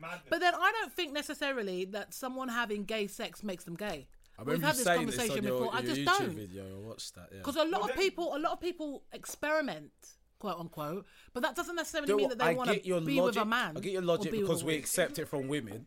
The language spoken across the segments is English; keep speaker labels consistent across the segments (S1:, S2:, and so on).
S1: madness.
S2: But then I don't think necessarily that someone having gay sex makes them gay.
S3: I
S2: We've
S3: remember
S2: had
S3: you
S2: this
S3: saying this
S2: conversation
S3: on your,
S2: before. I
S3: your
S2: just
S3: YouTube
S2: don't.
S3: video. I watched that. Yeah.
S2: Because a lot
S1: Well,
S2: of
S1: then-
S2: people, a lot of people experiment, quote unquote, but that doesn't necessarily
S3: Do you
S2: mean
S3: know
S2: that
S3: what?
S2: they want to
S3: get
S2: be
S3: your
S2: with a
S3: logic-
S2: man.
S3: I get your
S2: or
S3: logic
S2: be with
S3: because
S2: a
S3: we
S2: woman.
S3: accept it from women.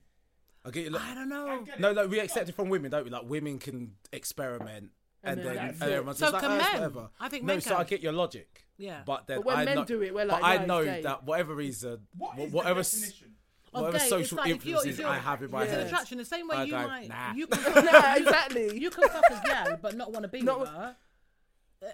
S3: I get your. Lo-
S2: I don't know.
S1: get it.
S3: no, no, we accept it from women, don't we? Like women can experiment, and,
S4: And
S3: then
S4: then
S3: and
S4: that's it.
S3: everyone's
S2: So
S3: just like,
S2: can
S3: "Oh, it's
S2: men.
S3: whatever.
S2: I think
S3: no,
S2: men
S3: so
S2: can.
S3: I get your logic.
S2: Yeah.
S3: But then
S4: But when
S3: I
S4: men
S3: know,
S4: do it, we're
S3: but
S4: like,
S3: I
S4: "No, it's
S3: know
S4: gay."
S3: that whatever reason,
S1: What
S3: wha-
S1: is
S3: whatever
S1: the
S3: s-
S1: definition?
S2: Of
S3: whatever
S2: gay, it's
S3: social
S2: like if you're- if
S3: influences
S2: you're-
S3: I have in my
S2: It's an
S3: head.
S2: attraction. The same way
S3: I
S2: you
S3: go,
S2: might,
S3: nah.
S2: you can,
S4: yeah,
S2: you,
S4: exactly.
S2: you can fuck as yeah, but not want to be
S4: Not
S2: with
S4: with-
S2: her.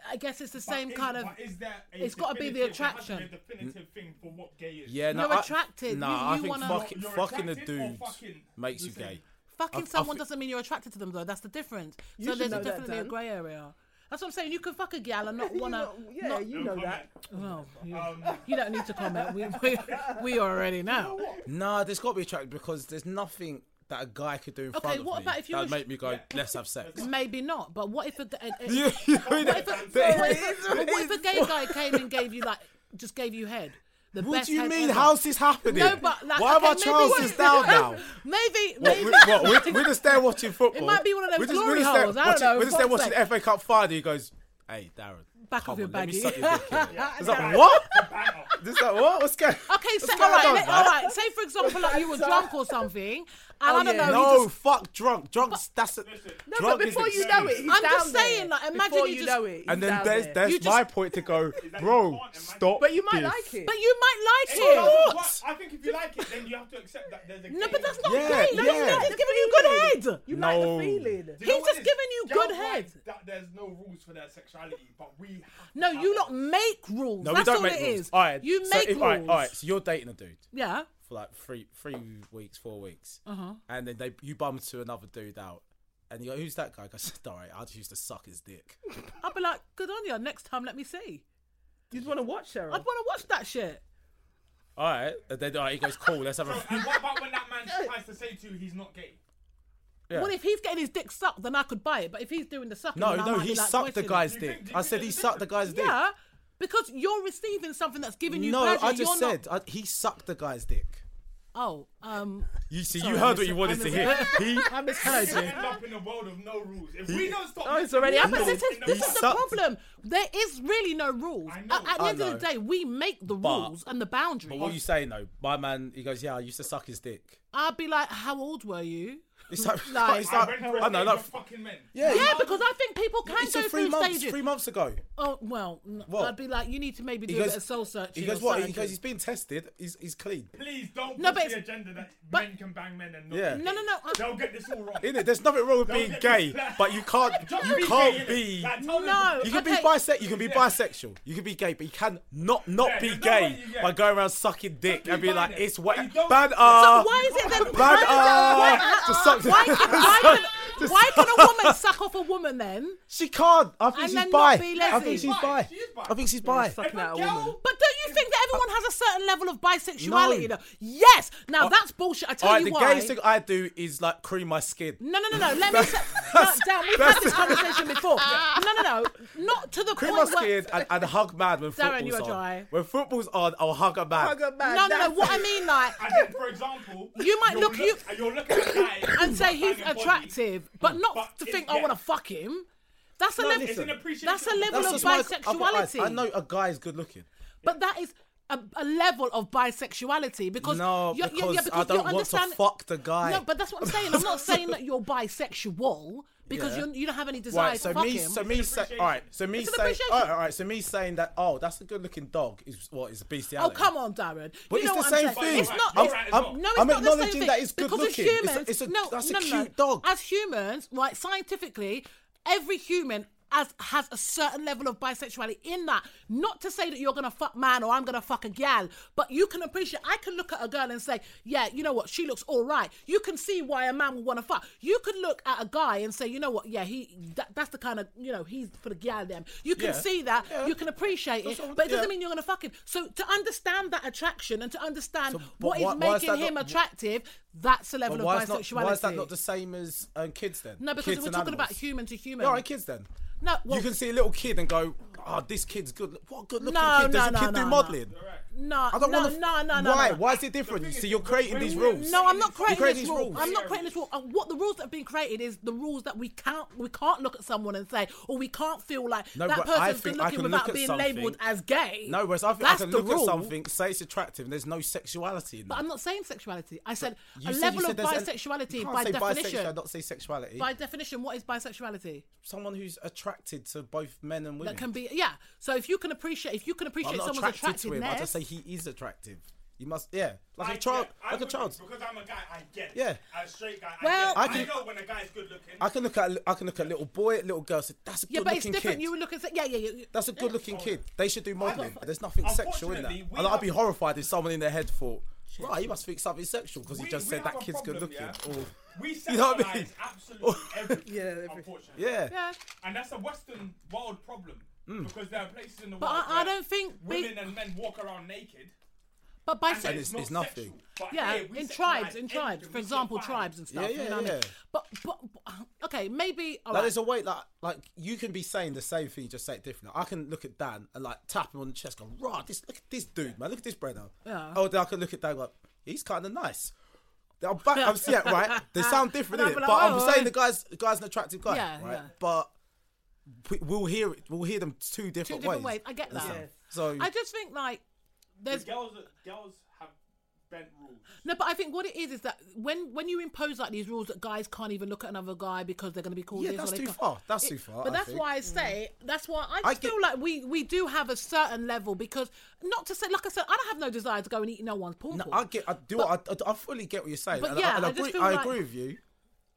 S2: I guess it's the same
S1: Is-
S2: kind of.
S1: but is there a
S2: it's gotta be the
S1: definitive- there has to be a
S2: attraction.
S1: definitive thing for what gay is.
S3: Yeah, no,
S2: You're
S3: I,
S2: attracted.
S3: No,
S2: You-
S3: I
S2: you
S3: think
S2: wanna-
S3: fucking,
S1: You're
S3: fucking a
S1: attracted or
S3: dude
S1: fucking-
S3: makes you
S1: listen.
S3: gay.
S2: Fucking
S3: I- I
S2: someone
S3: thi-
S2: doesn't mean you're attracted to them though. That's the difference.
S4: You
S2: so
S4: should
S2: there's
S4: know that,
S2: definitely
S4: Dan.
S2: a grey area. That's what I'm saying. You can fuck a gal and not
S4: You
S2: wanna.
S4: know- yeah,
S2: not-
S4: you know that.
S2: well, you,
S1: Um,
S2: you don't need to comment. We we, we already know.
S3: Nah, there's got to be attracted because there's nothing that a guy could do in front of
S2: what
S3: me
S2: about if you
S3: that
S2: were-
S3: make me go, let's have sex.
S2: Maybe not. But what if a, a, a-
S3: You- you know,
S2: what if a,
S3: there
S2: what
S3: is-
S2: if a- what if a gay guy came and gave you like just gave you head? The
S3: What
S2: best
S3: do you
S2: head
S3: mean?
S2: ever.
S3: How's this happening?
S2: No, but like,
S3: Why
S2: okay,
S3: are our
S2: maybe-
S3: chances down now?
S2: Maybe,
S3: What,
S2: maybe.
S3: we, what, we're, we're just there watching football.
S2: might be one of those
S3: we're just,
S2: glory
S3: we're just there
S2: holes, I don't
S3: watching,
S2: know,
S3: We're just there
S2: fuck's
S3: watching
S2: sake.
S3: the FA Cup final. He goes, "Hey, Darren,
S2: Back
S3: come
S2: of your
S3: on, let
S2: baggy."
S3: me suck your dick in."
S2: Yeah.
S3: It's like what? It's like what? What's going?
S2: Okay,
S3: what's
S2: say, all
S3: going
S2: right,
S3: on,
S2: let-
S3: man?
S2: all right. Say for example, like you were drunk or something, and I don't
S4: Oh, yeah.
S2: know.
S3: No,
S2: you just,
S3: fuck drunk. Drunk's that's a,
S4: No,
S3: drunk
S4: but before
S3: is
S4: you know it, he's
S2: I'm
S4: down
S2: just
S4: there.
S2: saying, like, imagine
S4: before
S2: you
S4: you
S2: just-
S4: know it, he's
S3: And then
S4: down
S3: there's
S4: there.
S3: there's
S2: You
S3: my
S2: just-
S3: point to go,
S1: that you
S3: bro.
S1: can't imagine-
S3: Stop.
S4: but you might
S3: this."
S4: like it.
S2: but you might like him.
S1: But I think if you like it, then you have to accept that there's a
S2: No, but that's not
S3: Yeah,
S2: gay. No, he's
S3: yeah.
S2: not. He's giving you good head.
S4: you
S3: No.
S4: like the feeling.
S2: He's just giving you good head.
S1: That there's no rules for their sexuality, but we. Have
S2: No,
S1: to
S2: you
S1: have
S2: lot
S1: it.
S2: make rules.
S3: No,
S2: That's
S3: we don't
S2: all
S3: make
S2: it
S3: rules.
S2: is.
S3: All right,
S2: You
S3: so
S2: make
S3: if-
S2: rules.
S3: All right, all right. So you're dating a dude
S2: Yeah.
S3: for like three three weeks, four weeks,
S2: Uh-huh.
S3: and then they you bum to another dude out, and you go, "Who's that guy?" I said, "All right, I just used to suck his dick."
S2: I'd be like, good on you. Next time, let me see.
S4: You just want to watch her.
S2: I'd want to watch that shit.
S3: All right, and then all right, he goes, "Cool, let's have
S1: And
S3: a."
S1: what about when that man tries to say to you he's not gay?
S3: Yeah.
S2: Well, if he's getting his dick sucked, then I could buy it. But if he's doing the sucking,
S3: No,
S2: then I
S3: no,
S2: might
S3: he
S2: be like,
S3: sucked the
S2: questioning.
S3: guy's
S1: Do you think-
S3: dick.
S1: do you
S3: I
S1: think
S3: said
S1: there's
S3: he
S1: a
S3: sucked the guy's dick.
S2: Yeah, because you're receiving something that's giving you
S3: No,
S2: pleasure.
S3: I just
S2: you're
S3: said
S2: Not...
S3: I, he sucked the guy's dick.
S2: Oh, um,
S3: You see,
S2: Sorry,
S3: you
S2: I
S3: heard what
S2: mis-
S3: you wanted
S2: I
S3: to
S2: mis-
S3: hear. He
S4: I misheard
S1: We
S4: you.
S1: end up in a world of no rules. If we don't stop,
S4: Oh, it's already
S2: yeah,
S1: making
S2: but
S1: rules
S4: happening.
S2: this is,
S1: in the
S2: this is
S1: world-
S2: the
S3: sucked.
S2: problem. There is really no rules.
S1: I
S2: At,
S1: know.
S2: at the
S3: I
S2: end
S3: know.
S2: of the day, we make the
S3: But-
S2: rules and the boundaries.
S3: But what you saying though? My man, he goes, "Yeah, I used to suck his dick."
S2: I'd be like, how old were you?
S3: It's like,
S2: Like-
S3: it's
S1: I
S3: like,
S1: went
S3: I,
S1: for a
S3: know,
S1: stage
S3: like,
S1: of fucking men.
S3: yeah,
S2: Yeah,
S3: he-
S2: because I think people can
S3: he
S2: go
S3: said
S2: through
S3: three months,
S2: stages.
S3: three months ago.
S2: Oh well, n-
S3: What?
S2: I'd be like, you need to maybe do
S3: He
S2: a
S3: goes,
S2: bit of soul searching.
S3: he goes,
S2: or
S3: what? He
S2: something.
S3: goes, he's been tested. He's he's clean.
S1: Please don't
S2: No,
S1: no,
S2: but
S1: push the
S2: it's-
S1: agenda that
S2: but-
S1: men can bang men and not.
S3: Yeah.
S2: no, no, no. I-
S1: They'll get this all wrong.
S3: In it, there's nothing wrong with being
S1: get
S3: gay,
S1: me-
S3: but you can't
S1: Just
S3: you
S1: be
S3: can't
S1: gay, innit?
S3: be.
S1: Like, tell them-
S2: No.
S3: You can be
S2: Okay.
S3: bisexual. You can be bisexual. You can be gay, but you can not not
S1: Yeah,
S3: be
S1: there's no
S3: gay
S1: way you- yeah.
S3: by going around sucking dick
S1: be
S3: and being like,
S1: bi-gay.
S3: it's what
S1: You don't-
S3: bad
S2: So
S3: ah
S2: why is it then?
S3: bad
S2: why
S3: ah.
S2: is it-
S3: to suck
S2: Why,
S3: dick.
S2: can- why, can, why can a woman suck off a woman then?
S3: She can't. I think
S2: And
S3: she's
S2: then
S3: bi.
S2: not be
S3: I
S2: lesbian.
S3: think
S2: She's
S3: she's
S1: bi.
S3: bi.
S1: She is bi.
S3: I think she's bi.
S4: Fucking out a
S1: Girl,
S4: woman.
S2: But don't you think that everyone has a certain level of bisexuality? Though? Yes. Now that's bullshit. I tell
S3: Oh. Alright,
S2: you
S3: the
S2: why.
S3: gayest thing I do is like cream my skin.
S2: No, no, no, no. Let me say, no, Dan, we've had this conversation before. No, no, no. Not to the
S3: Cream my
S2: point where.
S3: skin and, and hug mad when
S2: Darren,
S3: football's
S2: you are
S3: on.
S2: dry.
S3: When football's on, I'll hug a
S4: Hug
S3: man.
S4: a man,
S2: No, no, no.
S4: that's
S2: What I
S4: it.
S2: mean, like,
S1: And then, for example,
S2: You might
S1: you'll
S2: look- you-
S1: and you'll look at a guy
S2: and
S1: with a
S2: say he's
S1: banging body.
S2: attractive, but not
S1: But
S2: to
S1: it-
S2: think I
S1: yeah.
S2: want to fuck him. That's a
S3: No,
S2: level.
S1: It's an
S3: That's
S1: appreciation.
S2: That's a level
S3: just
S2: of
S3: why I- I've got eyes.
S2: bisexuality.
S3: I know a guy is good looking.
S2: But that is a, a level of bisexuality because
S3: No,
S2: you're,
S3: because,
S2: yeah,
S3: I
S2: because
S3: don't
S2: you
S3: want to
S2: understand.
S3: fuck the guy.
S2: No, but that's what I'm saying. I'm not saying that you're bisexual because
S3: Yeah.
S2: you're, you don't have any desire
S3: Right, so
S2: to fuck
S3: me,
S2: him.
S3: so me,
S1: It's
S3: say,
S1: an
S3: all right, so me
S2: It's an
S3: saying,
S2: appreciation.
S3: all right, all right, so me saying that, oh, that's a good-looking dog is what is
S2: oh
S3: bestiality.
S2: come on, Darren.
S3: But
S2: you
S3: it's
S2: know
S3: the
S2: what
S3: same
S2: I'm saying?
S3: thing.
S2: It's not.
S3: I'm,
S2: it's,
S1: right as
S3: I'm-
S1: well.
S2: no, it's not
S3: I'm
S2: the same
S3: acknowledging
S2: thing.
S3: that it's good
S2: because
S3: looking.
S2: As humans,
S3: it's a, it's a,
S2: no,
S3: that's
S2: no,
S3: a
S2: no,
S3: cute
S2: no.
S3: dog.
S2: As humans, right? Scientifically, every human. Has, has a certain level of bisexuality in that. Not to say that you're gonna fuck man or I'm gonna fuck a gal, but you can appreciate. I can look at a girl and say, yeah, you know what, she looks all right. You can see why a man would want to fuck. You can look at a guy and say, you know what, yeah, he that, that's the kind of you know he's for the gal them. You can
S3: Yeah.
S2: see that.
S3: Yeah.
S2: You can appreciate it,
S3: That's what-
S2: but it doesn't
S3: yeah.
S2: mean you're gonna fuck him. So to understand that attraction and to understand
S3: So, but
S2: what is
S3: why- why is
S2: making
S3: that
S2: him
S3: not-
S2: attractive, that's the
S3: But
S2: level
S3: why
S2: of
S3: is, not,
S2: bisexuality.
S3: why is that not the same as um, kids then?
S2: no, because
S3: Kids
S2: we're
S3: and
S2: talking about
S3: animals.
S2: human to human.
S3: Yeah, all right, kids then.
S2: No, well,
S3: you can see a little kid and go, oh, this kid's good. look- What good looking
S2: No,
S3: kid? Does
S2: no,
S3: a
S2: no,
S3: kid do
S2: no,
S3: modeling?
S2: No,
S3: I don't
S2: no,
S3: want to.
S2: no, no, no.
S3: Why?
S2: no.
S3: Why is it different?
S1: The
S3: You
S1: thing
S3: see,
S1: is,
S3: you're
S1: when-
S3: creating
S1: when
S3: these
S1: we-
S3: rules.
S2: No, I'm not
S1: You're
S2: creating
S3: creating
S2: this
S3: these
S2: rule.
S3: rules.
S2: I'm not
S1: Yeah.
S2: creating this rule. Uh, What the rules that have been created is the rules that we can't we can't look at someone and say, or we can't feel like
S3: No,
S2: that
S3: but I
S2: person's good
S3: think I
S2: looking
S3: can
S2: without
S3: look at
S2: being
S3: something-
S2: labelled as gay.
S3: No, whereas I think
S2: That's
S3: I can
S2: the
S3: look
S2: rule.
S3: at something, say it's attractive, and there's no sexuality in
S2: But
S3: that.
S2: I'm not saying sexuality. I said
S3: You
S2: a
S3: said- you
S2: level
S3: said
S2: of
S3: there's an-
S2: bisexuality
S3: you can't
S2: by
S3: say
S2: definition.
S3: Bisexual, not say sexuality.
S2: by definition, what is bisexuality?
S3: Someone who's attracted to both men and women.
S2: That can be yeah. So if you can appreciate if you can
S3: I'm
S2: appreciate
S3: not
S2: someone's
S3: attracted to him. I
S2: attractiveness,
S3: just say he is attractive. You must, yeah, like a child, like a child.
S1: Because I'm a guy, I get it.
S3: Yeah.
S1: As a straight guy,
S2: Well-
S1: I,
S3: I
S1: get it.
S3: can-
S1: I know when a guy's good looking.
S3: I can look at, I can look at little boy, little girl. Say, that's a good
S2: yeah, but it's
S3: looking
S2: different.
S3: kid.
S2: You would look and say yeah, yeah, yeah.
S3: That's a good looking kid. They should do modelling. There's nothing sexual in that.
S1: Unfortunately, we
S3: And I'd be
S1: have-
S3: horrified if someone in their head thought, right, you must think something sexual because he
S1: We-
S3: just
S1: we
S3: said
S1: have
S3: that
S1: a
S3: kid's good
S1: problem,
S3: looking.
S1: yeah?
S3: Or,
S1: We
S3: You know what I
S1: sexualize
S3: mean?
S1: absolutely everything,
S4: Yeah, everything.
S1: unfortunately.
S3: yeah.
S2: yeah.
S1: And that's a Western world problem. Because there are places in the
S2: Mm. But
S1: world
S2: I- I
S1: where
S2: don't think we-
S1: women and men walk around naked.
S2: But
S1: then
S2: bisexual.
S3: it's- it's nothing.
S1: sexual. But
S2: Yeah,
S1: here, we
S2: in
S1: sexualise
S2: tribes, in tribes.
S1: everything.
S2: For
S1: We
S2: example,
S1: define-
S2: tribes and stuff.
S3: Yeah,
S2: you
S3: yeah,
S2: know what I mean?
S3: yeah.
S2: But, but, but- okay, maybe. All
S3: Like,
S2: right.
S3: there's a way like like you can be saying the same thing, just say it differently. I can look at Dan and like tap him on the chest, go, "Rah, this look at this dude, man, look at this brother."
S2: Yeah.
S3: Oh, then I can look at Dan and go, "He's kind of nice." I'm back. I'm seeing it, right. They sound different,
S2: And I'll be
S3: innit? but
S2: like,
S3: I'm
S2: "Oh,
S3: saying
S2: oh."
S3: the guy's the guy's an attractive guy,
S2: Yeah,
S3: right?
S2: yeah.
S3: But we, we'll hear it. We'll hear them two
S2: Two
S3: different,
S2: different ways. I get
S3: and
S2: that.
S3: stuff. So
S2: I just think like there's
S1: Girls, girls have bent rules.
S2: No, but I think what it is is that when when you impose like these rules that guys can't even look at another guy because they're going to be called
S3: Yeah,
S2: this or
S3: that's
S2: they
S3: too
S2: can't-
S3: far. That's too far,
S2: But
S3: I
S2: that's
S3: think.
S2: why
S1: Mm.
S2: I say that's why I,
S3: I
S2: just feel
S3: get-
S2: like we we do have a certain level because not to say like I said I don't have no desire to go and eat no one's porn.
S3: no,
S2: pool.
S3: I get. I do. I, I fully get what you're saying.
S2: But
S3: and I-
S2: yeah,
S3: and I,
S2: I just
S3: agree,
S2: feel
S3: I
S2: like-
S3: agree with you.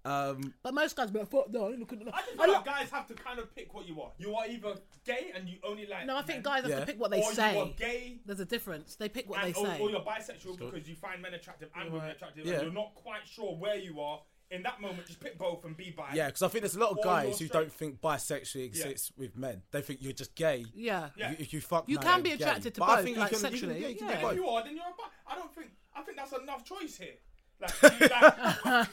S3: Um,
S2: but most guys be like, fuck no, I ain't looking at no.
S1: I think
S2: I
S1: like
S2: lo-
S1: guys have to kind of pick what you are. You are either gay and you only like.
S2: no, I think
S1: men,
S2: guys have to
S3: Yeah.
S2: pick what
S1: or
S2: they
S1: you are
S2: say.
S1: gay.
S2: There's a difference. They pick what they
S1: And, or,
S2: say.
S1: or you're bisexual because you find men attractive and women attractive,
S3: Yeah.
S1: and you're not quite sure where you are in that moment. Just pick both and be bi.
S3: Yeah, because I think there's a lot of
S1: Or you're
S3: guys who
S1: straight.
S3: don't think bisexually exists with men. They think you're just gay.
S2: Yeah.
S1: Yeah.
S3: You, if you fuck,
S2: You
S3: man,
S2: can
S3: you're
S2: be
S3: gay.
S2: attracted to
S3: But
S2: both,
S3: I think
S2: like,
S3: you can,
S2: sexually.
S3: You can, yeah, you can
S2: Yeah.
S3: do both.
S1: If you are, then you're a bi. I don't think. I think that's enough choice here. Like, you like, what like, like,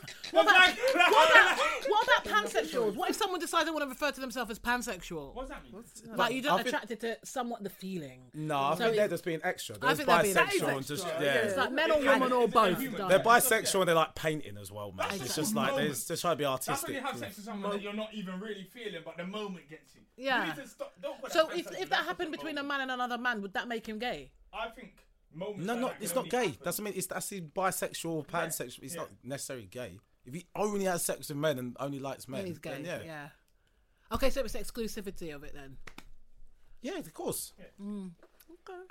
S2: What about, what about pansexuals? What if someone decides they want to refer to themselves as pansexual?
S1: What's that mean?
S2: Like you don't
S3: I think-
S2: attracted to somewhat the feeling.
S3: No, I
S2: So
S3: think they're
S2: it's-
S3: just being extra.
S2: I
S3: They're
S2: think they're being
S3: bisexual
S2: extra.
S3: and just
S1: Yeah.
S3: yeah.
S2: It's like men or
S1: Yeah.
S2: women or
S1: Is it
S2: both.
S1: human?
S2: darling.
S3: They're bisexual and they like painting as well, man.
S1: That's
S3: It's just like
S1: moment.
S3: they're just trying to be
S1: That's when you
S3: artistic.
S1: have sex with someone that you're not even really feeling, but the moment gets you. You
S2: Yeah.
S1: need to stop- don't put
S2: So
S1: that pansexual,
S2: if, if
S1: that's
S2: that
S1: just
S2: happened between a
S1: moment.
S2: man and another man, would that make him gay?
S1: I think moments.
S3: No,
S1: like
S3: no,
S1: that can
S3: it's not
S1: only
S3: gay.
S1: happen.
S3: That's what I mean. It's that's in bisexual, pansexual. It's
S1: Yeah.
S3: not necessarily gay. If he only has sex with men and only likes men,
S2: He's gay.
S3: then
S2: Yeah.
S3: yeah. yeah,
S2: Okay, so it's the exclusivity of it then.
S3: of course.
S2: Okay,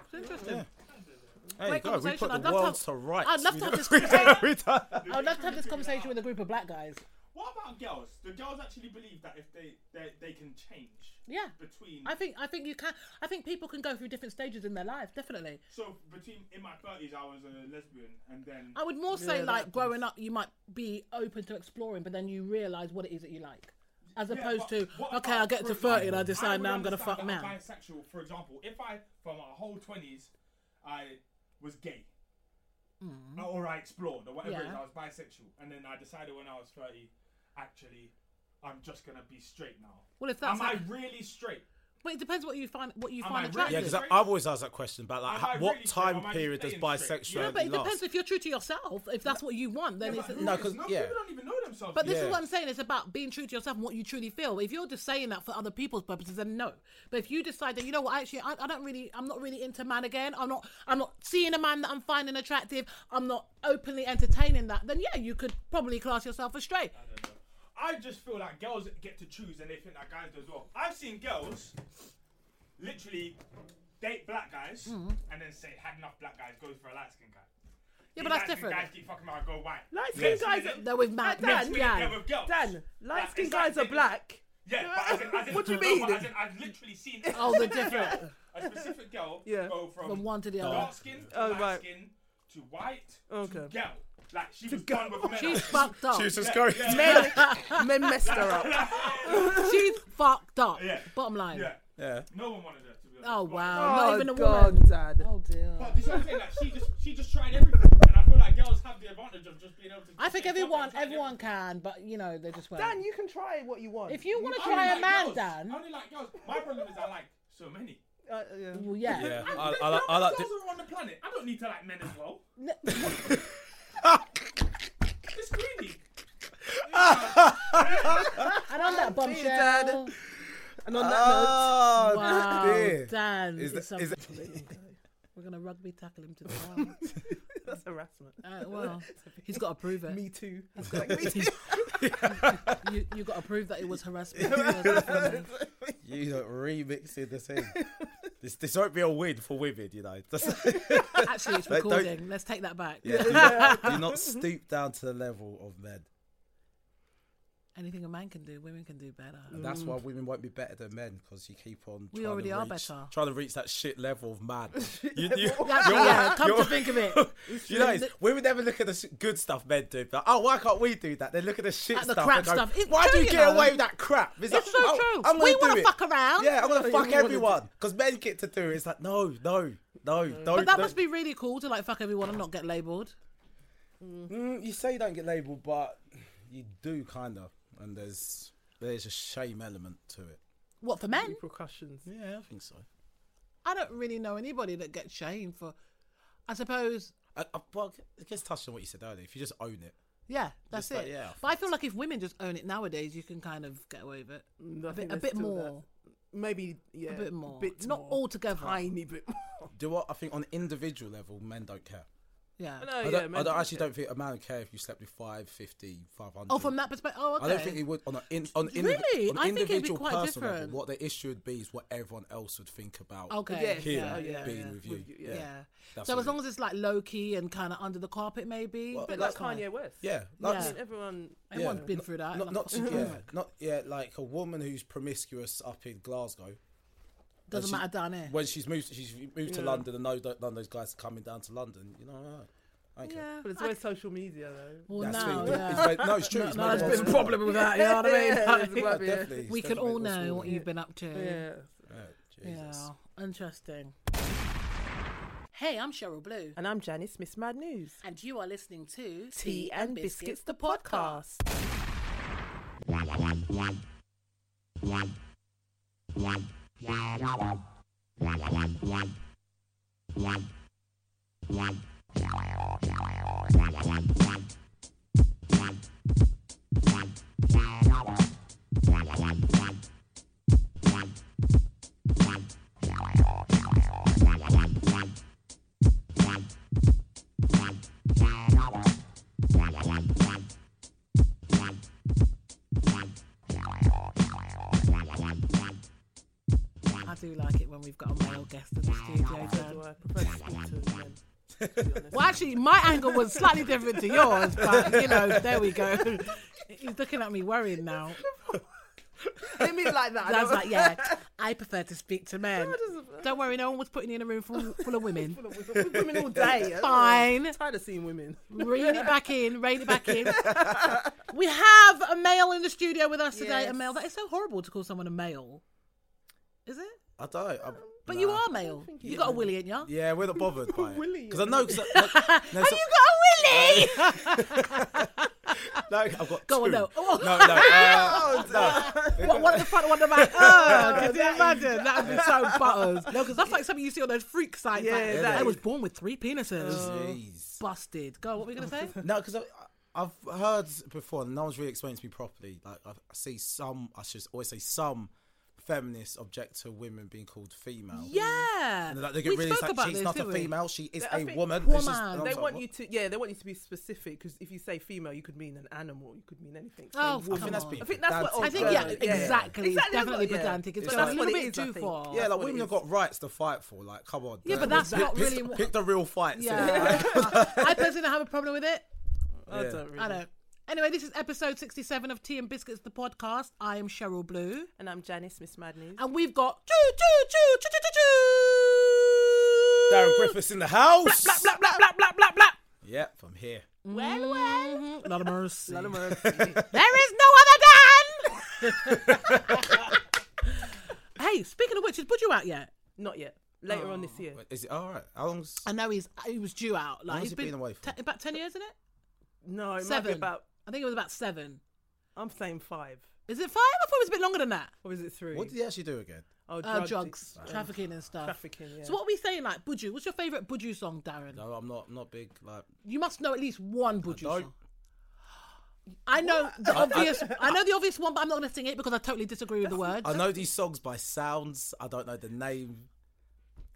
S2: it's interesting.
S3: There you
S2: Great
S3: go. We
S2: conversation.
S3: put the
S2: I'd love to
S3: world
S2: have-
S3: to rights.
S2: I'd love
S3: We
S2: to have
S3: don't-
S2: this
S3: we don't-
S2: conversation.
S3: we don't-
S2: I would love to Oh, have this conversation with a group of black guys.
S1: What about girls? Do girls actually believe that if they they, they can change?
S2: Yeah.
S1: Between
S2: I think I think you can. I think people can go through different stages in their life. Definitely.
S1: so between in my thirties I was a lesbian and then
S2: I would more say
S4: that
S2: like
S4: happens.
S2: growing up, you might be open to exploring, but then you realize what it is that you like, as
S1: Yeah,
S2: opposed
S1: but
S2: to
S1: what
S2: okay,
S1: about,
S2: I get
S1: for
S2: to thirty and
S1: example,
S2: I decide
S1: would
S2: now I'm gonna
S1: understand that
S2: fuck man.
S1: I'm Bisexual, for example, if I for my whole twenties I was gay. Or I explored, or whatever it is,
S2: Mm. Yeah.
S1: I was bisexual, and then I decided when I was thirty, actually, I'm just gonna be straight now.
S2: Well, if that's
S1: am
S2: how-
S1: I really straight?
S2: But it depends what you find what you
S1: Am
S2: find
S1: I really-
S3: Yeah,
S2: attractive.
S3: because
S1: Straight?
S3: I've always asked that question about like
S1: Am
S3: how,
S1: I
S3: what
S1: really straight?
S3: time
S1: Am I just
S3: period does
S1: staying straight?
S3: bisexuality
S1: Yeah,
S2: No, but it
S3: last?
S2: depends if you're true to yourself. If that's what you want, then it's
S3: No, 'cause-
S1: no,
S3: yeah.
S1: people don't even know themselves.
S2: But this
S3: Yeah.
S2: is what I'm saying. It's about being true to yourself and what you truly feel. If you're just saying that for other people's purposes, then no. But if you decide that you know what, actually, I, I don't really, I'm not really into man again. I'm not, I'm not seeing a man that I'm finding attractive. I'm not openly entertaining that. Then yeah, you could probably class yourself as straight.
S1: I just feel like girls get to choose and they think that guys do as well. I've seen girls literally date black guys and then say, had enough black guys, goes for a light skinned guy. These
S2: Yeah, but that's
S1: light-skinned
S2: different.
S1: Guys keep fucking around, go white.
S4: Light-skinned
S1: Next
S4: guys
S1: minute-
S4: are-
S2: They're with mad.
S4: That's
S1: next
S2: Dan,
S1: minute
S2: Dan,
S1: they're with girls.
S4: Dan,
S1: Like,
S4: light skinned
S1: it's like
S4: guys are
S1: they-
S4: black.
S1: Yeah, but as in, as in,
S4: What do you
S1: no,
S4: mean?
S1: but as in, I've literally seen
S2: Oh, the
S1: a specific
S2: different-
S1: girl- a specific girl
S4: Yeah.
S1: go from,
S2: From one to the other.
S1: dark skin to
S4: Oh,
S1: light
S4: right.
S1: skin to white to
S4: Okay.
S1: girl. Like she was done with men.
S2: She's fucked up.
S3: She's
S2: She's,
S3: just going.
S1: yeah.
S4: Men, men messed her up.
S2: fucked up.
S1: Yeah.
S2: Bottom line.
S1: Yeah.
S3: Yeah.
S1: No one wanted her to be honest.
S2: Oh
S1: But-
S2: wow.
S4: Oh,
S2: Not even a
S4: God,
S2: woman.
S4: Dad.
S2: Oh dear.
S1: But this is what I'm saying, like, she just she just tried everything, and I feel like girls have the advantage of just being able to.
S2: I think
S1: Yeah, fuck it,
S2: everyone,
S1: try
S2: everyone can, but you know they just won't.
S4: Dan, you can try what you want.
S2: If you want to
S1: everything. I
S2: try
S1: only
S2: a
S1: like
S2: man,
S1: girls.
S2: Dan.
S1: I only like girls. My problem is I like so many.
S4: Uh, yeah.
S2: Well, yeah.
S3: Yeah,
S1: And
S3: I,
S1: there's
S3: I, like- I
S1: no
S3: like.
S1: girls
S3: Di-
S1: are on the planet. I don't need to like men as well. It's greedy.
S2: And on that bombshell.
S4: Dad. And on that
S3: oh
S2: Wow,
S3: dear.
S2: Dan.
S3: Is
S2: it's
S3: that- is that-
S2: something. We're going to rugby tackle him to the ground.
S4: note, that's harassment.
S2: Uh, well, he's got to prove it.
S4: Me too. That's like me too.
S2: You, you got to prove that it was harassment. It was definitely-
S3: You don't remix it the same. this this won't be a win for women, you know. Just-
S2: Actually, it's
S3: Like, don't-
S2: recording. Let's take that back.
S3: yeah, do, not, do not stoop down to the level of men.
S2: Anything a man can do, women can do better.
S3: And that's why women won't be better than men because you keep on.
S2: Mm. We
S3: trying
S2: already
S3: to
S2: are
S3: reach,
S2: better.
S3: Trying to reach that shit level of man. You, you,
S2: Actually,
S3: you're-
S2: yeah, come to
S3: you're-
S2: think of it.
S3: you know, it's- women never look at the s- good stuff men do. But, oh, why can't we do that? They look at the shit
S2: At the
S3: stuff.
S2: crap
S3: and go,
S2: stuff. It's
S3: why
S2: true,
S3: do you
S2: you
S3: get
S2: know.
S3: away with that crap? "Oh,
S2: It's so true.
S3: I'm
S2: We
S3: gonna
S2: wanna
S3: do it.
S2: fuck around.
S3: Yeah, I'm gonna fuck
S4: wanna do-
S3: everyone because men get to do it. It's like no, no, no, no.
S2: Mm. But that
S3: no.
S2: must be really cool to like fuck everyone and not get labelled.
S3: Mm, you say you don't get labelled, but you do kind of, and there's there's a shame element to it.
S2: What for men?
S4: Repercussions.
S3: Yeah, I think so.
S2: I don't really know anybody that gets shamed for. I suppose,
S3: I, I, well, it gets touched on what you said earlier. If you just own it,
S2: yeah, that's
S3: Just
S2: it.
S3: like, yeah.
S2: But I feel like if women just own it nowadays, you can kind of get away with it
S4: Mm, I
S2: a
S4: think
S2: bit, a
S4: there's
S2: bit
S4: still
S2: more,
S4: that. Maybe yeah,
S2: a bit more,
S4: bit
S2: not
S4: more.
S2: all together.
S4: tiny bit more.
S3: do what I think on individual level, men don't care.
S2: Yeah.
S4: No,
S3: I
S4: Oh, yeah,
S3: don't, I
S4: maybe,
S3: don't, actually
S4: yeah.
S3: don't think a man would care if you slept with 550, 500.
S2: Oh, from that perspective. Oh, okay.
S3: I don't think he would on an in, on, indivi-
S2: Really?
S3: on
S2: I think it'd be
S3: individual
S2: quite
S3: personal
S2: different.
S3: level. What the issue would be is what everyone else would think about.
S2: Okay.
S4: Yes,
S3: Him
S4: yeah, yeah,
S3: being
S4: yeah.
S3: with you.
S4: With you,
S2: Yeah.
S4: yeah.
S2: So as
S3: Absolutely.
S2: long as it's like low key and kind of under the carpet, maybe.
S3: Well,
S2: but
S4: Bit
S2: that's
S4: like
S2: fine.
S4: Kanye West.
S3: Yeah,
S4: I
S3: like,
S2: Yeah.
S4: mean, everyone.
S2: Everyone's
S3: Yeah.
S2: been through that.
S3: Not,
S2: like,
S3: not,
S2: fucking
S3: yeah,
S2: work.
S3: not yeah, like a woman who's promiscuous up in Glasgow.
S2: Doesn't
S3: she-
S2: matter down here.
S3: When she's moved, she's moved to London, and no, none of those guys are coming down to London. You know, all right. I don't care.
S2: yeah.
S4: But it's
S2: I-
S4: always social media though.
S2: well,
S3: That's
S2: now,
S3: true.
S2: yeah.
S3: It's made- no, it's true. It's
S2: No,
S3: made
S2: there's been a
S3: worse.
S2: problem with that. You know what I mean?
S4: Yeah,
S2: Like,
S4: it's
S3: Yeah,
S4: about- yeah.
S3: definitely. it's
S2: we can
S3: definitely
S2: all
S3: made worse.
S2: know what you've been up to.
S4: Yeah.
S3: Yeah,
S2: Yeah,
S3: Jesus.
S2: interesting. Hey, I'm Cheryl Blue,
S4: And I'm Janice, Miss Mad News.
S2: and you are listening to
S4: Tea and Biscuits, the podcast.
S2: I do like it when we've got a male guest in the studio.
S4: So
S2: Dan.
S4: I prefer to speak to them. to be honest.
S2: Well, actually, my angle was slightly different to yours, but you know, there we go. He's looking at me worrying now.
S4: Didn't mean it like that.
S2: I was
S4: don't-
S2: like, yeah, I prefer to speak to men.
S4: doesn't-
S2: Don't worry, no one was putting you in a room full, full of women.
S4: With women all day. yeah.
S2: Fine.
S4: I'm tired of seeing women.
S2: Rein it back in, rein it back in. we have a male in the studio with us today. A
S4: Yes.
S2: male. That is so horrible to call someone a male. Is it?
S3: I don't. know. I'm-
S2: But
S3: nah.
S2: you are male. You, got a willy in ya.
S3: Yeah, we're not bothered by
S4: Willy.
S3: it. Because I know. Cause I, like, no,
S2: got
S3: so-
S2: a willy.
S3: no, I've got
S2: Go on,
S3: two.
S2: no. Oh.
S3: No, no. Uh, no.
S2: one, one at the front, one at the back. Oh, could you imagine? That would be so butters. No, because that's like something you see on those freak sites.
S4: Yeah,
S2: like,
S4: yeah,
S2: I
S3: that-
S2: was born with three penises.
S3: Jeez.
S2: Busted. Go. on, What were we gonna say?
S3: No, because I've heard before, and no one's really explained to me properly. Like I've- I see some, I should always say some feminists object to women being called female.
S2: Yeah.
S3: And like they get
S2: we
S3: really
S2: spoke
S3: it's like,
S2: about
S3: she's
S2: this,
S3: not a
S2: didn't we?
S3: female, she is
S4: I
S3: a
S4: think-
S3: woman.
S2: Woman.
S3: It's just- and I'm
S4: They
S3: like,
S4: want
S3: what?
S4: you to, yeah, they want you to be specific because if you say female, you could mean an animal, you could mean anything. So
S2: Oh,
S4: woman.
S2: come
S3: that's
S2: on.
S3: being
S4: I think that's what.
S3: pedantic.
S2: I think yeah,
S3: Yeah,
S2: exactly.
S3: yeah.
S2: It's
S4: that's
S2: definitely
S4: what- yeah.
S2: pedantic. It's
S4: But
S2: gone a
S4: that's what
S2: little
S4: it
S2: bit
S4: is, I
S2: too
S4: think.
S2: far.
S3: Yeah, like
S4: That's what it
S3: women have
S4: is.
S3: got rights to fight for. Like, come on.
S2: Yeah,
S3: don't-
S2: but that's
S3: pick-
S2: not
S3: pick-
S2: really what-
S3: Pick the real fights.
S2: Yeah. I personally have a problem with it.
S4: I
S3: Yeah.
S4: don't really.
S2: I don't. Anyway, this is episode 67 of Tea and Biscuits, the podcast. I am Cheryl Blue.
S4: And I'm Janice, Miss Mad News.
S2: And we've got choo choo choo choo choo choo choo.
S3: Darren Griffiths in the house.
S2: Blap blap blap blap blap blap blap.
S3: Yep, I'm here.
S2: Well, well. Lot of Mm-hmm. mercy.
S4: Lot of mercy.
S2: There is no other Dan. hey, speaking of which, is Bud you out yet?
S4: Not yet. Later on
S2: Oh.
S4: this year.
S3: Wait, Is it all right? How long's
S2: I know he's he was due out. Like
S3: long's
S2: he's
S3: he been away for?
S2: te- about ten years, isn't it?
S4: No, it might
S2: Seven.
S4: be about.
S2: I think it was about seven.
S4: I'm saying five.
S2: Is it five? I thought it was a bit longer than that.
S4: Or is it three?
S3: what did he actually do again?
S4: Oh,
S2: uh,
S4: drug
S2: drugs,
S4: addic-
S2: trafficking and stuff.
S4: Trafficking, yeah.
S2: So what are we saying? Like Buju, what's your favorite Buju song, Darren?
S3: No, I'm not. I'm not big. Like
S2: You must know at least one Buju
S3: don't.
S2: song. I know the obvious. I, know the obvious one, but I'm not going to sing it because I totally disagree with the words.
S3: I know these songs by sounds. I don't know the name.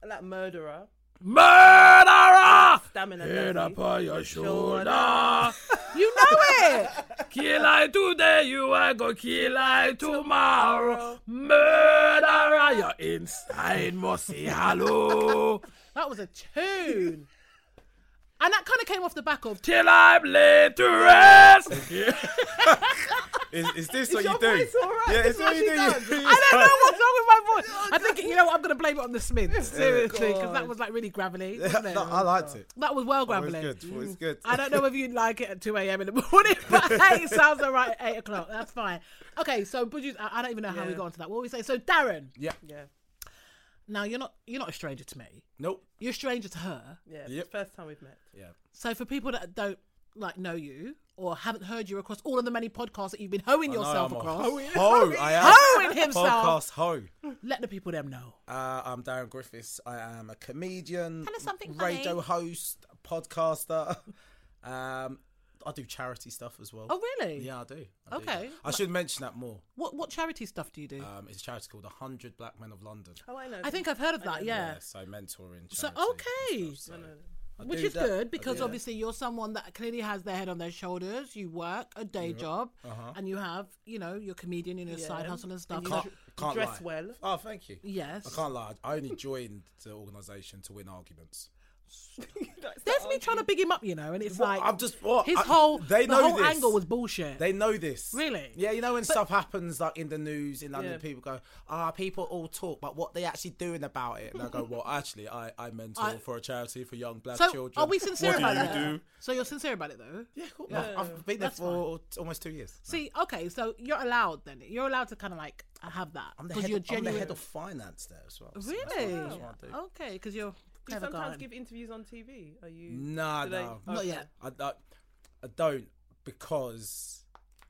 S4: Like murderer,
S5: Murderer!
S4: stamina.
S5: Head
S4: daddy.
S5: up on your shoulder.
S2: You know it.
S5: kill I today, you are gonna kill I tomorrow. Murderer, your inside must say hello.
S2: That was a tune. And that kind of came off the back of.
S5: Till I'm laid to rest.
S3: Is, is this what
S4: your
S3: you do?
S4: voice all right?
S3: Yeah,
S4: That's
S3: it's what you do.
S2: I don't know what's wrong with my voice. I think you know what, I'm going to blame it on the Smiths, seriously, because that was like really gravelly. Wasn't it?
S3: No, I liked it.
S2: That was well
S3: It was
S2: gravelly.
S3: good. It was good.
S2: I don't know whether you'd like it at 2 a.m. in the morning, but hey, it sounds all right at 8 o'clock. That's fine. Okay, so Buju's, I, I don't even know how we
S4: Yeah.
S2: got onto that. What were we saying? So, Darren,
S4: Yeah,
S2: now you're not you're not a stranger to me.
S3: Nope.
S2: You're a stranger to her.
S4: yeah.
S3: Yep.
S4: First time we've met.
S3: Yeah.
S2: So, for people that don't like know you or haven't heard you across all of the many podcasts that you've been hoeing
S3: I know
S2: yourself
S3: I'm a
S2: across,
S3: Ho, I am.
S2: hoeing himself,
S3: Podcast ho.
S2: let the people them know.
S3: Uh, I'm Darren Griffiths. I am a comedian,
S2: Tell us something
S3: radio host, podcaster. Um, I do charity stuff as well.
S2: Oh, really?
S3: Yeah, I do. I do.
S2: Okay.
S3: I should mention that more.
S2: What what charity stuff do you do?
S3: Um, it's a charity called 100 Black Men of London.
S4: Oh, I know.
S2: I think I've heard of that. Yeah.
S3: so mentoring. Charity
S2: So, okay.
S3: and stuff, so I
S2: Which
S3: do
S2: is
S3: that. I
S2: good
S3: do
S2: because
S3: that.
S2: obviously you're someone that clearly has their head on their shoulders. You work a day job, and you have you know your comedian and your side
S4: Yeah.
S2: hustle and stuff.
S4: you
S2: So-
S3: Uh-huh. can't,
S4: You
S3: can't
S4: dress
S3: lie.
S4: well.
S3: Oh, thank you.
S2: yes,
S3: I can't lie. I only joined the organisation to win arguments.
S2: there's me trying to big him up, you know, and it's
S3: What?
S2: like
S3: I'm just what
S2: his
S3: I-
S2: whole
S3: They
S2: the
S3: know
S2: whole
S3: this.
S2: angle was bullshit.
S3: They know this.
S2: Really?
S3: Yeah, you know when stuff happens like in the news in London,
S4: Yeah.
S3: people go, "Ah, people all talk, but what they actually doing about it?" And I go, "Well, actually, I I mentor
S2: I-
S3: for a charity for young black
S2: so
S3: children."
S2: are we sincere
S3: What
S2: about
S3: do
S2: that?
S3: you do?
S2: So you're sincere about it though.
S3: Yeah, cool. I've, I've been there
S2: That's
S3: for t- almost two years.
S2: See, okay, so you're allowed then. You're allowed to kind of like have that
S3: I'm the,
S2: because
S3: head,
S2: you're
S3: I'm the
S2: genuine.
S3: head of finance there as well. so that's what-
S2: really? Oh.
S3: that's what I do.
S2: Okay, because you're
S4: You
S2: clever
S4: sometimes
S2: guy.
S4: give interviews on TV. Are you?
S3: Nah,
S4: do they-
S3: no,
S2: Not
S4: Okay.
S2: yet.
S3: I, I, I don't because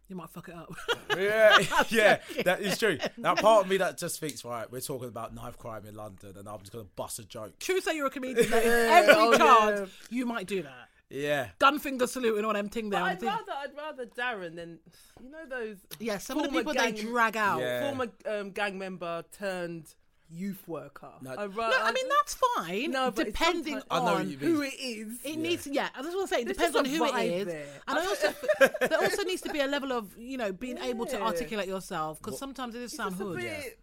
S2: You might fuck it up.
S3: yeah, yeah, that is true. That part of me that just thinks, right, we're talking about knife crime in London, and I'm just gonna bust a joke.
S2: True, say you're a comedian. that is every chance you might do that.
S3: Yeah,
S2: Gunfinger salute and all them thing there.
S4: But
S2: on
S4: I'd
S2: the thing.
S4: rather I'd rather Darren than you know those
S2: Yeah, some of the
S4: former
S2: people they
S4: gang-
S2: drag out.
S3: Yeah.
S4: former um, gang member turned youth worker.
S3: No.
S4: I'd
S2: No,
S4: ra-
S2: I
S4: I'd-
S2: mean that's fine.
S4: No, but it's
S2: depending
S4: sometimes-
S3: I know what
S2: on
S3: you mean.
S4: who it is.
S2: It needs, yeah. I just want to say, it
S4: There's
S2: depends on
S4: just a
S2: who it
S4: vibe
S2: is,
S4: there.
S2: and I also there also needs to be a level of you know being able to
S4: Yeah.
S2: articulate yourself because sometimes it is sound
S4: It's a
S2: hood.
S4: bit-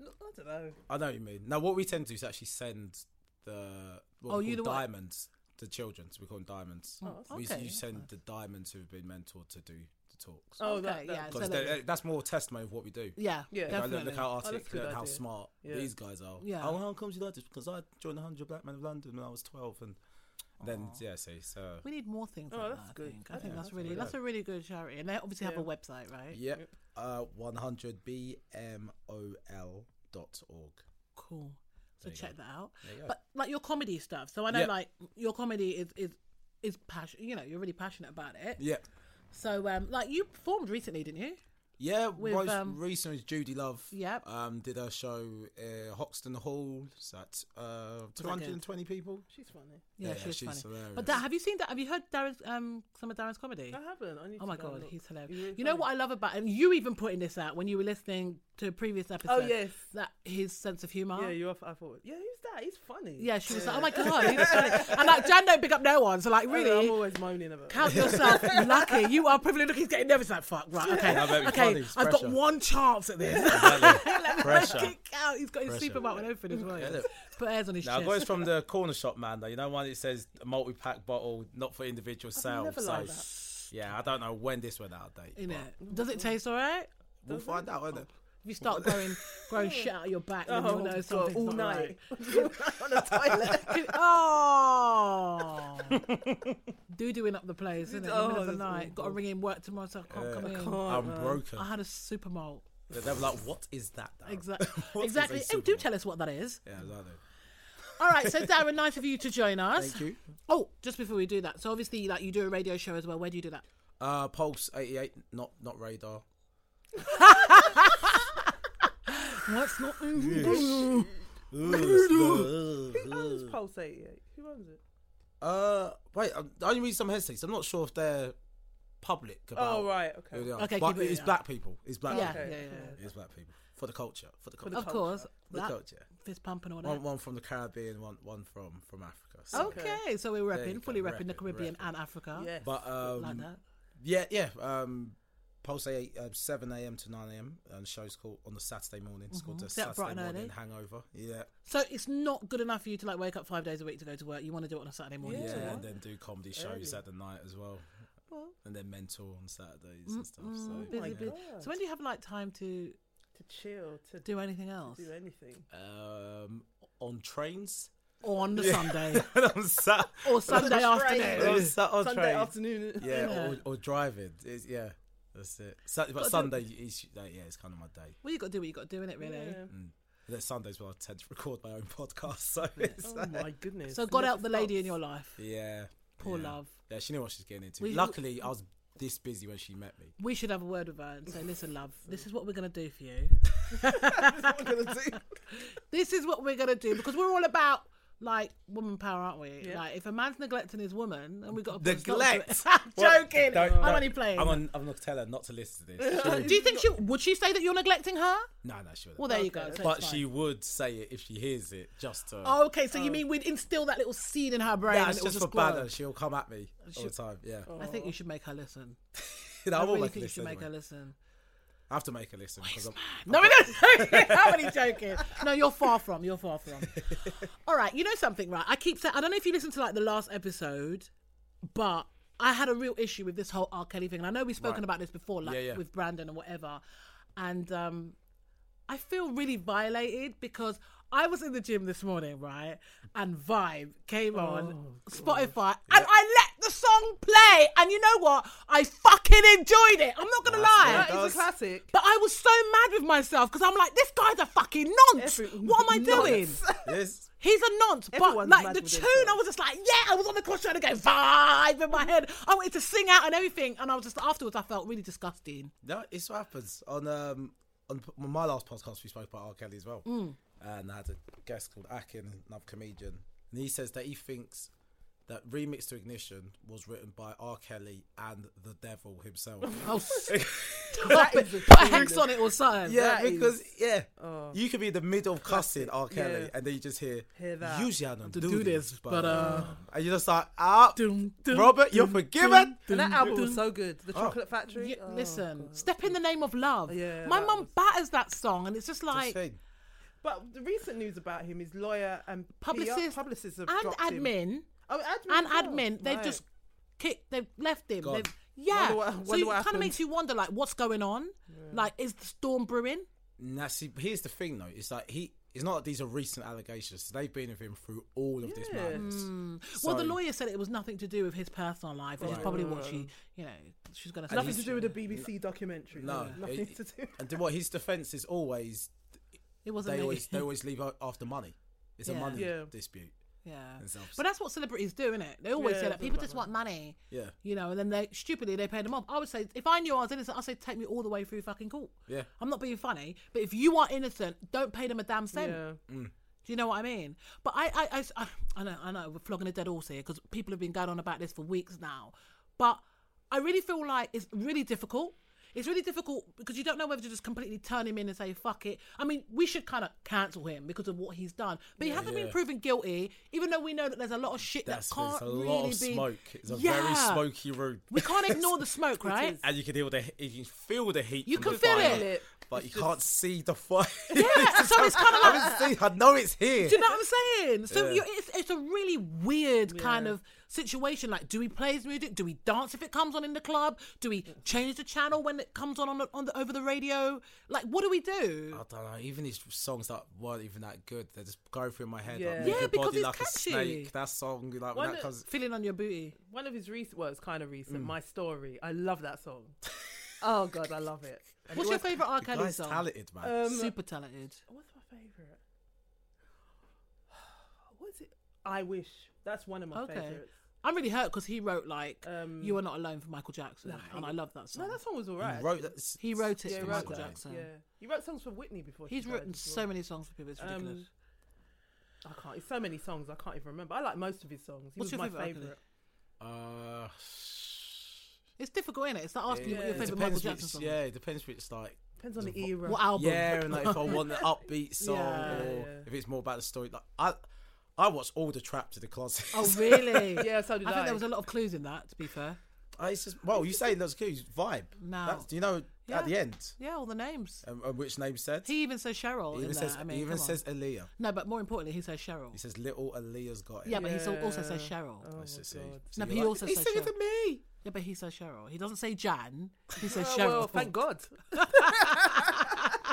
S4: I don't know.
S3: I know what you mean. Now, what we tend to do is actually send the what
S2: Oh,
S3: we
S2: you
S3: call
S2: know what?
S3: diamonds to children. So we call them diamonds. we,
S2: Oh, okay.
S3: you send the diamonds who've been mentored to do the talks.
S4: Oh,
S2: Okay,
S4: that, that,
S2: yeah, so
S3: 'Cause
S2: that-
S3: they- that's more testimony of what we do.
S2: yeah,
S4: Yeah.
S3: Like,
S2: definitely.
S3: look, look how
S4: Oh, that's a
S3: articulate
S4: good
S3: and how
S4: idea.
S3: smart
S4: Yeah.
S3: these guys are.
S2: Yeah.
S3: Oh, how comes you like this? Because I joined the 100 Black Men of London when I was 12. And then, yeah, see, so.
S2: We need more things.
S4: Oh,
S2: like
S4: that's
S2: that, I
S4: good.
S2: think, I
S4: I
S2: think
S4: think
S2: that's
S4: that's
S2: really
S4: really
S2: that's a really good charity, and they obviously have
S4: Yeah.
S2: a website, right?
S3: Yep. Uh, 100bmol dot org.
S2: Cool. So
S3: you
S2: check that out.
S3: you go.
S2: But like your comedy stuff. So I know
S3: Yeah.
S2: like your comedy is is is passion. You know, you're really passionate about it.
S3: Yeah.
S2: So um, like you performed recently, didn't you?
S3: Yeah,
S2: With,
S3: most
S2: um,
S3: recent was Judy Love.
S2: Yep.
S3: Um, did her show uh, Hoxton Hall. So that's uh, two hundred and twenty people.
S4: She's funny.
S2: Yeah,
S3: Yeah,
S2: she was
S3: she's
S2: funny.
S3: hilarious.
S2: But that, have you seen that? Have you heard Darren's um some of Darren's comedy?
S4: I haven't. I need
S2: Oh
S4: to
S2: my
S4: go and
S2: god,
S4: look.
S2: he's hilarious.
S4: He's really
S2: you know
S4: funny.
S2: what I love about and you even putting this out when you were listening to a previous episode.
S4: Oh, yes.
S2: that his sense of humor.
S4: Yeah, you're. I thought. Yeah, who's that? He's funny.
S2: Yeah, she was like, "Oh my god, he was funny." and like Jan don't pick up no one, so like
S4: I know, I'm
S2: really
S4: always moaning about.
S2: count yourself lucky. You are privileged. Look, he's getting nervous. Like fuck, right? Okay,
S3: I bet we can't,
S2: okay,
S3: it's
S2: I've got
S3: pressure.
S2: one chance at this.
S3: Exactly. Pressure.
S2: Kick out. He's got his
S3: Pressure.
S2: super button open as well. yeah. Put airs on his
S3: Now, I
S2: chest.
S3: got this from the corner shop man, though. You know, one that says multi pack bottle, not for individual sale.
S4: never
S3: so,
S4: liked that.
S3: yeah, I don't know when this went out of date.
S2: In
S3: but
S2: it. Does it taste all right?
S3: We'll find out, won't it?
S2: If you start growing, growing shit out of your back, then
S4: Oh,
S2: you'll know
S4: God,
S2: something's
S4: all
S2: not
S4: night
S2: right. oh, doo dooing up the place, isn't it? In the middle of the
S4: Oh, that's
S2: night, got to ring in work tomorrow, so I can't come in.
S3: I'm broken.
S2: Uh, I had a super malt.
S3: They they were like, what is that? Darren?
S2: Exactly.
S3: What is
S2: exactly.
S3: a
S2: Oh, do
S3: supermalt?
S2: tell us what that is.
S3: Yeah, exactly.
S2: All right. So, Darren, nice of you to join us.
S3: Thank you.
S2: Oh, just before we do that, so obviously, like you do a radio show as well. Where do you do that?
S3: Uh, Pulse 88, not not radar.
S2: What's not in
S4: Who owns Pulse 88? Who owns it?
S3: Uh, wait. I'm, I only read some headspace. I'm not sure if they're public about.
S4: Oh, right, okay.
S3: Who they are.
S2: Okay,
S3: but
S2: keep it-
S3: it's
S2: yeah.
S3: black people. It's black.
S2: Yeah,
S3: people.
S2: yeah,
S4: Okay.
S2: yeah. yeah.
S3: It's black people for the culture. For the culture.
S2: Of course.
S3: The
S2: that-
S3: culture.
S2: Fist pumping all that.
S3: One, one from the Caribbean. One, one from from Africa. So.
S2: okay. so we're
S3: you
S2: repping,
S3: go,
S2: fully repping the
S3: repping,
S2: Caribbean
S3: repping.
S2: and Africa.
S4: Yes.
S3: But um,
S2: Like that.
S3: yeah, yeah. Um, Pulse eight, uh, seven a.m. to nine a.m. and the show's called on the Saturday morning. It's called the
S2: Is that
S3: Saturday
S2: Mm-hmm. bright and
S3: morning
S2: early?
S3: hangover. Yeah.
S2: So it's not good enough for you to like wake up five days a week to go to work. You want to do it on a Saturday morning.
S3: Yeah,
S2: too.
S3: and then do comedy shows at the night as well. and then mentor on Saturdays and stuff. So
S2: Mm, Busy,
S3: yeah.
S2: busy. So when do you have like time to
S4: to chill, to do,
S2: do anything else
S4: anything.
S3: um, on trains
S2: on the Sunday
S3: on, Sat-
S2: or Sunday afternoon?
S3: on Sat- on
S4: Sunday
S3: trains.
S4: afternoon.
S3: Yeah, or, or driving. It's, yeah, that's it. Sa- but Sunday is like, yeah, it's kind of my day.
S2: Well, you got to do what you got to do in it, really.
S3: The Sundays when I tend to record my own podcast. So it's,
S4: Oh my goodness.
S2: So God
S4: Never
S2: help the lady in
S4: stops.
S2: your life.
S3: yeah,
S2: Poor
S3: yeah.
S2: love.
S3: Yeah, she knew what she's getting into.
S2: We-
S3: Luckily, I was this busy when she met me.
S2: We should have a word with her and say, "Listen, love, this is what we're gonna do for you. this is what we're gonna do because we're all about." Like woman power, aren't we?
S4: Yeah.
S2: Like if a man's neglecting his woman, then we got to
S3: Neglect.
S2: I'm
S3: What?
S2: joking.
S3: Don't-
S2: I'm
S3: don't-
S2: only playing.
S3: I'm gonna, I'm gonna tell her not to listen to this. She
S2: Uh,
S3: would-
S2: Do you think she would? She say that you're neglecting her?
S3: no, no, she would.
S2: Well, there you go. so
S3: but
S2: it's
S3: she
S2: fine. Oh,
S3: would say it if she hears it, just to.
S2: Okay, so you mean we'd instill that little seed in her brain?
S3: Yeah,
S2: and
S3: it's
S2: it will
S3: just for
S2: grow?
S3: bad and she'll come at me all the time. Yeah.
S2: I think you should make her listen.
S3: You know,
S2: I
S3: I will
S2: Oh. really
S3: make a
S2: think you
S3: list.
S2: should make her
S3: anyway.
S2: listen.
S3: I have to make a list because I'm.
S2: No, we don't. I'm only joking. No, you're far from. You're far from. All right, you know something, right? I keep saying I don't know if you listened to like the last episode, but I had a real issue with this whole R. Kelly thing, and I know we've spoken
S3: Right.
S2: about this before, like
S3: Yeah, yeah.
S2: with Brandon and whatever, and um, I feel really violated because. I was in the gym this morning, right? And Vibe came
S3: Oh,
S2: on Spotify and I let the song play. And you know what? I fucking enjoyed it. I'm not going to
S3: That's
S2: lie.
S3: what it
S4: That
S3: does.
S4: is a classic.
S2: But I was so mad with myself because I'm like, this guy's a fucking nonce.
S4: Every-
S2: what am I doing?
S4: Nonce.
S3: Yes.
S2: He's a nonce. but
S4: Everyone's
S2: like
S4: mad
S2: the
S4: with
S2: tune,
S4: themselves.
S2: I was just like, yeah, I was on the cross trying to go vibe in my head. I wanted to sing out and everything. And I was just, afterwards, I felt really disgusting.
S3: No, it's what happens. On um on p- my last podcast, we spoke about R. Kelly as well,
S2: Mm.
S3: and I had a guest called Akin, another comedian, and he says that he thinks that "Remix to Ignition" was written by R. Kelly and the Devil himself.
S2: Oh, stop it. Put a hex on it or something.
S3: yeah,
S4: That is-
S3: because yeah,
S2: Oh.
S3: you could be in the middle of cussing R. Kelly,
S4: Yeah.
S3: and then you just hear.
S4: Hear that.
S3: Usually I don't
S2: To
S3: do,
S2: do
S3: this,
S2: this,
S3: but,
S2: but, uh,
S3: and you're just like, ah,
S2: Dum, dum,
S3: Robert, you're
S2: dum,
S3: forgiven.
S4: And that album
S2: dum.
S4: was so good. The Chocolate Factory.
S2: Yeah,
S4: Oh,
S2: listen,
S4: God.
S2: step in the name of love.
S4: Yeah,
S2: My
S4: that
S2: mum
S4: was-
S2: batters that song, and it's just like
S3: Thing.
S4: But the recent news about him is lawyer and PR
S2: publicist,
S4: publicists have
S2: and
S4: dropped him.
S2: admin.
S4: Oh, admin.
S2: and
S4: as well.
S2: admin, they've
S4: Right.
S2: just kicked, they've left him.
S3: Gone.
S2: They've, yeah,
S4: Wonder what-
S2: so
S4: wonder
S2: it
S4: what
S2: kind of
S4: happened.
S2: makes you wonder, like, what's going on? Like, is the storm brewing?
S3: Now, see, here's the thing though. It's like he. It's not like these are recent allegations. They've been with him through all of this
S4: Yeah.
S3: madness.
S2: Hmm. well, the
S3: So-
S2: lawyer said it was nothing to do with his personal life, which is
S3: Right.
S2: probably what she, you know, she's going to say.
S4: nothing to do with a BBC documentary.
S3: No,
S4: nothing
S3: it-
S4: to do.
S3: And then what his defense is always
S2: It wasn't
S3: they
S2: me.
S3: always they always leave out after money. It's
S2: Yeah.
S3: a money
S4: Yeah.
S3: dispute.
S2: yeah.
S3: and stuff.
S2: But that's what celebrities do, innit? They always
S4: Yeah,
S2: say that
S4: they
S2: people
S4: want
S2: just want money.
S3: Yeah.
S2: You know, and then they stupidly they pay them off. I would say if I knew I was innocent, I'd say take me all the way through fucking court.
S3: Yeah.
S2: I'm not being funny, but if you are innocent, don't pay them a damn cent.
S4: Yeah.
S3: Mm.
S2: Do you know what I mean? But I, I, I, I, I know, I know, we're flogging a dead horse here because people have been going on about this for weeks now. But I really feel like it's really difficult. It's really difficult because you don't know whether to just completely turn him in and say fuck it. I mean, we should kind of cancel him because of what he's done, but he hasn't been
S3: Yeah.
S2: proven guilty, even though we know that there's a lot of shit
S3: That's
S2: that
S3: there's
S2: can't
S3: a
S2: really
S3: lot
S2: be.
S3: of smoke. It's a very
S2: Yeah.
S3: smoky room.
S2: We can't ignore the smoke, right?
S3: and you can feel the you can feel the heat.
S2: You
S3: from
S2: can
S3: the
S2: feel
S3: fire,
S2: it.
S3: but you can't see the fire.
S2: Yeah, so it's kind of like
S3: I, see, I know it's here.
S2: Do you know what I'm saying? So
S3: Yeah.
S2: you it's, it's a really weird kind of situation. Like, do we play his music? Do we dance if it comes on in the club? Do we change the channel when it comes on on the, on the over the radio? Like, what do we do?
S3: I don't know. Even these songs that weren't even that good, they just go through my head.
S4: Yeah.
S3: Like,
S4: Yeah,
S3: Move Your
S2: because
S3: body
S2: it's
S3: like
S2: catchy.
S3: a snake. That song, like when
S4: Why
S3: that
S4: not-
S3: comes.
S2: Feeling on your booty.
S4: One of his recent, well, it's kind of recent.
S3: Mm.
S4: My story. I love that song. oh God, I love it. And
S2: What's
S4: it
S2: your
S4: was-
S2: favorite R.
S3: The
S2: Kelly
S3: guy's
S2: song? Um,
S3: talented, man.
S2: Super talented.
S4: What's my favorite? What's it? I wish. That's one of my
S2: Okay.
S4: favorites. Um,
S2: I'm really hurt because he wrote like
S3: Um,
S2: "You Are Not Alone" for Michael Jackson, and I love that song.
S4: No, that song was alright.
S3: wrote that.
S2: he wrote it
S4: Yeah,
S2: for
S4: he wrote
S2: Michael
S4: that.
S2: Jackson.
S4: Yeah, he wrote songs for Whitney before. she
S2: He's
S4: died
S2: written
S4: as
S2: so
S4: well.
S2: many songs for people. It's
S4: Um,
S2: ridiculous.
S4: I can't. It's so many songs. I can't even remember. I like most of his songs. He
S2: What's
S4: was
S2: your
S4: my
S2: favourite,
S4: favorite.
S3: Uh,
S2: it's difficult, isn't it? It's like asking you what your
S4: Yeah.
S2: favorite Michael
S3: depends
S2: Jackson
S3: which,
S2: song.
S3: yeah, it depends which like
S4: Depends on
S3: the
S4: the era.
S2: What album?
S3: yeah, and like if I want an upbeat song
S2: Yeah.
S3: or
S4: Yeah.
S3: if it's more about the story. Like I, I watch all the trap to the closet.
S2: Oh really?
S4: yeah, so did I.
S2: I think there was a lot of clues in that. To be fair,
S3: I, it's just well, you say that's good vibe.
S2: No.
S3: That's you know
S2: Yeah.
S3: at the end,
S2: yeah, all the names.
S3: and, and which name said.
S2: He even says Cheryl.
S3: He even
S2: in
S3: says.
S2: there. I mean,
S3: he even
S2: come on.
S3: says Aaliyah.
S2: no, but more importantly, he says Cheryl.
S3: He says little Aaliyah's got it.
S2: Yeah, but he so- also
S4: Yeah.
S2: says Cheryl.
S4: Oh my
S3: That's just it.
S4: God.
S2: No,
S3: So you're
S2: but he
S3: like,
S2: also
S3: he's
S2: says
S3: singing
S2: Cheryl."
S3: to me.
S2: Yeah, but he says Cheryl. He doesn't say Jan. He says
S4: Oh,
S2: Cheryl.
S4: well, thank God. you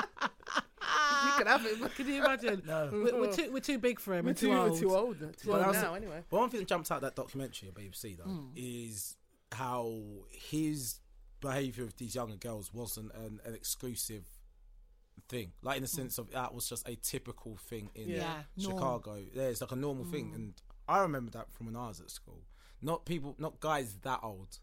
S4: can have it.
S2: Ah! Can you imagine? We're, we're too we're too big for him. We're,
S4: We're too, we're too old. Too
S3: But
S4: old
S3: that's-
S4: now, anyway.
S3: But one thing that jumps out of that documentary on BBC though
S2: Hmm.
S3: is how his behaviour with these younger girls wasn't an, an exclusive thing. Like in the sense of that was just a typical thing in
S2: Hmm. Yeah. Yeah, norm. Hmm.
S3: Chicago. Yeah, it's like a normal thing. And I remember that from when I was at school. Not people not guys that old.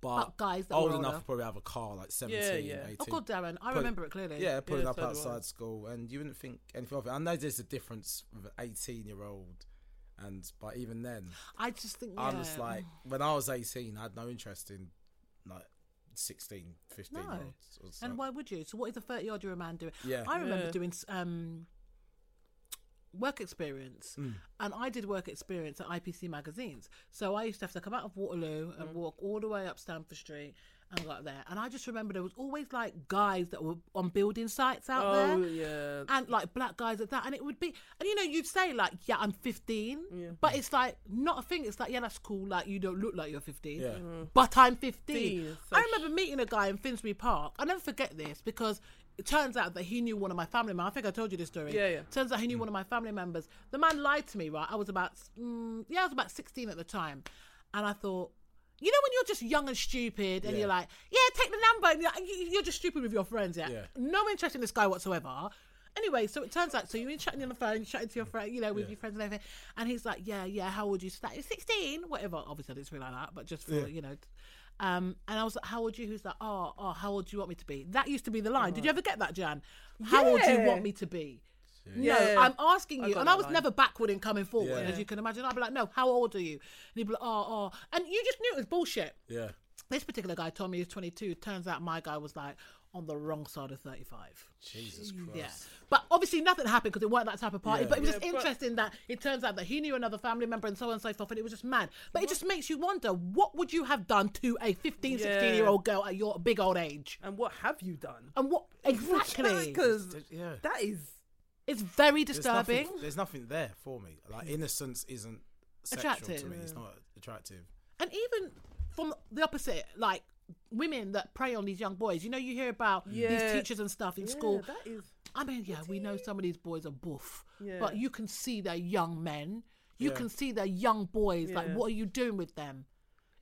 S3: But,
S2: But guys that
S3: old
S2: were
S3: enough
S2: older.
S3: to probably have a car like 17,
S4: yeah. Oh,
S3: 18.
S2: Oh God, Darren, I
S3: Put-
S2: remember it clearly.
S3: Yeah, putting
S4: Yeah,
S3: up
S4: so do I.
S3: outside school, and you wouldn't think anything of it. I know there's a difference with an 18 year old, and but even then,
S2: I just think yeah.
S3: I'm just like, when I was 18, I had no interest in like 16, 15
S2: No.
S3: year olds. or
S2: And
S3: so.
S2: why would you? So what is a thirty odd year old man doing?
S3: Yeah.
S2: I remember
S4: Yeah.
S2: doing um work experience
S3: Hmm.
S2: and I did work experience at IPC magazines. So I used to have to come out of Waterloo
S4: Hmm.
S2: and walk all the way up Stamford Street and got there. And I just remember there was always like guys that were on building sites out
S4: Oh,
S2: there.
S4: yeah.
S2: and like black guys at that and it would be and you know you'd say like yeah i'm 15 but it's like not a thing it's like yeah that's cool like you don't look like you're 15
S3: Yeah. Mhm.
S2: but i'm 15
S4: 15, Mm. so
S2: i remember meeting a guy in finsbury park i never forget this because it turns out that he knew one of my family members. I think I told you this story.
S4: Yeah, yeah.
S2: Turns out he knew one of my family members. The man lied to me, right? I was about, mm, yeah, I was about 16 at the time. And I thought, you know, when you're just young and stupid and
S3: Yeah.
S2: you're like, yeah, take the number. And you're, like- you- you're just stupid with your friends, yeah?
S3: Yeah.
S2: No interest in this guy whatsoever. Anyway, so it turns out, so you're chatting on the phone, you're chatting to your friend, you know, with
S3: Yeah.
S2: your friends and everything. And he's like, yeah, yeah, how old are you? She's like, 16, whatever. Obviously, I didn't really like that, but just for, you know. Um, and I was like, how old are you? Who's like, oh, oh, how old do you want me to be? That used to be the line. Did you ever get that, Jan? How old do you
S4: Yeah.
S2: want me to be?
S4: Yeah.
S2: No, I'm asking
S4: I
S2: you,
S4: got
S2: and
S4: that
S2: I was
S4: line.
S2: never backward in coming forward,
S3: Yeah.
S2: as you can imagine. I'd be like, "No, how old are you?" And he'd be like, "Oh, oh," and you just knew it was bullshit.
S3: Yeah.
S2: This particular guy told me he was 22. Turns out my guy was like on the wrong side of 35.
S3: Jesus Christ.
S2: Yeah, but obviously nothing happened because it weren't that type of party.
S3: Yeah.
S2: But it was just
S4: Yeah, but-
S2: interesting that it turns out that he knew another family member and so on and so forth, and it was just mad. But it just makes you wonder what would you have done to a 15, 16 year old girl at your big old age,
S4: And what have you done?
S2: and what exactly?
S4: Because
S3: Yeah.
S4: that is.
S2: It's very
S3: There's nothing-
S2: disturbing.
S3: There's nothing there for me. Like, innocence isn't sexual to
S2: Attractive.
S3: me, it's not attractive.
S2: and even from the opposite, like women that prey on these young boys. You know, you hear about these
S4: Yeah.
S2: teachers and stuff in
S4: Yeah,
S2: school.
S4: That is.
S2: I mean, yeah, we know some of these boys are boof,
S4: Yeah.
S2: but you can see they're young men. You
S3: Yeah.
S2: can see they're young boys. Like,
S4: Yeah.
S2: what are you doing with them?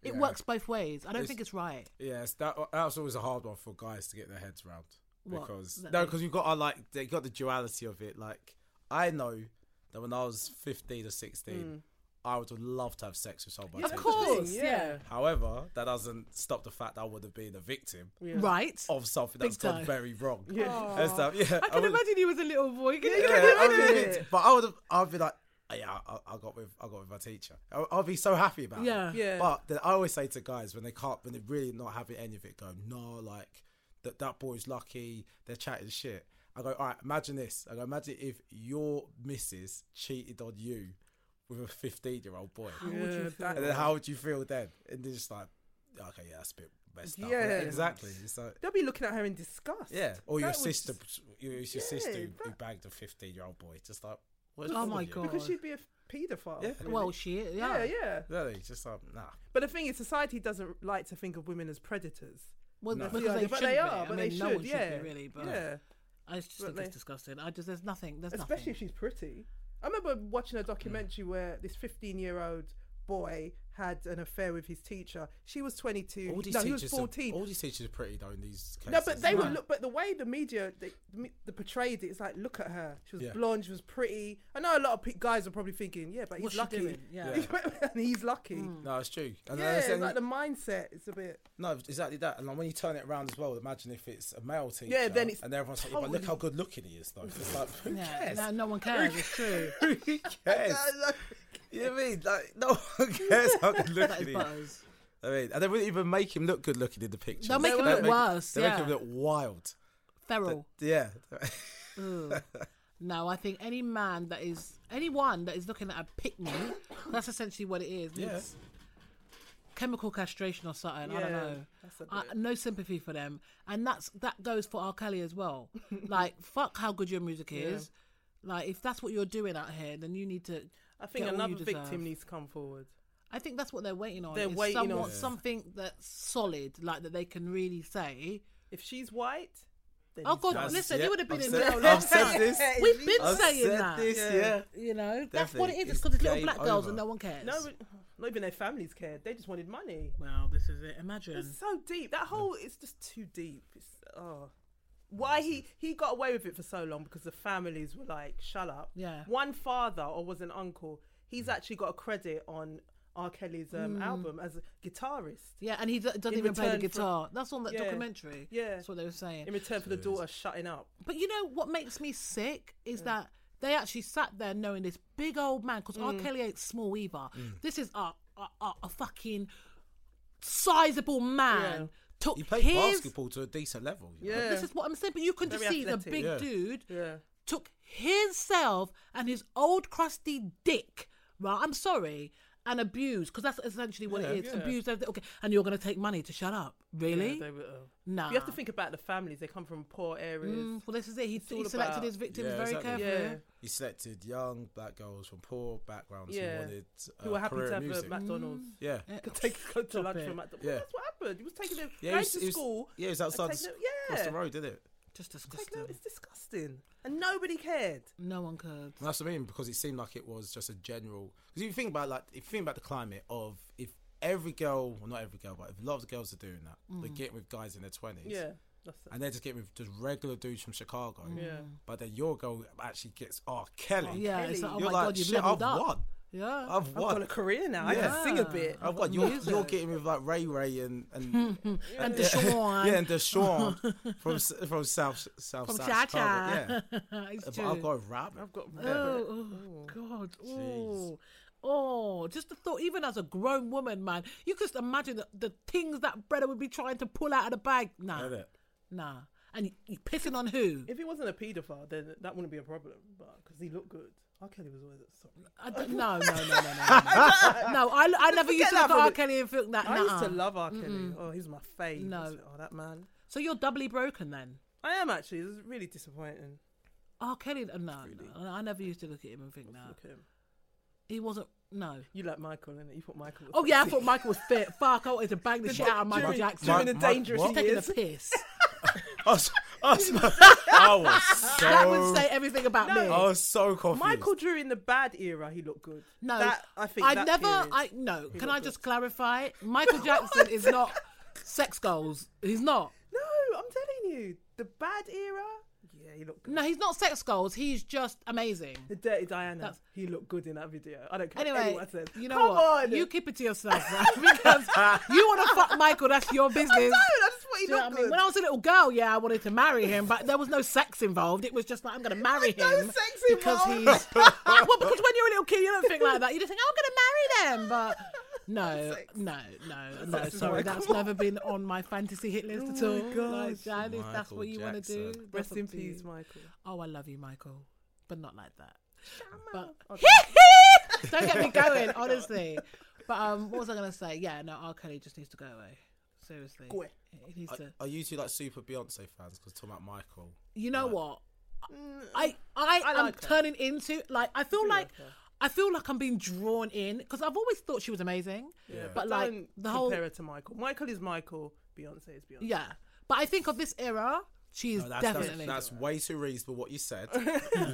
S2: It
S3: Yeah.
S2: works both ways. I don't
S3: It's-
S2: think it's right.
S3: Yeah, it's that, uh, that was always a hard one for guys to get their heads round
S2: What?
S3: because
S2: That
S3: no,
S2: they-
S3: because you've got our, like they got the duality of it. Like I know that when I was fifteen or sixteen, I would have loved to have sex with somebody.
S2: Mm. Of course,
S4: Yeah.
S2: yeah.
S3: However, that doesn't stop the fact that I would have been a victim
S2: Right?
S3: of something that's
S2: Big
S3: gone
S2: time.
S3: very wrong.
S4: Yeah.
S3: And stuff. Yeah,
S2: I can
S3: would-
S2: imagine you was a little boy. Can you
S3: yeah,
S2: imagine?
S3: I would have been a
S4: it?
S3: victim. but I would have. I'd be like. "Oh, Yeah, I, I got with I got with my teacher. I'll, I'll be so happy about it.
S2: Yeah.
S4: Yeah.
S3: But then I always say to guys when they can't, when they're really not having any of it, go, no, like that that boy's lucky. They're chatting shit. I go, all right, imagine this. I go, imagine if your missus cheated on you with a fifteen-year-old boy,
S4: Yeah, that-
S3: and then how would you feel then? And they're just like, okay, yeah, that's a bit messed up.
S4: Yeah.
S3: exactly. It's like.
S4: They'll be looking at her in disgust.
S3: Yeah, or your
S4: That would
S3: sister,
S4: just-
S3: your, your sister who,
S4: that-
S3: who bagged a fifteen-year-old boy, just like, what's
S2: Oh
S3: wrong
S2: my
S3: with you?
S2: God.
S4: Because she'd be a paedophile.
S3: Yeah.
S2: Well, shit, yeah.
S4: yeah, yeah.
S3: Really, just like, nah.
S4: But the thing is, society doesn't like to think of women as predators.
S2: Well,
S3: No.
S2: because
S4: Yeah,
S2: they
S4: but
S2: should
S4: they are,
S2: be.
S4: but
S2: I
S4: they
S2: mean,
S4: should,
S2: no one should
S4: yeah.
S2: be really, but
S4: yeah.
S2: I just
S4: But
S2: think
S4: they-
S2: it's disgusting. I just, there's nothing, there's
S4: Especially
S2: nothing.
S4: if she's pretty. I remember watching a documentary where this 15 year old boy had an affair with his teacher. She was 22.
S3: All these
S4: no, he
S3: teachers
S4: was
S3: are-
S4: 14.
S3: all these teachers are pretty though in these cases.
S4: No, but they were look. But the way the media they, the me- the portrayed it, it's like look at her. She was
S3: Yeah.
S4: blonde. She was pretty. I know a lot of pe- guys are probably thinking, yeah, but he's
S2: What's she
S4: lucky.
S2: doing? Yeah. Hmm.
S4: and he's lucky.
S3: No, it's true. And uh,
S4: Yeah,
S3: then
S4: it's
S3: saying-
S4: like the mindset is a bit.
S3: no, exactly that. And like when you turn it around as well, imagine if it's a male teacher.
S4: Yeah, then it's
S3: and everyone's like, yeah, but look how good looking he is, though. It's like, who
S2: Yeah,
S3: cares?
S2: no, no one cares. It's true.
S3: Who cares? you know what I mean? Like, no one cares how good
S2: That
S3: looking
S2: is
S3: he is.
S2: butters.
S3: I mean, and they wouldn't even make him look good looking in the picture.
S2: They'll make him look worse,
S3: They make
S2: yeah.
S3: him look wild.
S2: Feral.
S3: Yeah.
S2: No, I think any man that is anyone that is looking at a picnic, that's essentially what it is.
S3: yeah.
S2: It's chemical castration or something. I don't
S4: Yeah,
S2: know.
S4: that's a
S2: I,
S4: bit-
S2: no sympathy for them, and that's that goes for R. Kelly as well. like fuck how good your music is. Like if that's what you're doing out here, then you need to.
S4: I think
S2: get all you
S4: another
S2: deserve.
S4: victim needs to come forward.
S2: I think that's what they're waiting on.
S4: They're
S2: is
S4: waiting on-
S2: somewhat-
S4: Yeah.
S2: something that's solid, like that they can really say.
S4: If she's white, then
S2: Oh
S4: he's
S2: God,
S4: white.
S3: That's-
S2: listen,
S3: yeah,
S2: he would have been
S3: I've
S2: in
S3: said-
S2: jail.
S3: I've
S2: last
S3: said
S2: night.
S3: this.
S2: We've been
S3: I've
S2: saying
S3: said
S2: that.
S3: this,
S4: Yeah.
S3: yeah.
S2: You know, that's what it
S3: Definitely.
S2: is. It's
S3: It's
S2: because it's little
S3: game
S2: black girls
S3: over.
S2: and no one cares.
S4: No, not even their families cared. They just wanted money.
S2: Wow, this is it. Imagine.
S4: It's so deep. That whole it's just too deep. It's oh. Why he he got away with it for so long because the families were like, shut up.
S2: Yeah.
S4: One father or was an uncle. He's actually got a credit on R. Kelly's um, album as a guitarist
S2: Yeah, and he d- doesn't
S4: In
S2: even play the
S4: return for-
S2: guitar. That's on that
S4: Yeah.
S2: documentary.
S4: Yeah.
S2: that's what they were saying.
S4: in return for the daughter shutting up.
S2: But you know what makes me sick is that they actually sat there knowing this big old man because
S4: Mm.
S2: R. Kelly ain't small either. This is a a, a, a fucking sizable man.
S4: Yeah.
S2: Took
S3: He played
S2: his.
S3: basketball to a decent level. you know?
S4: Yeah.
S2: This is what I'm saying, but you can just
S4: Very
S2: see the
S4: athletic.
S2: big
S3: Yeah.
S2: dude
S4: Yeah.
S2: took himself and his old crusty dick, right? I'm sorry, and abused because that's essentially what it is. Abused. Okay, and you're gonna take money to shut up, really?
S4: Yeah, they were, oh.
S2: Nah.
S4: You have to think about the families. They come from poor areas.
S2: Ah. Mm, well, this is it. He, he
S4: all
S2: selected
S4: about-
S2: his victims
S3: Yeah,
S2: very
S3: exactly.
S2: carefully.
S4: Yeah.
S3: He selected young black girls from poor backgrounds
S4: Yeah.
S3: who wanted uh,
S4: Who were happy
S3: career
S4: to have
S3: in music.
S4: a Uh, McDonald's.
S3: yeah.
S4: Could take go to
S2: Stop
S4: lunch
S2: it.
S4: from McDonald's.
S3: Yeah.
S4: That's what happened. He was taking them
S3: Yeah,
S4: going
S3: was-
S4: to
S3: was-
S4: school.
S3: yeah, he was outside the,
S4: taking
S3: s-
S4: them-
S3: across the
S4: yeah.
S3: road, didn't it?
S2: Just
S4: Like, no,
S2: disgusting.
S4: it's disgusting, and nobody cared.
S2: No one could.
S3: And that's what I mean because it seemed like it was just a general. Because if you think about like, if you think about the climate of if every girl, well not every girl, but if a lot of the girls are doing that, they're getting with guys in their twenties,
S4: Mm. Yeah, that's it.
S3: and they're just getting with just regular dudes from Chicago,
S4: Yeah.
S3: But then your girl actually gets oh Kelly,
S2: Yeah, it's like, oh
S3: you're
S2: my
S3: like
S2: god, you've
S3: shit, I've
S2: leveled up.
S3: won,
S2: Yeah.
S3: I've
S4: I've got
S3: won.
S4: a career now. I can sing a bit.
S3: I've won. You're, you're getting with like Ray Ray and and
S2: and Deshaun.
S3: yeah and Deshaun from s- from South South
S2: From
S3: South
S2: Cha
S3: Chicago.
S2: Cha.
S3: Yeah,
S2: It's
S3: but I've
S2: true.
S3: got a rabbit.
S4: I've got.
S2: Oh, oh, God. Oh. Oh, just the thought, even as a grown woman, man, you could just imagine the, the things that brother would be trying to pull out of the bag. Nah.
S3: Isn't it?
S2: Nah. And you, you pissing on who?
S4: If he wasn't a paedophile, then that wouldn't be a problem. But because he looked good, R. Kelly was always sorry.
S2: I don't, no, no, no, no, no. No, no I, I never used
S4: Forget
S2: to
S4: that
S2: look at
S4: for
S2: R.
S4: the-
S2: Kelly and think that.
S4: I used to
S2: nuh-uh.
S4: love R. Kelly. Oh, he's my fave.
S2: No.
S4: I said, Oh, that man.
S2: So you're doubly broken then?
S4: I am actually. This is really disappointing.
S2: R. Kelly, uh, no, no, I never used to look at him and think that.
S4: Look at him.
S2: He wasn't, no.
S4: You like Michael, innit? You thought Michael. Was
S2: Oh yeah, I
S4: sexy.
S2: thought Michael was fit. Fuck, I wanted to bang the shit out of Michael
S4: during,
S2: Jackson.
S4: During the
S3: Mike- Mike-
S4: dangerous
S3: what?
S2: taking a
S4: years.
S2: piss.
S3: I was, I was, I was so.
S2: that
S4: Oh.
S2: would say everything about me.
S3: I was so confused.
S4: Michael during the bad era, he looked good.
S2: No,
S4: that, I think that
S2: never.
S4: period.
S2: I no. Can I
S4: looked
S2: just clarify? Michael Jackson is not sex goals. He's not.
S4: No, I'm telling you, the bad era. Yeah, he looked good.
S2: No, he's not sex goals. He's just amazing.
S4: The Dirty Diana.
S2: That's-
S4: He looked good in that video. I don't care what
S2: Anyway,
S4: anyone says.
S2: you know
S4: Come
S2: what?
S4: on.
S2: You keep it to yourself right? because you want to fuck Michael. That's your business.
S4: No, that's what he
S2: Do you know what
S4: looked
S2: I mean?
S4: good.
S2: When I was a little girl, yeah, I wanted to marry him, but there was no sex involved. It was just like I'm going to marry
S4: No
S2: him
S4: sex
S2: because
S4: involved.
S2: he's well. Because when you're a little kid, you don't think like that. You just think "Oh, I'm going to marry them, but no, no, no, no.
S4: Sex is
S2: sorry,
S4: Michael.
S2: that's never been on my fantasy hit list at all. Like,
S4: gosh.
S2: Janice, that's
S3: Michael
S2: what you want to do.
S3: Jackson.
S2: that's
S4: Rest
S2: up
S4: in
S2: to you.
S4: peace, Michael.
S2: Oh, I love you, Michael, but not like that.
S4: But,
S2: Don't get me going, honestly. But um, what was I going to say? Yeah, no, R. Kelly just needs to go away. Seriously,
S4: away.
S2: he needs to.
S3: Are you two like super Beyonce fans? Because talking about Michael,
S2: you know what? I I, am
S4: like her.
S2: turning into like I feel like,
S4: like her.
S2: I feel like I'm being drawn in because I've always thought she was amazing,
S4: yeah,
S2: but, like
S4: don't
S2: the whole
S4: compare it to Michael. Michael is Michael. Beyonce is Beyonce.
S2: yeah. But I think of this era, She is
S3: No, that's, that's-
S2: definitely.
S3: that's way too reasonable what you said. You've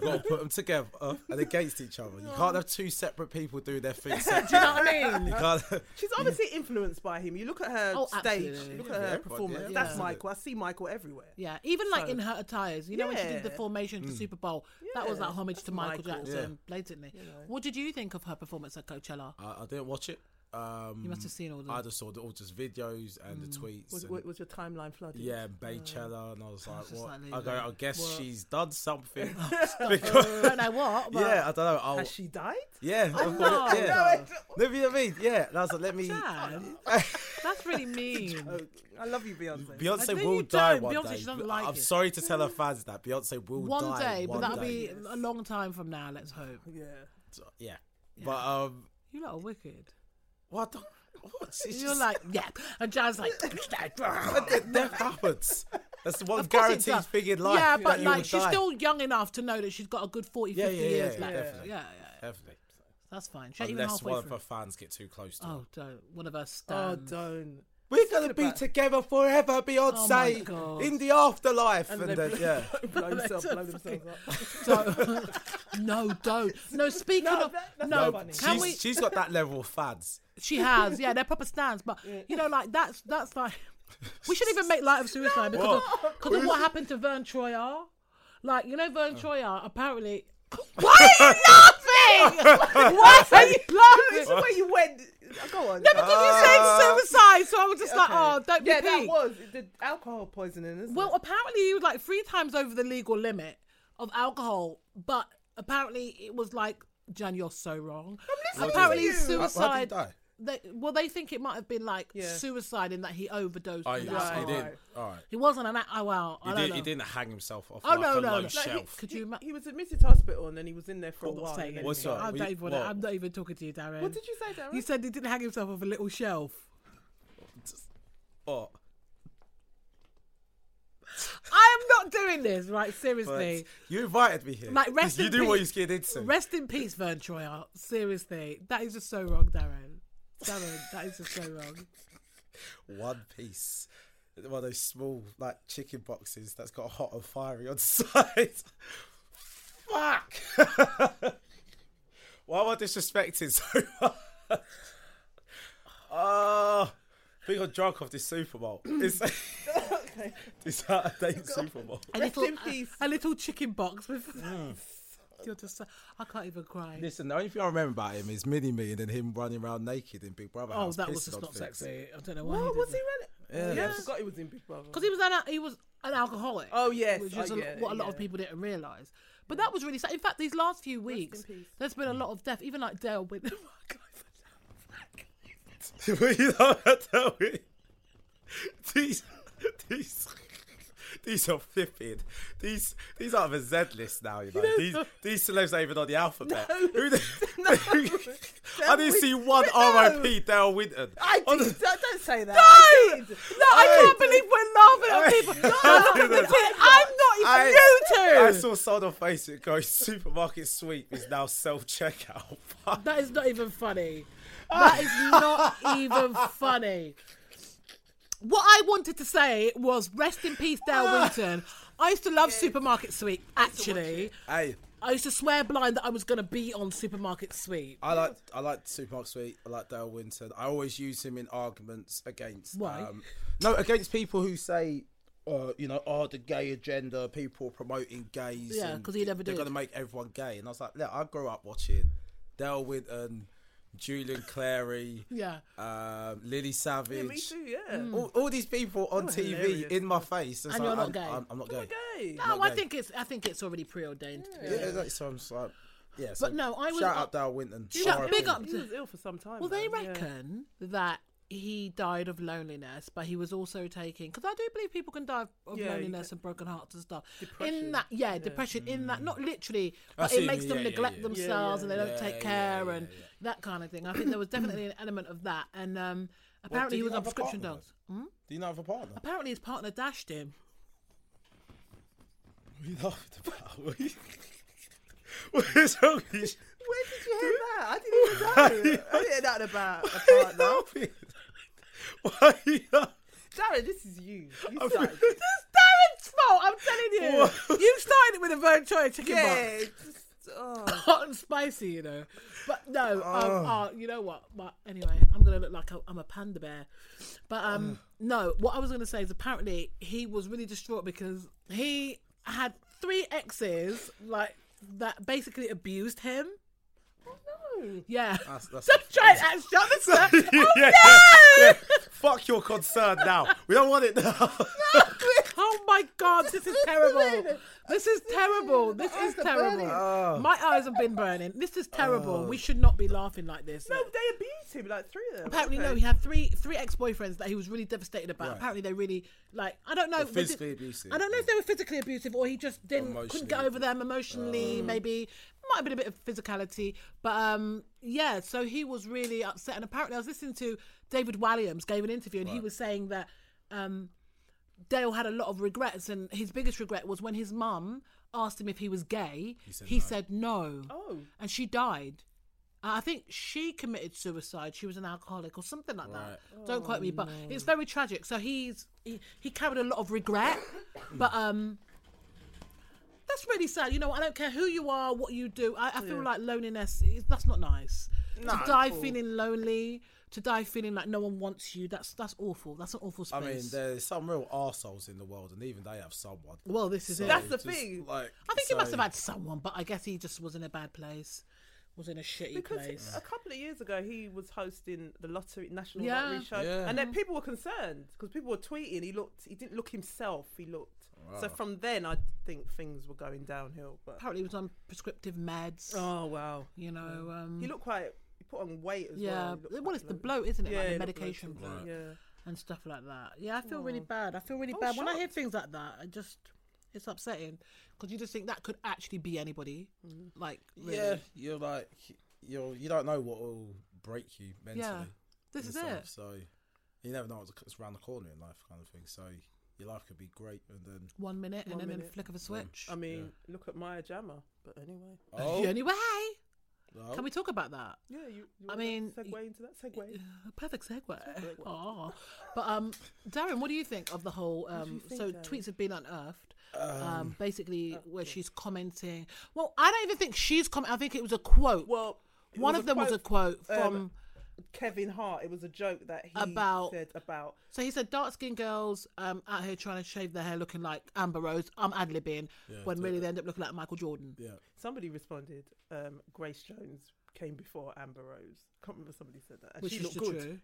S3: got to put them together and against each other. You can't have two separate people do their thing
S2: Do you
S3: separately.
S2: know what I mean?
S3: You can't.
S4: She's obviously influenced by him. You look at her
S2: Oh,
S4: stage,
S2: absolutely.
S4: look at her
S3: Yeah,
S4: performance.
S3: yeah,
S4: That's
S3: yeah.
S4: Michael. I see Michael everywhere.
S2: Yeah, even like in her attires. You know when she did the
S4: Yeah.
S2: formation to Super Bowl, that was
S4: Yeah,
S2: that homage to
S4: that's
S2: Michael,
S4: Michael.
S2: Jackson, blatantly. What did you think of her performance at Coachella?
S3: I, I didn't watch it. Um,
S2: You must have seen Mm. all the.
S3: I just saw the, all just videos and the tweets.
S4: Was,
S3: and-
S4: was your timeline flooded?
S3: yeah, and Baychella, and I was like,
S2: just
S3: what?
S2: like,
S3: I go, I guess
S2: what?
S3: she's done something.
S2: I don't know what. But
S3: yeah, I don't know. I'll,
S4: Has she died?
S3: yeah, I've got it, yeah.
S4: Uh,
S3: No, you know what I mean? Yeah, and I was like, let me.
S2: Damn. that's really mean.
S4: I love you, Beyonce.
S3: Beyonce
S2: No, you
S3: will die
S2: don't.
S3: one
S2: Beyonce,
S3: day.
S2: she doesn't like
S3: I'm
S2: it.
S3: sorry to tell her fans that Beyonce will die
S2: One day, but
S3: one
S2: that'll
S3: day.
S2: be a long time from now. Let's hope.
S4: Yeah.
S3: Yeah. But um,
S2: You lot are wicked.
S3: what? The, what? She's
S2: You're
S3: just-
S2: like, yeah, and Jan's like,
S3: it never happens. That's the one
S2: Of course it
S3: guaranteed
S2: does.
S3: thing in life.
S2: Yeah,
S3: that
S2: but
S3: you will
S2: like she's
S3: die.
S2: still young enough to know that she's got a good 40,
S3: Yeah,
S2: 50
S3: yeah, yeah,
S2: years
S3: yeah,
S2: left.
S3: definitely.
S2: Yeah, yeah, yeah.
S3: Definitely.
S2: That's fine. She ain't even
S3: Unless
S2: halfway
S3: one of
S2: through.
S3: her fans get too close to her.
S2: Oh, don't. One of us
S4: Oh,
S2: stands.
S4: don't.
S3: We're gonna be
S4: about-
S3: together forever, Beyonce,
S2: God.
S3: in the afterlife, and,
S4: they
S3: then
S4: blew-
S3: yeah,
S4: Blow yourself, blow themselves up.
S2: Don't. no, don't. No, speaking
S4: No,
S2: of.
S4: that- that's
S2: no,
S4: not funny.
S2: can
S3: Um, she's,
S2: we?
S3: she's got that level of fans.
S2: She has, yeah, they're proper stands. But you know, like that's that's like we should even make light of suicide because of, because of what happened to Vern Troyer. Like you know,
S4: Oh.
S2: Vern Troyer apparently. Why are you laughing? Why are you
S4: This
S2: laughing?
S4: is where you went. Uh, Go on. Uh,
S2: No, because you
S3: Uh,
S2: said suicide, so I was just like,
S4: Okay.
S2: oh, don't
S4: yeah,
S2: be
S4: that
S2: peaked.
S4: was the alcohol poisoning, isn't
S2: Well,
S4: it?
S2: apparently he was like three times over the legal limit of alcohol, but apparently it was like, Jan, you're so wrong. apparently
S3: to you. How- how did he
S2: suicide.
S3: die?
S2: They, well, they think it might have been like
S4: Yeah.
S2: suicide in that he overdosed.
S3: Oh,
S2: on
S3: you
S2: alcohol.
S4: he
S3: didn't. All right,
S2: He wasn't an. a- Oh well, I
S3: he,
S2: don't
S3: did,
S2: know.
S3: he didn't hang himself off
S2: Oh,
S3: like
S2: no, no,
S3: a low
S2: no. Like, he-
S3: shelf.
S2: Could you? Ma-
S4: he was admitted to hospital and then he was in there for a
S2: Stop
S4: while.
S2: saying
S4: and then
S2: it.
S4: he
S3: What's
S4: died.
S3: up?
S2: I'm
S3: We-
S2: not even.
S3: what?
S2: I'm not even talking to you, Darren.
S4: What did you say, Darren?
S2: You said he didn't hang himself off a little shelf.
S3: Oh,
S2: I am not doing this, right?
S3: but
S2: Seriously.
S3: you invited me here.
S2: Like, rest
S3: you
S2: in
S3: do what you
S2: peace.
S3: scared into.
S2: Rest in peace, Vern Troyer. Seriously, that is just so wrong, Darren. Darren, that is just so wrong.
S3: One piece. One of those small like chicken boxes that's got hot and fiery on the side. Fuck. Why am I disrespected so much? Oh, I think I drunk off this Super Bowl. It's this Saturday Super Bowl.
S2: A little,
S4: in peace.
S2: A, a little chicken box with.
S3: Mm.
S2: You're just. so- I can't even cry.
S3: Listen, the only thing I remember about him is Mini Me and then him running around naked in Big Brother.
S2: oh,
S3: house,
S2: that was
S3: pissing
S2: just
S3: on
S2: not
S3: things.
S2: sexy. I don't know why.
S4: What
S2: did
S4: Oh, was he
S2: that.
S4: really? Yeah, I forgot he was in Big Brother.
S2: because he was an he was an alcoholic.
S4: Oh, yes.
S2: which
S4: Oh,
S2: is a,
S4: yeah,
S2: what a lot of
S4: yeah.
S2: people didn't realize. But that was really sad. In fact, these last few weeks, there's been a lot of death. Even like Dale with
S3: But you know what I tell you? These, these, these are flipping. These, these are the Z list now. You know,
S2: er
S3: these, these celebs aren't even on the alphabet. Who the- I didn't see er one oh R.I.P. Dale Winton.
S4: I
S3: On the-
S4: did. Don't, don't say that.
S2: no,
S4: I
S2: no,
S4: did.
S2: I
S3: Hey.
S2: can't believe we're laughing at
S3: Hey.
S2: people. No, I look at the
S3: Hey.
S2: tweet, I'm not even
S3: I
S2: you two.
S3: saw someone on Facebook go, supermarket sweep is now self checkout.
S2: That is not even funny. That is not even funny. What I wanted to say was rest in peace, Dale
S4: Ah.
S2: Winton. I used to love Supermarket Sweep, actually.
S3: hey,
S2: I used to swear blind that I was going to be on Supermarket Sweep.
S3: I like I like Supermarket Sweet. I like Dale Winton. I always use him in arguments against.
S2: Why?
S3: Um, no, against people who say, uh, you know, oh, the gay agenda, people promoting gays.
S2: Yeah,
S3: and
S2: 'cause he never
S3: They're
S2: did.
S3: going to make everyone gay. And I was like, look, I grew up watching Dale Winton, Julian Clary,
S2: Yeah.
S3: um, Lily Savage.
S4: Me too. Yeah.
S3: All, all these people on TV
S4: hilarious.
S3: in my face. It's
S2: And
S3: like,
S2: you're not
S3: I'm,
S2: gay.
S3: I'm, I'm not gay.
S4: Okay.
S2: No, I
S3: gay.
S2: think it's I think it's already preordained. to be
S3: Yeah,
S2: honest.
S3: like, so I'm just like, yeah. So
S2: But no, I was-
S3: shout out Dale Winton.
S2: Shut-
S3: RIP.
S2: big up
S4: He was ill for some time.
S2: Well, they
S4: man, yeah.
S2: reckon that he died of loneliness, but he was also taking because I do believe people can die of of
S4: Yeah, you
S2: loneliness and broken hearts and stuff. In
S4: Depression.
S2: that, yeah, depression. In that, not literally,
S3: Mm. I
S2: but
S3: see,
S2: it makes them
S3: yeah, yeah,
S2: neglect
S3: yeah.
S2: themselves and they don't
S3: Yeah,
S2: take
S3: yeah,
S2: care
S3: yeah,
S2: and
S3: yeah, yeah.
S2: that kind of thing. I think there was definitely an element of that, and um, apparently he
S3: did he
S2: was on
S3: have a
S2: prescription
S3: partner?
S2: drugs.
S3: Do you not have a partner?
S2: Apparently his partner dashed him.
S3: What are you laughing about? What are you- What is wrong with you?
S4: Where did you hear that? I didn't even know. I didn't hear that about a partner.
S3: Stop it. Why are you laugh-
S4: Darren, this is you. You
S3: I'm-
S4: started.
S2: Darren's fault. I'm
S4: you.
S2: You started it with a Vermicelli chicken
S4: yeah.
S2: box.
S4: Just, oh.
S2: Hot and spicy, you know. But no, um, oh, you know what? But anyway, I'm gonna look like a, I'm a panda bear. But um, no, what I was gonna say is apparently he was really distraught because he had three exes like that basically abused him. Oh,
S4: No.
S2: Yeah.
S3: That's- that's-
S2: Don't try and act shut this up. Oh,
S3: yeah, yeah. Fuck your concern now. We don't want it now.
S2: Oh my god, this is terrible. This is terrible. This is terrible. My eyes have been burning. This is terrible. We should not be laughing like this.
S4: no, they abused him, like three of them.
S2: Apparently, no,
S4: weren't
S2: he had three three ex boyfriends that he was really devastated about.
S3: Right.
S2: Apparently, they really like I don't know. was it-
S3: physically abusive,
S2: I don't know if they were physically abusive or he just didn't couldn't get
S3: Emotionally. Uh.
S2: over them emotionally. Maybe might have been a bit of physicality, but um, yeah. So he was really upset, and apparently, I was listening to David Walliams gave an interview, and he was saying that um, Dale had a lot of regrets, and his biggest regret was when his mum asked him if he was gay. He said,
S3: said
S2: no.
S3: no.
S4: Oh.
S2: and she died. Uh, I think she committed suicide. She was an alcoholic or something like that. Don't quote me, but it's very tragic. So he's he, he carried a lot of regret, but um, that's really sad. You know, what, I don't care who you are, what you do. I, I feel like loneliness is that's not nice. to die feeling lonely, to die feeling like no one wants you. That's that's awful. That's an awful
S3: I
S2: space.
S3: mean, there's some real arseholes in the world, and even they have someone.
S2: well, this is it.
S4: That's the
S3: Just
S4: thing.
S3: Like,
S2: I think he
S3: so-
S2: must have had someone, but I guess he just was in a bad place. Was in a shitty
S4: Because
S2: place.
S4: a couple of years ago, he was hosting the lottery national
S2: Yeah.
S4: lottery show,
S3: Yeah.
S4: and then people were concerned because people were tweeting. He looked, he didn't look himself. He looked. So from then, I think things were going downhill. But
S2: apparently he was on prescriptive meds.
S4: oh wow,
S2: You know, um,
S4: he looked quite. He put on weight as
S2: yeah.
S4: well. He
S2: Well,
S4: looked quite
S2: it's the
S4: bloated.
S2: bloat, isn't it? like
S4: he Oh.
S2: the
S4: looked
S2: medication
S4: bloated,
S2: bloat
S4: Yeah.
S2: and stuff like that. Yeah, I feel really bad. I feel really bad when I hear things like that. I just, it's upsetting because you just think that could actually be anybody.
S4: Mm.
S2: Like, really.
S3: Yeah, you're like, you're you don't know what will break you mentally.
S2: Yeah. This is
S3: yourself,
S2: it.
S3: So you never know what's what's around the corner in life, kind of thing. So your life could be great, and then
S2: One minute and
S4: One
S2: then a
S4: minute.
S2: flick of a switch.
S4: I mean, look at Maya Jama. But anyway,
S3: oh,
S2: Anyway,
S3: no.
S2: can we talk about that?
S4: yeah. You, you
S2: I
S4: wanna
S2: mean, y-
S4: segue into that segue.
S2: A perfect segue. Oh, but um, Darren, what do you think of the whole? Um, so tweets have been unearthed. Um,
S4: uh,
S2: basically, where she's commenting. Well, I don't even think she's comment. I think it was a quote.
S4: Well, it
S2: one
S4: was
S2: of them was a quote from.
S4: um, Kevin Hart. It was a joke that he
S2: About-
S4: said about
S2: so he said, dark skinned girls um, out here trying to shave their hair looking like Amber Rose. I'm ad libbing when really they end up looking like Michael Jordan.
S3: Yeah.
S4: Somebody responded, um, Grace Jones came before Amber Rose. Can't remember somebody said that. And
S2: Which
S4: she
S2: is
S4: looked
S2: the
S4: good.
S2: true.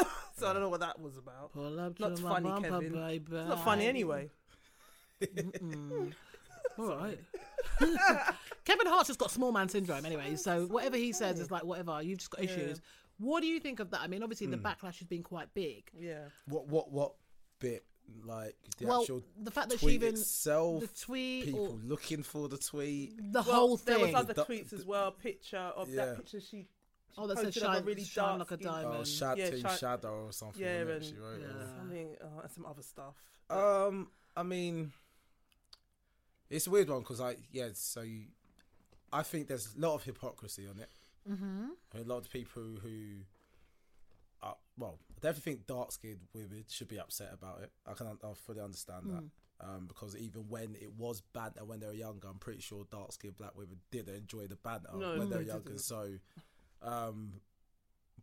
S4: so I don't know what that was about.
S2: Pull up
S4: Not
S2: to my
S4: funny,
S2: bumper,
S4: Kevin.
S2: baby. Mm.
S4: It's not funny anyway.
S2: All right. Kevin Hart's just got small man syndrome anyway, so whatever he says is like whatever. You've just got issues. What do you think of that? I mean, obviously
S4: Hmm.
S2: the backlash has been quite big.
S4: Yeah.
S3: What what what bit like the
S2: well,
S3: actual
S2: the fact that she
S3: tweet
S2: even
S3: itself,
S2: the tweet
S3: people
S2: or
S3: looking for the tweet.
S2: the whole
S4: There
S2: thing.
S4: was other
S3: The-
S4: tweets as
S3: the-
S4: well. Picture of
S3: Yeah.
S4: that picture she. she
S2: Oh, that said
S4: posted of
S2: shine- shine
S4: dark
S2: like a
S4: skin-
S2: diamond.
S3: Oh,
S2: Um,
S3: shad
S4: yeah,
S3: team
S4: Shad-
S3: shadow or something.
S4: Yeah,
S3: innit?
S4: and-
S3: She wrote it.
S4: Something uh, and some other stuff.
S3: Um, I mean, it's a weird one because I yeah. So you, I think there's a lot of hypocrisy on it. Mm-hmm. a lot of people who, are, well, I definitely think dark skinned women should be upset about it. I can un- I fully understand that. Um, because even when it was banter when they were younger, I'm pretty sure dark skinned black women did enjoy the banter
S4: No,
S3: when they were
S4: they
S3: younger.
S4: didn't.
S3: So, um,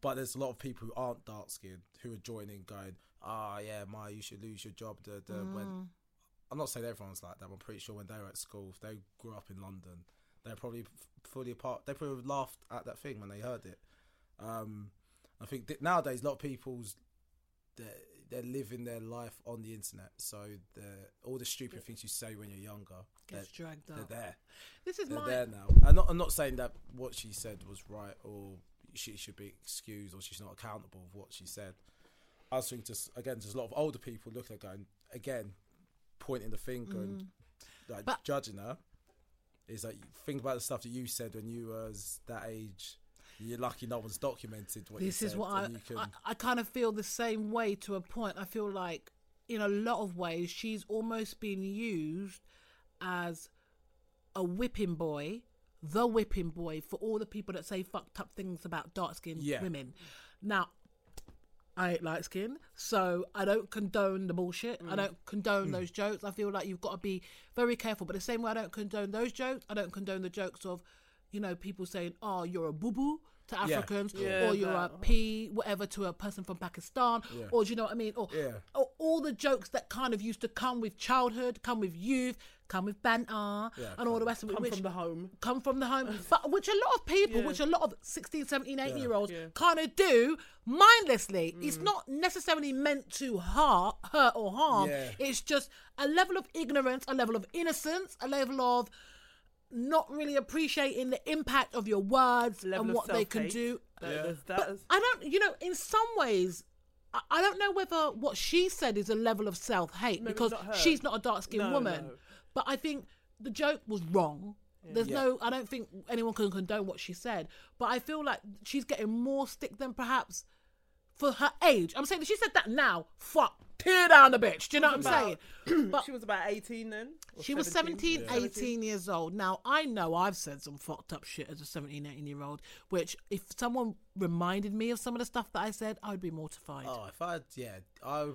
S3: but there's a lot of people who aren't dark skinned who are joining, going, "Ah, yeah, Maya, you should lose your job." The, the, when, I'm not saying everyone's like that. but I'm pretty sure when they were at school, if they grew up in London, they're probably f- fully apart. They probably laughed at that thing when they heard it. Um, I think that nowadays a lot of people's they're, they're living their life on the internet, so the all the stupid things you say when you're younger, they're,
S2: Gets dragged
S3: they're
S2: up.
S3: there
S2: This is
S3: they're
S2: my
S3: there now. I'm not, I'm not saying that what she said was right or she should be excused or she's not accountable for what she said. I was think just again, there's a lot of older people looking at her going again, pointing the finger and like
S2: Mm. But-
S3: judging her. Is like think about the stuff that you said when you was that age. You're lucky no one's documented what you
S2: this is
S3: said
S2: what
S3: and
S2: I,
S3: you can.
S2: I I kind of feel the same way to a point. I feel like in a lot of ways she's almost been used as a whipping boy, the whipping boy for all the people that say fucked up things about dark skinned
S3: Yeah.
S2: women. Now I ain't light skinned, so I don't condone the bullshit.
S3: Mm.
S2: I don't condone those jokes. I feel like you've got to be very careful. But the same way I don't condone those jokes, I don't condone the jokes of, you know, people saying, "Oh, you're a boo boo." To Africans,
S4: Yeah,
S2: or you're
S4: that-
S2: a P, whatever, to a person from Pakistan, or do you know what I mean? Or,
S3: Yeah.
S2: or all the jokes that kind of used to come with childhood, come with youth, come with banter, and all the rest of it.
S4: Come
S2: which-
S4: from the home.
S2: come from the home but which a lot of people
S4: Yeah.
S2: which a lot of 16 17 18 year olds
S4: Yeah. Mm.
S2: kind of do mindlessly it's not necessarily meant to hurt, hurt or harm
S3: Yeah.
S2: it's just a level of ignorance a level of innocence a level of not really appreciating the impact of your words
S4: Level
S2: and
S4: of
S2: what they can
S4: self-hate.
S2: do
S4: That, there's- that is-
S2: I don't, you know, in some ways, I, I don't know whether what she said is a level of self hate because
S4: not her.
S2: she's not a dark skinned
S4: No,
S2: woman.
S4: no.
S2: But I think the joke was wrong. There's no, I don't think anyone can condone what she said. But I feel like she's getting more stick than perhaps for her age. I'm saying if she said that now, fuck, tear down the bitch. Do you know what I'm
S4: About-
S2: saying? But
S4: she was about 18 then. or
S2: she was 17, 18 years old. Now, I know I've said some fucked up shit as a 17, 18 year old, which if someone reminded me of some of the stuff that I said, I would be mortified.
S3: Oh, if I yeah, I.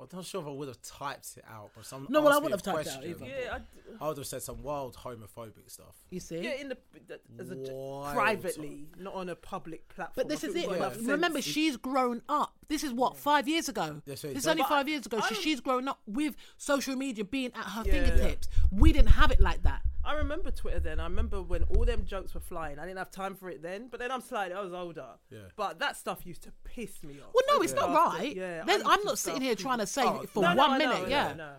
S3: I'm not sure if I would have typed it out, but some.
S2: No, well, I
S3: asked me
S2: wouldn't
S3: a
S2: have typed it out
S3: question,
S2: either.
S4: Yeah, I,
S3: I would have said some wild homophobic stuff.
S2: you see?
S4: yeah, in the as a,
S3: Wild.
S4: privately, not on a public platform.
S2: but this
S4: I
S2: is
S4: think
S2: it.
S4: we've got
S2: But
S4: to make
S2: Remember,
S4: sense.
S2: she's grown up. This is what, five years ago?
S3: Yeah,
S2: This
S3: so it
S2: is
S3: does-
S2: only
S3: But
S2: five years ago. So
S4: I-
S2: she's grown up with social media being at her
S4: Yeah. Yeah.
S2: fingertips. We didn't have it like that.
S4: I remember Twitter then. I remember when all them jokes were flying. I didn't have time for it then. But then I'm slightly, I was older.
S3: Yeah.
S4: But that stuff used to piss me off.
S2: Well,
S4: I
S2: no,
S4: used
S2: it's
S4: to
S2: not
S4: laugh at-
S2: right.
S4: Yeah, I
S2: There's-
S4: used
S2: I'm
S4: to
S2: not sitting
S4: laugh
S2: here
S4: at
S2: trying to say
S3: Oh,
S2: for
S4: No,
S2: one
S4: no, I
S2: minute,
S4: know, I
S2: yeah.
S4: know, no.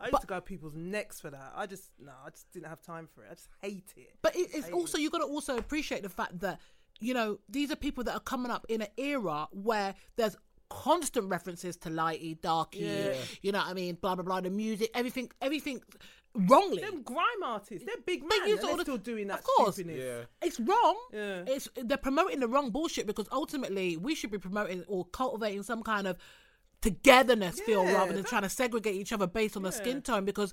S4: I used
S2: But-
S4: to go people's necks for that. I just no, I just didn't have time for it. I just hate it.
S2: But it, it's also you got to also appreciate the fact that you know these are people that are coming up in an era where there's constant references to lighty, darky, you know what I mean, blah blah blah, the music, everything, everything wrongly.
S4: them grime artists, they're big men.
S2: They
S4: They
S2: use
S4: and
S2: all
S4: they're
S2: the-
S4: still doing that.
S2: of course.
S4: stupidness.
S2: It's wrong.
S4: Yeah.
S2: It's they're promoting the wrong bullshit because ultimately we should be promoting or cultivating some kind of togetherness feel
S4: Yeah,
S2: rather than
S4: that-
S2: trying to segregate each other based on the skin tone because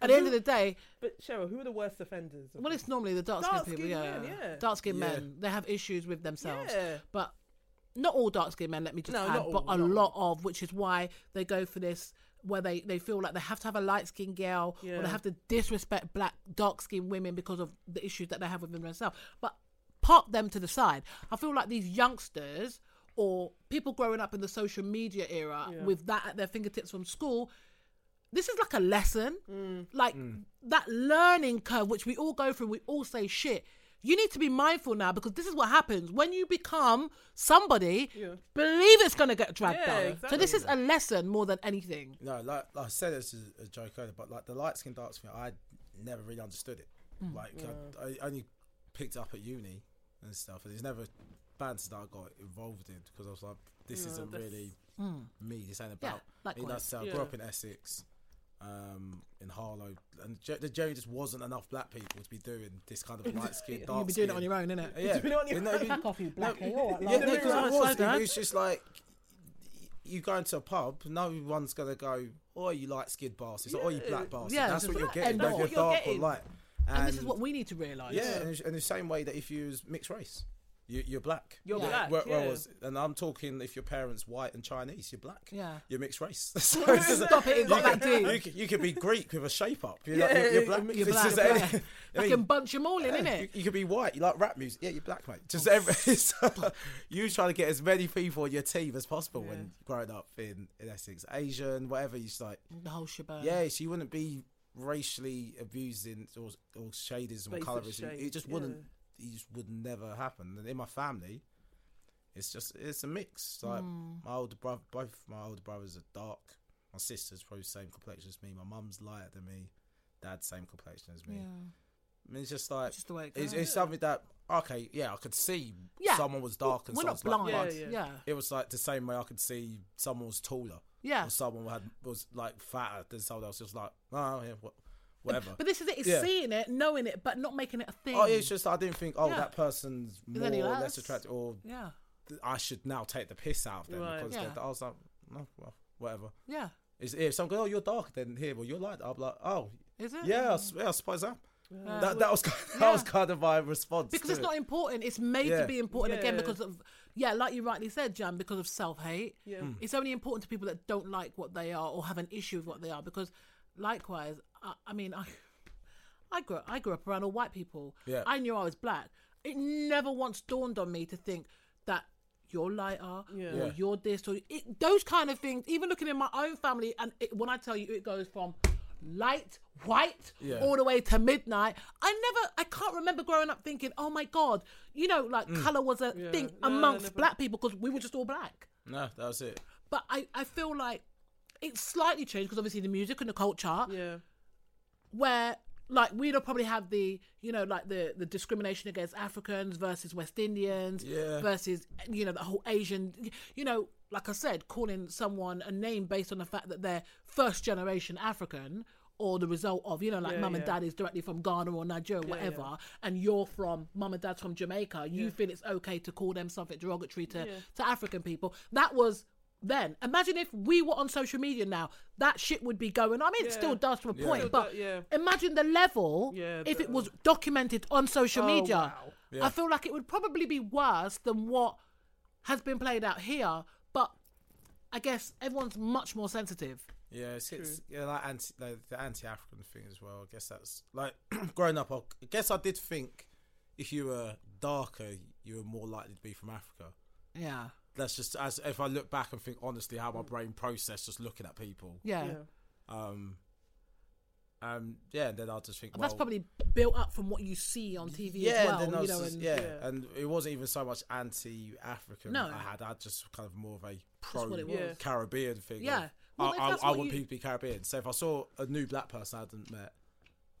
S2: at
S4: And
S2: the end of
S4: who-
S2: the day,
S4: But Cheryl, who are the worst offenders? of
S2: Well, it's normally the dark skinned people,
S4: Dark-skinned
S2: yeah.
S4: men, yeah.
S2: Dark skinned
S3: Yeah.
S2: men, they have issues with themselves.
S4: Yeah.
S2: But not all dark skinned men, let me just
S4: No,
S2: add,
S4: not
S2: but
S4: all,
S2: a
S4: not
S2: lot of, which is why they go for this. Where they, they feel like they have to have a light skinned girl or
S4: Yeah.
S2: they have to disrespect black, dark skinned women because of the issues that they have within themselves. But park them to the side. I feel like these youngsters or people growing up in the social media era with that at their fingertips from school, this is like a lesson
S4: Mm.
S2: like
S3: Mm.
S2: that learning curve which we all go through we all say shit you need to be mindful now because this is what happens when you become somebody believe it's going to get dragged
S4: Yeah,
S2: down so
S4: exactly.
S2: this is a lesson more than anything
S3: No, like, like I said, this is a joke earlier, but like the light skin, dark skin, I never really understood it.
S2: Hmm.
S3: Like I, I only picked it up at uni and stuff, and it's never bands that I got involved in because I was like, this isn't really me. This ain't about. me.
S2: Hmm. likewise.
S3: Like I said, I grew up in Essex, um, in Harlow, and ge- there generally just wasn't enough black people to be doing this kind of light skin. dark
S2: you'll be doing it
S3: skin.
S2: on your own innit
S3: Yeah,
S4: doing it on your
S3: You know what I mean?
S2: Fuck off, you black, eh? All right,
S3: yeah,
S2: like-
S3: no, 'cause
S2: Yeah,
S3: it
S2: it's
S3: was,
S2: like that.
S3: It's just like you go into a pub, no one's gonna go, "Oh, you light skid bastards," or "Oh, you black bastards."
S2: Yeah,
S3: that's
S2: it's just
S3: what you're
S2: like-
S3: getting,
S2: and
S3: whether
S2: that's what you're
S3: you're dark
S2: getting.
S3: or light.
S2: and this is what we need to realize
S3: Yeah, and it's- and the same way that if you was mixed race, you, you're black.
S4: You're
S2: Yeah.
S4: black.
S3: Where- where
S4: yeah.
S3: was- and I'm talking if your parents white and Chinese, you're black.
S2: Yeah.
S3: you're mixed race. So it's just-
S2: Stop it, it's
S3: you
S2: not that
S3: can-
S2: deep.
S3: You can, you can be Greek with a shape up. You're, like, you're, you're black.
S2: you're
S3: It's
S2: black
S3: just-
S2: yeah.
S3: I
S2: I
S3: mean,
S2: can bunch them all in
S3: yeah,
S2: innit
S3: You, you could be white. You like rap music. Yeah, you're black, mate. Just every, so you trying to get as many people on your team as possible when growing up in, in Essex, Asian, whatever. You just like,
S2: the whole shebang
S3: yeah, so you wouldn't be racially abusing or or shadism or
S4: Racist
S3: colorism.
S4: shade,
S3: It just wouldn't. It just would never happen. And in my family, it's just it's a mix. Like my older brother, both my older brothers are dark. My sister's probably the same complexion as me. My mum's lighter than me. Dad's same complexion as me. I mean, it's just like
S2: just the way it
S3: it's,
S2: goes.
S3: it's something that okay, yeah, I could see
S2: Yeah.
S3: someone was dark and
S2: we're not
S3: someone's
S2: blind
S3: Like,
S2: yeah,
S3: mine.
S2: yeah.
S4: Yeah,
S3: It was like the same way I could see someone was taller,
S2: Yeah.
S3: or someone had was like fatter than someone else. Just like oh yeah, wha- whatever.
S2: but this is it it's
S3: Yeah.
S2: seeing it knowing it but not making it a thing
S3: oh, yeah, it's just I didn't think oh
S2: Yeah.
S3: that person's more
S2: any
S3: or
S2: less?
S3: less attractive, or
S2: yeah
S3: th- I should now take the piss out of them
S4: Right.
S3: because
S2: Yeah.
S3: they're- I was like no, well, whatever.
S2: yeah
S3: It's, if someone goes, oh, you're darker than here, well, you're light. I'm like, oh,
S2: Is it?
S3: Yeah, I, s- yeah, I suppose I am. that, that was kind that was kind of my response
S2: because
S3: to
S2: it's
S3: it.
S2: not important. It's made
S3: Yeah.
S2: to be important again
S4: Yeah.
S2: because of yeah, like you rightly said, Jan, because of self hate,
S4: Yeah.
S3: Hmm.
S4: Mm.
S2: it's only important to people that don't like what they are or have an issue with what they are. Because, likewise, I, I mean, I, I grew I grew up around all white people.
S3: Yeah.
S2: I knew I was black. It never once dawned on me to think that you're lighter
S4: Yeah.
S2: or
S3: Yeah.
S2: you're this or it, those kind of things. Even looking in my own family, and it, when I tell you, it goes from light white
S3: Yeah.
S2: all the way to midnight i never i can't remember growing up thinking oh my god you know like
S3: Mm.
S2: color was a
S4: Yeah.
S2: thing
S4: No, no,
S2: amongst
S4: never.
S2: black people because we were just all black
S3: No, that was it.
S2: but i i feel like it's slightly changed because obviously the music and the culture
S4: Yeah.
S2: where like we'd probably have the you know like the the discrimination against Africans versus West Indians
S3: Yeah.
S2: versus you know the whole Asian you know like I said calling someone a name based on the fact that they're first generation African or the result of you know like
S4: Yeah,
S2: mum and
S4: yeah.
S2: dad is directly from Ghana or Nigeria or
S4: Yeah, yeah.
S2: whatever and you're from mum and dad's from Jamaica you feel it's okay to call them something derogatory to
S4: Yeah.
S2: to African people that was then imagine if we were on social media now that shit would be going on. I mean it
S4: Yeah.
S2: still does to a point
S4: Still
S2: but
S4: do- yeah.
S2: imagine the level
S4: Yeah,
S2: if
S4: the-
S2: it was documented on social
S4: Oh,
S2: media.
S4: wow.
S2: I feel like it would probably be worse than what has been played out here, but I guess everyone's much more sensitive.
S3: Yeah, it's, it's yeah, like anti like the anti-African thing as well. I guess that's like growing up. I I guess I did think if you were darker, you were more likely to be from Africa.
S2: Yeah.
S3: That's just as if I look back and think honestly how my brain processed just looking at people.
S2: Mm. Yeah.
S4: Yeah.
S3: Um, um, yeah, and then I'll just think
S2: And that's
S3: well,
S2: probably built up from what you see on TV
S3: yeah,
S2: as
S3: and
S2: well.
S3: then I
S2: you
S3: was
S2: know,
S3: just-
S2: and
S3: yeah,
S4: Yeah.
S3: and it wasn't even so much anti-African.
S2: No.
S3: I had I had just kind of more of a pro
S2: what it was.
S4: Yeah.
S3: Caribbean thing. of,
S2: Yeah. Well, if
S3: I, I,
S2: that's
S3: I
S2: what
S3: want
S2: you-
S3: people to be Caribbean. So if I saw a new black person I hadn't met,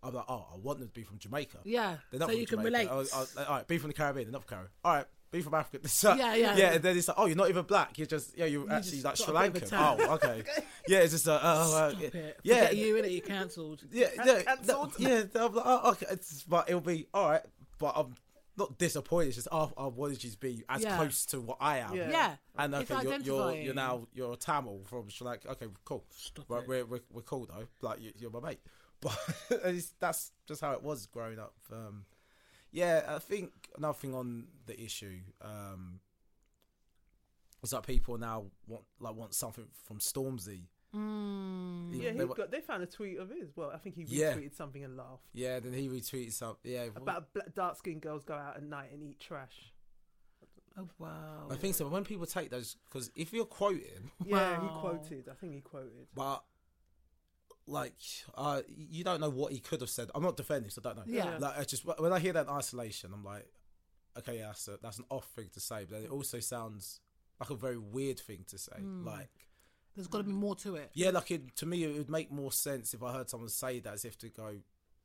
S3: I'm like, oh, I want them to be from Jamaica.
S2: Yeah,
S3: They're not
S2: so
S3: from
S2: you can
S3: Jamaica.
S2: relate.
S3: I was- I was like, all right, be from the Caribbean, they're not from Caribbean. All right, be from Africa. So,
S2: Yeah, yeah.
S3: yeah. And then it's like, oh, you're not even black. You're just, yeah, you're actually
S2: just
S3: like
S2: got
S3: Sri
S2: a bit
S3: Lankan.
S2: of a tan.
S3: Oh, okay. yeah, it's just like, oh, uh,
S2: Stop
S3: yeah,
S2: it.
S3: yeah,
S2: Forget you in it, you cancelled.
S3: yeah, yeah, that-
S4: cancelled.
S3: yeah. I'm like, oh, okay. It's, but it'll be all right. But I'm not disappointed. It's just, oh, I wanted you to be as
S2: Yeah.
S3: close to what I am.
S4: Yeah.
S2: Yeah.
S3: And
S2: It's
S3: okay, you're, you're you're
S2: identifying.
S3: now you're a Tamil from Sri Lanka. Okay, cool. we're,
S2: it.
S3: We're, we're we're cool though. Like you, you're my mate. But it's, that's just how it was growing up. Um, yeah, I think another thing on the issue um, is that people now want like want something from Stormzy.
S2: Hmm.
S3: Even
S4: Yeah,
S3: they
S4: he
S3: wa-
S4: got. They found a tweet of his. Well, I think he retweeted
S3: Yeah.
S4: something and laughed
S3: yeah. Then he retweeted something. Yeah, what-
S4: about black, dark-skinned girls go out at night and eat trash.
S2: Oh, wow.
S3: I think so. but When people take those, because if you're quoting,
S4: Yeah, he
S2: Wow.
S4: quoted. I think he quoted.
S3: but like, uh, you don't know what he could have said. I'm not defending, so I don't know.
S2: Yeah.
S3: Like, I just when I hear that in isolation, I'm like, okay, yeah, that's a, that's an off thing to say, but then it also sounds like a very weird thing to say. Like,
S2: There's got to be more to it.
S3: yeah, like it, to me, it would make more sense if I heard someone say that, as if to go.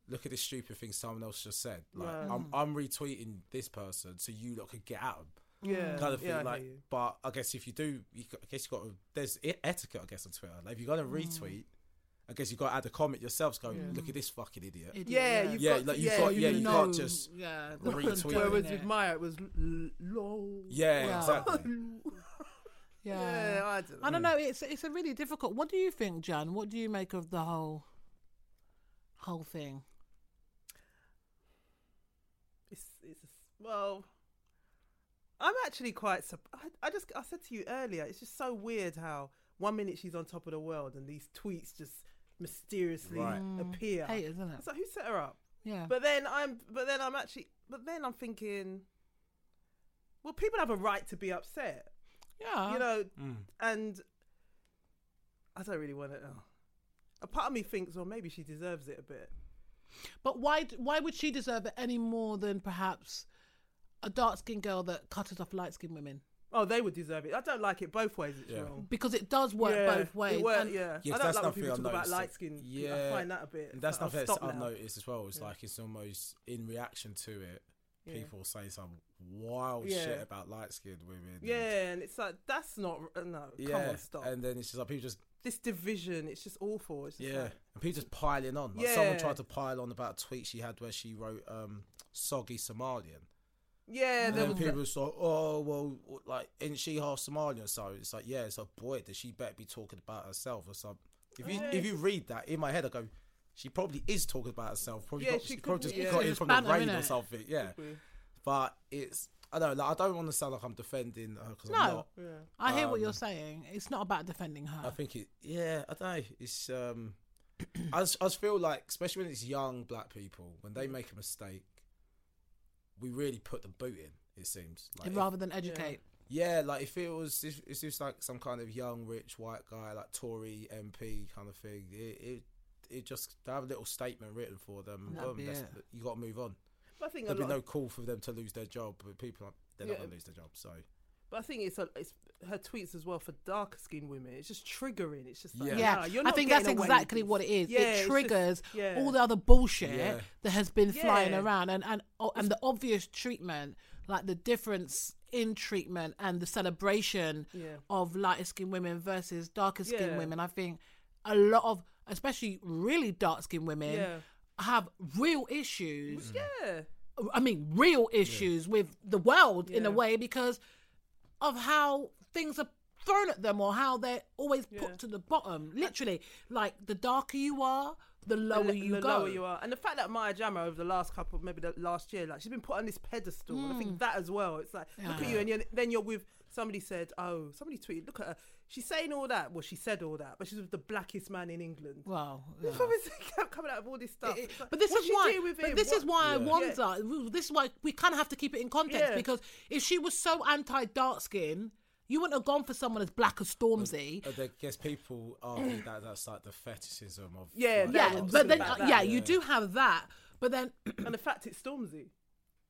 S3: Look at this stupid thing someone else just said. Like
S4: Right.
S3: I'm, I'm retweeting this person, so you lot could get at 'em.
S2: Hmm.
S4: Yeah,
S3: kind of thing.
S4: yeah, I hear
S3: like,
S4: you.
S3: but I guess if you do, you, got- I guess you got to, there's e- etiquette. I guess on Twitter, like if you're gonna
S4: Mm.
S3: retweet, I guess you got to add a comment yourself. Going, look at this fucking idiot.
S2: Idiot,
S4: Yeah, you've
S3: Yeah,
S4: got
S3: like,
S4: to,
S3: you've
S4: yeah,
S3: got-
S4: you
S3: yeah, you
S4: know.
S3: can't just
S2: yeah, the
S3: retweet
S2: condoning
S3: it.
S4: Whereas
S2: it.
S4: with Maya, it was l- low.
S3: yeah,
S2: Yeah.
S3: exactly.
S4: yeah, I don't know.
S2: I don't know. It's it's a really difficult. What do you think, Jan? What do you make of the whole whole thing?
S4: It's, it's a s- well, I'm actually quite. Sup- I, I just I said to you earlier, it's just so weird how one minute she's on top of the world and these tweets just mysteriously
S3: Right.
S2: Hmm.
S4: appear.
S2: Hate, isn't it?
S4: So who set her up?
S2: Yeah.
S4: But then I'm, but then I'm actually, but then I'm thinking, well, people have a right to be upset,
S2: yeah.
S4: you know,
S3: Mm.
S4: and I don't really want to. Oh. A part of me thinks, well, maybe she deserves it a bit.
S2: but why d- why would she deserve it any more than perhaps a dark skinned girl that cutters off light skinned women?
S4: Oh, they would deserve it. I don't like it both ways. It's
S3: Yeah.
S4: wrong.
S2: Because it does work
S4: Yeah,
S2: both ways.
S4: It work-
S2: and-
S4: yeah.
S3: Yeah,
S4: I
S3: 'cause
S4: don't
S3: that's
S4: like when
S3: nothing
S4: people
S3: I
S4: talk about
S3: noticed.
S4: light skin.
S3: Yeah.
S4: I find that a bit.
S3: And that's
S4: like,
S3: nothing
S4: oh,
S3: else
S4: stop
S3: I've
S4: now.
S3: noticed as well. It's like it's almost in reaction to it. People say some wild
S4: Yeah.
S3: shit about light skinned women. and-
S4: Yeah, and it's like that's not r- no. Come
S3: yeah.
S4: on, stop.
S3: And then it's just like people just
S4: this division, it's just awful. It's just
S3: Yeah,
S4: like-
S3: and people just piling on. Like someone
S4: Yeah.
S3: tried to pile on about a tweet she had where she wrote um, "soggy Somalian,"
S4: yeah.
S3: and
S4: There
S3: then
S4: was
S3: people was like, "Oh well, w- like isn't she half Somalian?" So it's like, yeah, it's like, boy, does she better be talking about herself or something? If you if you read that in my head, I go, she probably is talking about herself. Probably
S4: Yeah,
S3: got,
S4: she
S3: she,
S4: could
S3: probably
S4: be,
S3: just
S4: yeah.
S3: got
S2: She
S3: in
S2: was
S3: from the
S2: banter,
S3: rain or
S2: innit?
S3: something. Yeah, but it's I know, like, I don't want to sound like I'm defending her because I'm
S2: No.
S3: not.
S4: Yeah.
S2: I hear what
S3: Um,
S2: you're saying. It's not about defending her.
S3: I think it. Yeah, I don't. know. It's um, I just, I just feel like, especially when it's young black people, when
S4: Mm.
S3: they make a mistake, we really put the boot in. It seems like if-
S2: rather than educate.
S3: yeah, like if it was, if it's just like some kind of young rich white guy, like Tory MP kind of thing, it it, it just to have a little statement written for them. and
S2: That'd
S3: boom,
S2: be
S3: that's,
S2: it.
S3: you got to move on.
S4: But I think a
S3: There'd be
S4: lot
S3: no
S4: of-
S3: call for them to lose their job. But people, are- they're
S4: Yeah.
S3: not going to lose their job. So
S4: But I think it's, a, it's her tweets as well for darker skinned women. It's just triggering. It's just like,
S3: Yeah.
S2: Yeah,
S4: nah, you're
S2: I
S4: not
S2: think that's
S4: getting away with
S2: exactly
S4: this.
S2: what it is.
S4: Yeah, it's
S2: it
S4: just-
S2: triggers
S4: yeah.
S2: all the other bullshit
S3: Yeah.
S2: that has been flying
S4: Yeah.
S2: around, and and oh, and the obvious treatment, like the difference in treatment and the celebration
S4: Yeah.
S2: of lighter skinned women versus darker skinned
S4: Yeah.
S2: women. I think a lot of, especially really dark skinned women,
S4: Yeah.
S2: have real issues.
S4: Yeah.
S2: I mean, real issues with the world in a
S4: Yeah.
S2: way because of how things are thrown at them or how they're always
S4: Yeah.
S2: put to the bottom. Literally, like the darker you are, the lower
S4: the,
S2: you
S4: the
S2: go.
S4: lower you are. And the fact that Maya Jama over the last couple, maybe the last year, like she's been put on this pedestal. And I
S2: Mm.
S4: think that as well. It's like look at you, and you're, then you're with somebody said, oh, somebody tweeted, look at her. She's saying all that. Well, she said all that, but she's with the blackest man in England.
S2: Well, yeah.
S4: Obviously, kept coming out of all this stuff. It's like,
S2: But this
S4: what
S2: is
S4: do you
S2: why.
S4: do with
S2: But
S4: him?
S2: this is
S4: What-
S2: why I
S4: Yeah.
S2: wonder. This is why we kind of have to keep it in context
S4: Yeah.
S2: because if she was so anti dark skin, you wouldn't have gone for someone as black as Stormzy.
S3: I don't guess people argue that that's like the fetishism of
S4: Yeah,
S3: like,
S4: that
S2: yeah,
S3: dark
S4: was
S2: but
S3: skin.
S2: then
S4: about
S2: uh,
S4: that.
S2: yeah, you do have that. But then
S4: And the fact it's Stormzy.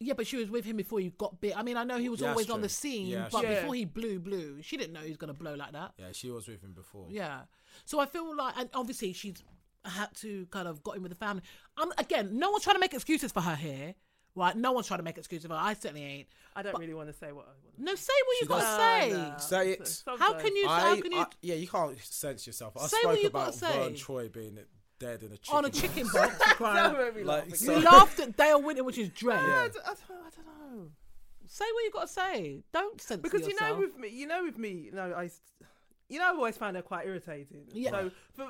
S2: Yeah, but she was with him before you got bit. I mean, I know he was
S3: Yeah, that's
S2: always on the
S3: true.
S2: scene,
S3: Yeah, that's
S2: but
S4: true.
S2: before he blew, blew, she didn't know he was gonna blow like that.
S3: yeah, she was with him before.
S2: Yeah. So I feel like, and obviously she's had to kind of got in with the family. Um, again, no one's trying to make excuses for her here, right? No one's trying to make excuses for her. I certainly ain't.
S4: I don't really want to say what I want.
S2: No, say what you've got to
S3: does-
S2: say.
S3: Uh, Say it.
S2: How can you? how
S3: I,
S2: can you?
S3: I- yeah, you can't censor yourself. I
S2: Say what
S3: spoke
S2: you gotta
S3: about Vern
S2: say.
S3: Troy being dead in a chicken.
S2: on a chicken box, you
S4: That
S2: cry.
S4: made me laugh
S3: Like,
S4: again.
S3: so-
S2: You laughed at Dale Winter, which is dread.
S4: I, d- I d- I don't know.
S2: Say what you got to say. Don't censor
S4: Because you know
S2: yourself.
S4: with me, you know with me, no, I, s- you know, I've always found her quite irritating.
S2: Yeah.
S4: So, for,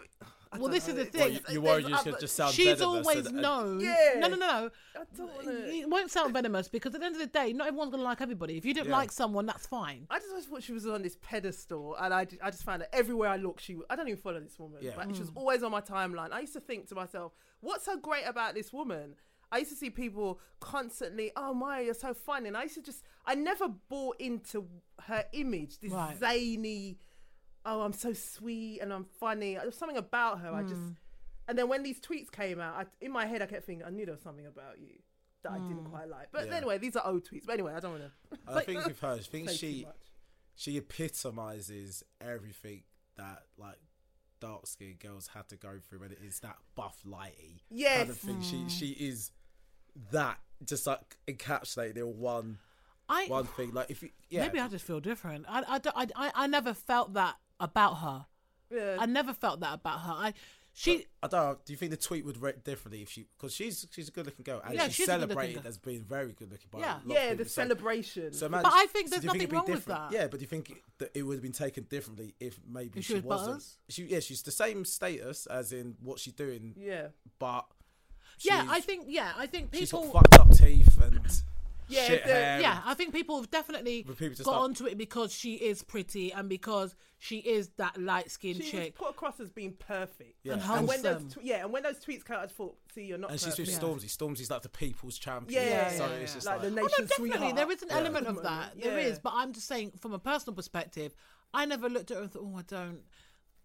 S4: I
S2: Well,
S4: don't
S2: this is
S4: know,
S2: the
S4: it's-
S2: thing.
S3: you,
S4: it's-
S3: you
S4: there's
S3: worried you should
S4: other-
S3: just sound
S2: She's
S3: better than-
S2: always
S3: so that-
S2: known.
S4: Yeah.
S2: No, no, no.
S4: I don't want
S2: It
S4: to.
S2: won't sound venomous because at the end of the day, not everyone's gonna like everybody. If you didn't
S3: Yeah.
S2: like someone, that's fine.
S4: I just always thought she was on this pedestal, and I, ju- I just found that everywhere I look, she. w- I don't even follow this woman,
S3: Yeah.
S4: but she was always on my timeline. I used to think to myself, what's so great about this woman? I used to see people constantly, oh my, you're so fun, and I used to just, I never bought into her image, this
S2: Right.
S4: zany, oh I'm so sweet and I'm funny. There was something about her. I just, and then when these tweets came out, I, in my head I kept thinking, I knew there was something about you that I didn't quite like. But
S3: Yeah.
S4: anyway, these are old tweets. But anyway, I don't want to.
S3: I think with her, I think
S4: say
S3: she
S4: too much.
S3: she epitomizes everything that like dark skinned girls had to go through, and it is that buff lighty kind of
S4: Yes.
S3: thing. She she is that just like encapsulated in one
S2: I
S3: one thing. Like if you yeah,
S2: maybe I just feel different. I I, don't- I I I never felt that about her.
S4: Yeah.
S2: I never felt that about her. I she
S3: I don't. know, Do you think the tweet would rate differently if she? Because she's she's a good looking girl and
S2: Yeah,
S3: she's
S2: she's a good-looking
S3: celebrated
S2: girl.
S3: as being very good looking. by a
S2: Yeah.
S3: lot of
S4: Yeah, the
S3: people. So-
S4: celebration.
S3: So imagine,
S2: But I think there's
S3: do you
S2: nothing
S3: it'd be
S2: wrong with
S3: different?
S2: that.
S3: Yeah, but do you think it- that it would have been taken differently if maybe
S2: If she
S3: she,
S2: was
S3: wasn't?
S2: butters?
S3: She yeah, she's the same status as in what she's doing,
S4: yeah.
S3: but
S2: yeah,
S3: she's-
S2: I think yeah, I think
S3: she's got
S2: people
S3: fucked up teeth and
S4: Yeah,
S3: shit
S4: the-
S3: hair.
S2: yeah, I think people have definitely
S3: But people just
S2: got
S3: like-
S2: onto it because she is pretty and because she is that light skinned
S4: She was
S2: chick.
S4: put across as being perfect.
S3: Yeah.
S2: And
S3: And
S4: And when those
S2: wholesome.
S4: tw- yeah, and when those tweets came out, I just thought, see, you're not.
S3: And she's with
S4: perfect.
S3: Stormzy. Stormzy's like the people's champion.
S4: Yeah, yeah,
S3: so
S2: yeah,
S3: it's
S2: yeah.
S3: just
S4: like
S3: like,
S4: the
S2: Oh, no,
S4: nation's
S2: definitely.
S4: sweetheart.
S2: There is an element of
S4: Moment,
S2: that. There
S4: yeah.
S2: is, but I'm just saying from a personal perspective, I never looked at her and thought, oh, I don't.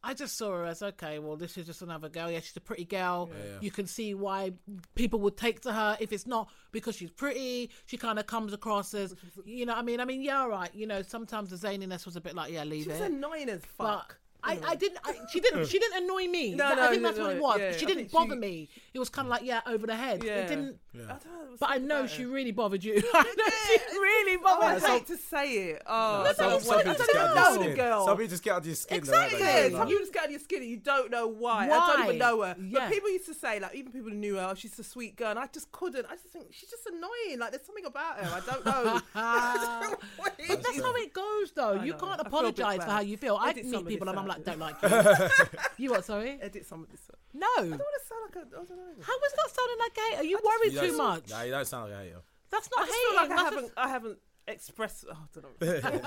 S2: I just saw her as okay. Well, this is just another girl. Yeah, she's a pretty girl. You can see why people would take to her if it's not because she's pretty. She kind of comes across as, you know, what I mean, I mean, yeah, all right. You know, sometimes the zaniness was a bit like, yeah, leave
S4: She was
S2: it.
S4: annoying as
S2: But
S4: fuck.
S2: I, I didn't. I, she didn't. She didn't annoy me.
S4: No,
S2: That- I
S4: no,
S2: think
S4: no,
S2: that's what it
S4: no,
S2: was.
S4: yeah.
S2: she
S4: I
S2: didn't
S4: think
S2: bother
S4: she-
S2: me. It was kind of like yeah, over the head.
S4: Yeah.
S2: It didn't.
S4: I don't know, there was
S2: But I
S4: something
S2: know
S4: about
S2: she
S4: her.
S2: really bothered you. I know she really
S4: Oh, I
S2: bothered you.
S4: hate to say it. Oh,
S2: No, but
S4: so
S2: you
S4: what-
S2: said-
S4: I
S2: I
S4: don't
S2: don't
S4: even
S2: know.
S4: know the girl.
S3: Some people just get under your skin. though,
S4: Exactly.
S3: don't they?
S4: Yeah,
S3: Like-
S4: some you just get on your skin and you don't know why. I don't
S2: Why?
S4: even know her.
S2: Yeah.
S4: But people used to say, like, even people who knew her, oh, she's a sweet girl. And I just couldn't. I just think she's just annoying. Like, there's something about her. I don't know. I don't know what it
S2: But
S4: is.
S2: that's how it goes, though.
S4: I
S2: You
S4: know.
S2: can't
S4: I feel a bit
S2: apologise for
S4: bad.
S2: how you feel. I
S4: Edit some
S2: meet
S4: of this
S2: people and I'm
S4: out.
S2: like, don't like you. you what? Sorry?
S4: Edit some of this. up.
S2: No.
S4: I don't want to sound like a. I don't know.
S2: How is that sounding like hate? Are you worried
S3: You don't-
S2: too much?
S3: Nah, you don't sound like a hater.
S2: That's not
S4: I just feel
S2: hating.
S4: like I
S2: that's
S4: haven't, I haven't Express. Oh, I don't know.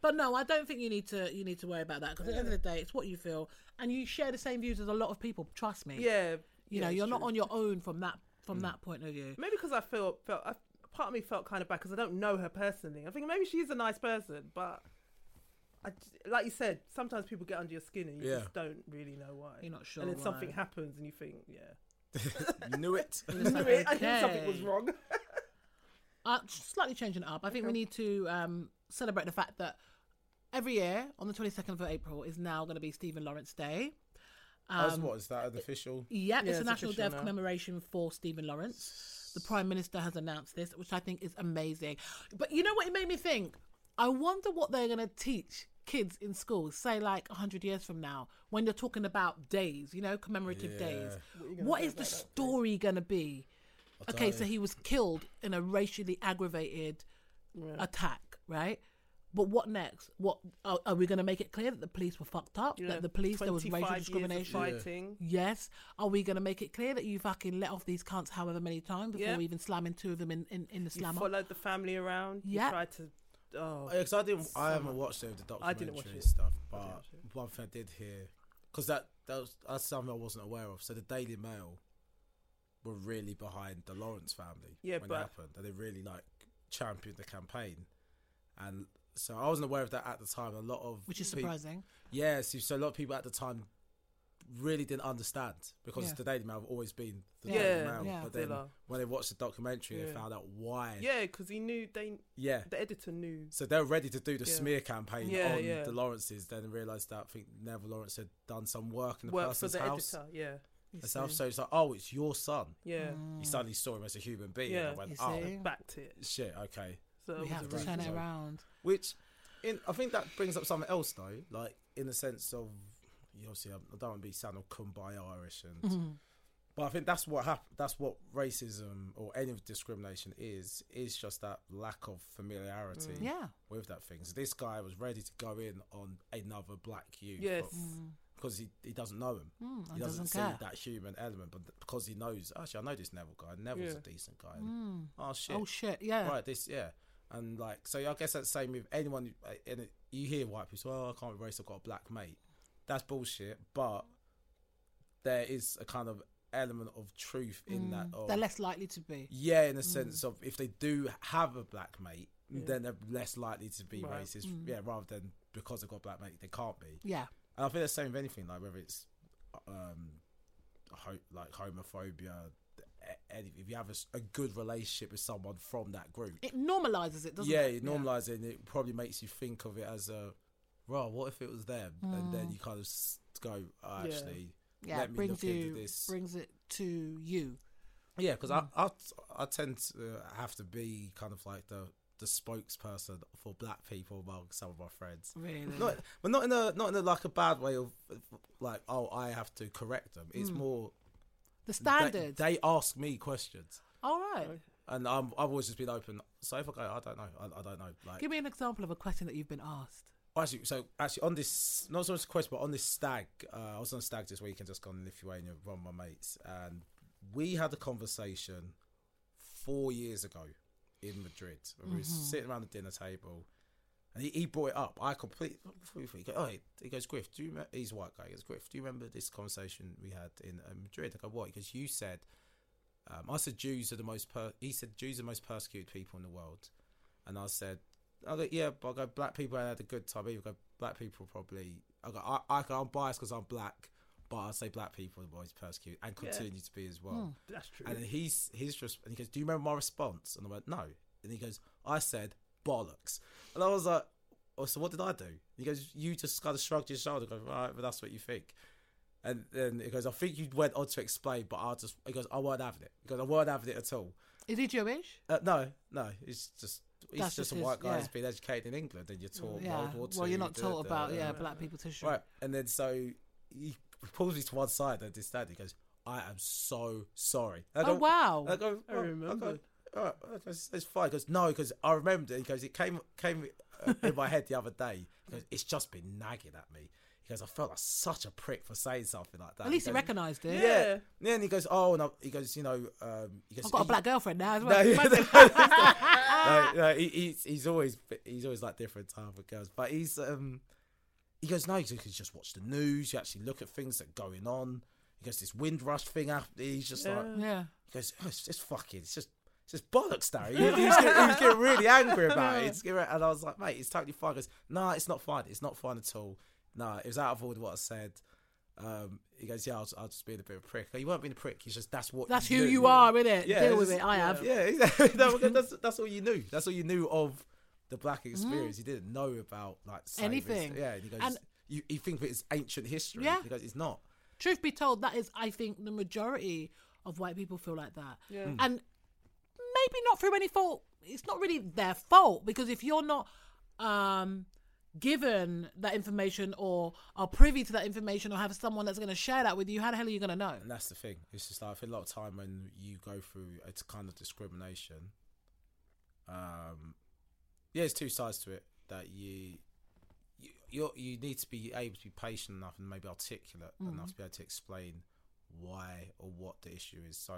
S2: But no, I don't think you need to you need to worry about that because at the end of the day, it's what you feel, and you share the same views as a lot of people. Trust me.
S4: yeah. Mm.
S2: You know, you're not on your own from that from that point of view.
S4: Maybe because I feel felt I, part of me felt kind of bad because I don't know her personally. I think maybe she is a nice person, but I j- like you said, sometimes people get under your skin and you
S3: Yeah.
S4: just don't really know why.
S2: You're not sure
S4: And then something
S2: why.
S4: happens and you think, yeah,
S3: You knew it.
S4: Um,
S2: Okay.
S4: I knew something was wrong.
S2: Uh, slightly changing it up. I think we need to um, celebrate the fact that every year on the 22nd of April is now going to be Stephen Lawrence Day.
S3: As what is that an official?
S2: Yeah, it's a
S4: it's
S2: national day
S4: official
S2: of
S4: now.
S2: commemoration for Stephen Lawrence. The Prime Minister has announced this, which I think is amazing. But you know what it made me think? I wonder what they're going to teach kids in schools, say like 100 years from now, when you're talking about days, you know, commemorative days. What is the story going to be? Okay, so he was killed in a racially aggravated attack, right? But what next? What are, are we going to make it clear that the police were fucked up?
S4: Yeah,
S2: That the police there was
S4: 25
S2: racial
S4: years of
S2: discrimination.
S4: Fighting.
S2: Yes. Are we going to make it clear that you fucking let off these cunts however many times before
S4: Yeah.
S2: even slamming two of them in, in, in the
S4: You
S2: slammer?
S4: followed the family around.
S2: Yeah.
S4: You tried to. Oh,
S3: Because I didn't, I haven't watched any of the
S4: I
S3: documentary
S4: didn't watch it.
S3: stuff, but one thing I did hear, because that that was, that's something I wasn't aware of. So the Daily Mail were really behind the Lawrence family
S4: Yeah,
S3: when it
S4: but-
S3: happened, and they really like championed the campaign, and so I wasn't aware of that at the time. A lot of
S2: which is
S3: peop-
S2: surprising.
S3: Yeah, so, so a lot of people at the time really didn't understand because
S2: Yeah.
S3: the Daily Mail have always been the Daily
S4: Yeah.
S3: Mail.
S2: Yeah.
S3: but
S4: They
S3: then
S4: are.
S3: when they watched the documentary, they
S4: Yeah.
S3: found out why.
S4: yeah, because he knew they.
S3: yeah.
S4: The editor knew.
S3: So they were ready to do the
S4: Yeah.
S3: smear campaign
S4: Yeah,
S3: on
S4: yeah.
S3: the Lawrences. Then realised that I think Neville Lawrence had done some work in the
S4: Worked for
S3: person's
S4: the
S3: house
S4: editor. Yeah.
S3: herself. So it's like, oh, it's your son.
S4: Yeah.
S2: Mm.
S3: He suddenly saw him as a human being.
S4: Mm. Yeah,
S3: and I went,
S2: You
S3: oh,
S2: see?
S4: Backed it.
S3: shit, okay.
S4: So
S2: Mm. we
S4: it was
S2: have
S4: a
S2: to
S4: reason.
S2: turn it
S3: reason.
S2: around.
S3: Which, in I think that brings up something else though, like in the sense of you obviously um, I don't want to be sound all kumbaya Irish and,
S4: Mm-hmm.
S3: but I think that's what hap- That's what racism or any of discrimination is. Is just that lack of familiarity.
S4: Mm.
S2: Yeah.
S3: With that thing, so this guy was ready to go in on another black youth.
S4: Yes.
S3: but-
S2: Mm.
S3: Because he, he doesn't know him. he
S2: and
S3: doesn't,
S2: doesn't
S3: see
S2: care.
S3: that human element, but because he knows, actually, I know this Neville guy. Neville's
S4: Yeah.
S3: a decent guy. and, Oh, shit
S2: Oh shit! Yeah.
S3: right this yeah and like so i guess that's the same with anyone who- uh, and it- you hear white people say, oh i can't be racist i've got a black mate that's bullshit but there is a kind of element of truth in that of,
S2: Mm. They're less likely to be.
S3: yeah in a sense of if they do have a black mate then they're less likely to be
S4: Right.
S3: racist yeah rather than because they've got a black mate they can't be
S2: Yeah.
S3: and I think that's the same with anything, like whether it's um, ho- like homophobia. a- Any, if you have a, s- a good relationship with someone from that group,
S2: It normalizes it, doesn't
S3: yeah,
S2: it?
S3: it normalizing it probably makes you think of it as a, well, what if it was them? And then you kind of s- go, oh,
S4: Yeah.
S3: actually,
S2: Yeah.
S3: let me
S2: brings
S3: look
S2: you
S3: into this.
S2: brings it to you.
S3: Yeah, because I, I I tend to have to be kind of like the the spokesperson for black people among some of my friends.
S2: Really.
S3: Not, but not in a not in a like a bad way of like oh I have to correct them. It's more
S2: the
S3: they-
S2: standards.
S3: They, ask me questions,
S2: All right.
S3: and I'm I've always just been open. So if I go, I don't know, I, I don't know. Like
S2: Give me an example of a question that you've been asked.
S3: Actually, so actually on this, not so much a question, but on this stag, uh, I was on a stag this weekend, just gone in Lithuania with one of my mates, and we had a conversation four years ago in Madrid. When We were sitting around the dinner table, and he, he brought it up. I completely, he goes, oh, he goes, Griff, do you remember, he's a white guy, he goes, Griff, do you remember this conversation we had in uh, Madrid? I go, what? Because you said, um, I said Jews are the most, per- he said Jews are the most persecuted people in the world. And I said, I go, yeah, but I go, black people had a good time. Either go, black people probably. I go, I, I go, I'm biased because I'm black, but I say black people are always persecuted and continue to be as well.
S4: That's true.
S3: And then he's he's just and he goes, do you remember my response? And I went, no. And he goes, I said bollocks, and I was like, oh, so what did I do? He goes, you just kind of shrugged your shoulder, go, right, but that's what you think. And then it goes, I think you went on to explain, but I just, he goes, I weren't having it. He goes, I weren't having it at all.
S2: Is he Jewish?
S3: Uh, no, no, it's just he's
S2: That's
S3: just
S2: just
S3: a
S2: his-
S3: white guy who's
S2: yeah.
S3: been educated in England, and you're taught
S2: Yeah.
S3: World War Two.
S2: Well, you're not
S3: da,
S2: taught
S3: da,
S2: about
S3: da,
S2: yeah
S3: da.
S2: black people's history.
S3: right. And then so he pulls me to one side and this dad he goes, "I am so sorry." And I
S2: Oh, wow.
S3: and I go, "Oh,
S4: remembered.
S3: I go, "Oh, okay, it's, it's fine. He goes, no, because I remembered. it." He goes, it came came uh, in my head the other day. He goes, it's just been nagging at me. He He goes, I felt like such a prick for saying something like that.
S2: At least he
S3: goes,
S2: recognised it.
S3: Yeah.
S4: Yeah.
S3: Yeah, and he goes, oh, and I, he goes, you know, um, he goes,
S2: I've got a
S3: "He-
S2: black girlfriend now as
S3: no,
S2: well.
S3: yeah, no, no, no, he, he's, he's always he's always like different type of girls, but he's um he goes no, he goes, you can just watch the news, you actually look at things that are going on. He goes this windrush thing up. He's just like
S2: yeah.
S3: he goes, oh, it's just fucking, it's just it's just bollocks, Darry. He, he was getting, he was getting really angry about it. He's getting- and I was like, mate, it's totally fine. He goes, no, it's not fine. It's not fine at all. No, it was out of order what I said. Um, he goes, yeah, I was, I was just being a bit of a prick. Like, you weren't being a prick. He's just that's what
S2: That's
S3: you
S2: who
S3: do."
S2: you are, innit?
S3: Yeah,
S2: Deal with
S3: it's-
S2: it. I have.
S3: Yeah, exactly. That was- that's that's all you knew. That's all you knew of the black experience. You didn't know about like slavery.
S2: Mm-hmm. Anything.
S3: Yeah, and he goes,
S2: And-
S3: you, you think it's ancient history.
S2: Yeah.
S3: He goes, it's not.
S2: Truth be told, that is, I think, the majority of white people feel like that. Yeah.
S3: Mm.
S2: And maybe not through any fault. It's not really their fault because if you're not um, given that information or are privy to that information or have someone that's going to share that with you, how the hell are you going to know?
S3: And that's the thing. It's just like I feel a lot of time when you go through it's kind of discrimination. Um, yeah, it's two sides to it that you. You, you're, you need to be able to be patient enough and maybe articulate
S2: Mm-hmm.
S3: enough to be able to explain why or what the issue is. So,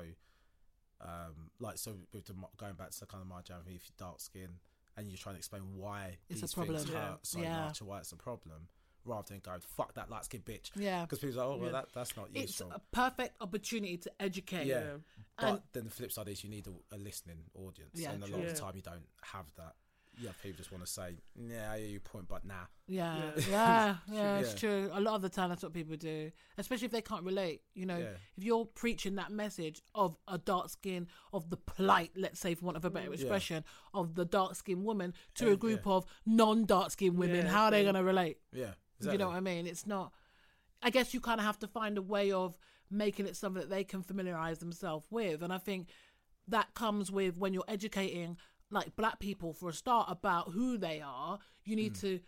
S3: um, like, so with the, mo- going back to the kind of my jam, if you're dark skin and you're trying to explain why
S2: It's a
S3: these
S2: problem.
S3: things
S2: Yeah.
S3: hurt so
S2: Yeah.
S3: much or why it's a problem, rather than going fuck that light skin bitch.
S2: Yeah.
S3: because people are like, oh well, that, that's not
S2: It's
S3: useful.
S2: a perfect opportunity to educate.
S3: Yeah. But
S2: And-
S3: then the flip side is you need a, a listening audience.
S2: Yeah,
S3: and a
S2: true.
S3: lot of
S4: Yeah.
S3: the time you don't have that. Yeah, people just want to say, yeah, I hear your point, but nah.
S2: Yeah, yeah,
S4: Yeah.
S2: yeah, it's
S3: Yeah.
S2: true. A lot of the time, that's what people do, especially if they can't relate. You know,
S3: Yeah.
S2: if you're preaching that message of a dark skin, of the plight, let's say, for want of a better expression, of the dark skinned woman to a group of non dark skinned women,
S4: Yeah,
S2: how are they going to relate?
S3: Yeah.
S2: Do
S3: Exactly.
S2: You know what I mean? It's not. I guess you kind of have to find a way of making it something that they can familiarize themselves with, and I think that comes with when you're educating like black people for a start about who they are. You
S3: Hmm.
S2: need to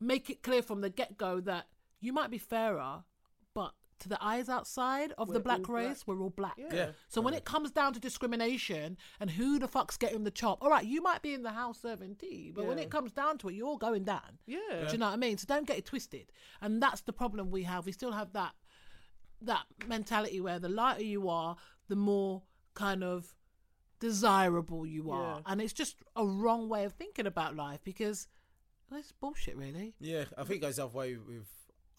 S2: make it clear from the get go that you might be fairer, but to the eyes outside of the
S4: We're
S2: black
S4: all black.
S2: race, we're all black.
S3: Yeah.
S2: So when it comes down to discrimination and who the fuck's getting the chop, all right, you might be in the house serving tea, but when
S4: Yeah.
S2: it comes down to it, you're all going down.
S4: Yeah.
S2: Do you know what I mean? So don't get it twisted. And that's the problem we have. We still have that that mentality where the lighter you are, the more kind of desirable you are.
S4: Yeah.
S2: And it's just a wrong way of thinking about life because it's bullshit really.
S3: Yeah, I think it goes the other way with.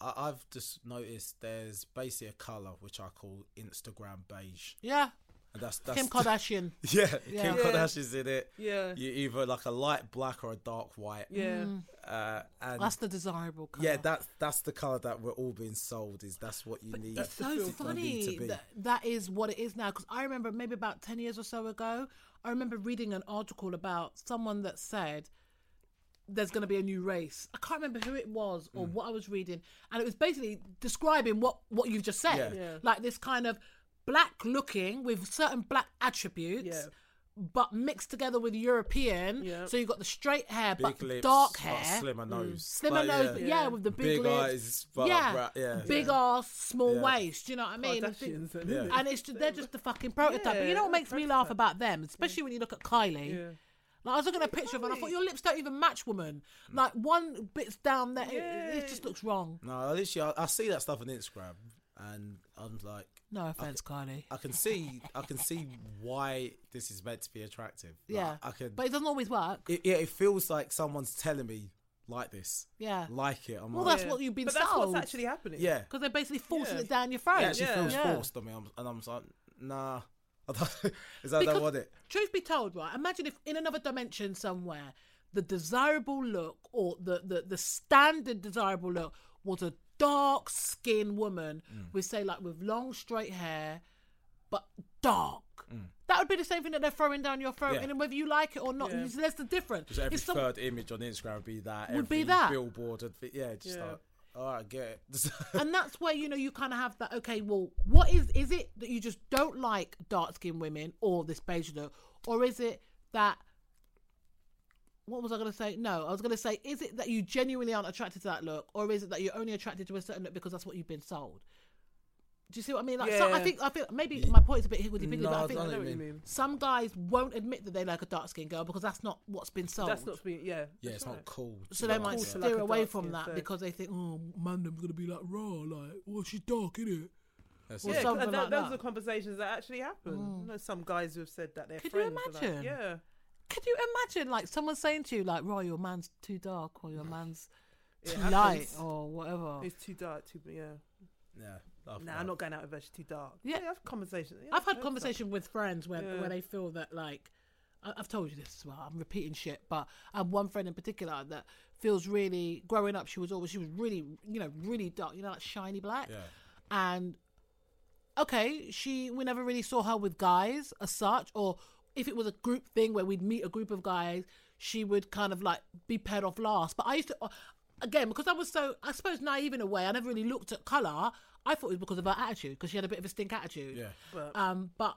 S3: I, I've just noticed there's basically a colour which I call Instagram beige.
S2: Yeah.
S3: And that's, that's
S2: Kim Kardashian.
S3: Yeah,
S2: Yeah.
S3: Kim Kardashian's in it.
S4: Yeah.
S3: You're either like a light black or a dark white.
S4: Yeah.
S3: Uh, and
S2: That's the desirable colour.
S3: yeah, that's that's the colour that we're all being sold is that's what you need.
S2: It's so
S3: you need to
S2: funny
S3: be.
S2: that that is what it is now. Because I remember maybe about 10 years or so ago, I remember reading an article about someone that said there's going to be a new race. I can't remember who it was
S3: Mm.
S2: or what I was reading. And it was basically describing what, what you've just said.
S3: Yeah.
S4: Yeah.
S2: Like this kind of black looking with certain black attributes.
S4: Yeah.
S2: But mixed together with European,
S4: Yeah.
S2: so you've got the straight hair, but
S3: big lips,
S2: dark
S3: like
S2: hair,
S3: slimmer nose,
S2: slimmer
S3: Like,
S2: nose, but yeah.
S4: Yeah.
S2: with the big,
S3: Big
S2: lips,
S3: eyes, but
S2: yeah,
S3: bra- yeah.
S2: big
S3: Yeah.
S2: ass, small
S3: Yeah.
S2: waist. You know what I mean? And, thi-
S4: Kardashians, then,
S3: Yeah.
S4: isn't it?
S2: and it's just, they're just the fucking prototype. but you know what
S4: Yeah,
S2: makes me laugh about them, especially when you look at Kylie.
S4: Yeah.
S2: Like I was looking at a picture of her, and I thought your lips don't even match, woman. Like one bit's down there, it- it, it
S4: Yeah.
S2: just looks wrong.
S3: No, I literally, I, I see that stuff on Instagram, and I'm like,
S2: No offense, Kylie.
S3: I can see, I can see why this is meant to be attractive. Like,
S2: Yeah,
S3: I can.
S2: but it doesn't always work.
S3: it, yeah, it feels like someone's telling me like this,
S2: Yeah,
S3: like it. I'm
S2: Well,
S3: like,
S2: that's what you've been
S4: But that's
S2: sold.
S4: what's actually happening.
S3: yeah,
S2: because they're basically forcing
S4: Yeah.
S2: it down your throat.
S3: it actually
S4: Yeah.
S3: feels
S2: Yeah.
S3: forced on me, I'm, and I'm just like, nah, I don't, is that I don't
S2: Because-
S3: want it?
S2: Truth be told, right? Imagine if in another dimension somewhere, the desirable look or the the, the standard desirable look was a dark skinned woman
S3: Mm.
S2: with say like with long straight hair, but dark. That would be the same thing that they're throwing down your throat,
S3: Mm. Yeah.
S2: and whether you like it or not,
S4: Yeah.
S2: you- that's the difference.
S3: Because every
S2: It's some-
S3: third image on Instagram would be that.
S2: Would be
S3: every
S2: that.
S3: billboard. Would be, yeah, just
S4: Yeah.
S3: like, all right, I get it.
S2: and that's where you know you kind of have that. Okay, well, what is is it that you just don't like dark skinned women or this beige look, or is it that what was I going to say? No, I was going to say, is it that you genuinely aren't attracted to that look, or is it that you're only attracted to a certain look because that's what you've been sold? Do you see what I mean? Like, so I
S4: Yeah.
S2: think I feel maybe my point is a bit higgledy piggledy,
S3: No,
S2: but I
S3: I
S2: think
S3: don't
S4: I know
S3: know
S4: what
S3: what
S4: you
S3: you
S4: mean.
S2: some guys won't admit that they like a dark skinned girl because that's not what's been sold.
S4: That's not being yeah.
S3: Yeah,
S4: that's
S3: it's
S4: right.
S3: not cool.
S2: so they
S3: Like,
S2: might
S4: cool
S3: yeah.
S4: to
S2: steer
S4: like a
S2: away
S4: dark-skinned
S2: from that
S4: thing.
S2: because they think, oh, man, them's gonna be like raw, like, well, she's dark, innit?
S3: That's
S2: Or
S3: it.
S4: Yeah, and
S2: something
S4: tha-
S2: like that.
S4: those
S2: Mm.
S4: are conversations that actually happen. I know some guys who have said that they're
S2: Could you
S4: friends. are like,
S2: imagine?
S4: yeah.
S2: Could you imagine like someone saying to you like, "Raw, your man's too dark, or your man's
S4: it
S2: too
S4: happens.
S2: light, oh. or whatever"?
S4: It's too dark. Too yeah.
S3: Yeah. Laugh
S4: Nah,
S3: about
S4: I'm
S3: it.
S4: not going out with her. She's too dark.
S2: Yeah.
S4: I've conversations. Yeah,
S2: I've
S4: heard
S2: had
S4: some.
S2: conversation with friends where
S4: Yeah.
S2: where they feel that like I- I've told you this as well. I'm repeating shit, but I have one friend in particular that feels really growing up. She was always she was really you know really dark, you know, like shiny black.
S3: Yeah.
S2: And okay, she we never really saw her with guys as such, or if it was a group thing where we'd meet a group of guys, she would kind of like be paired off last. But I used to, uh, again, because I was so I suppose naive in a way. I never really looked at color. I thought it was because of her attitude, because she had a bit of a stink attitude.
S3: Yeah.
S2: Um, but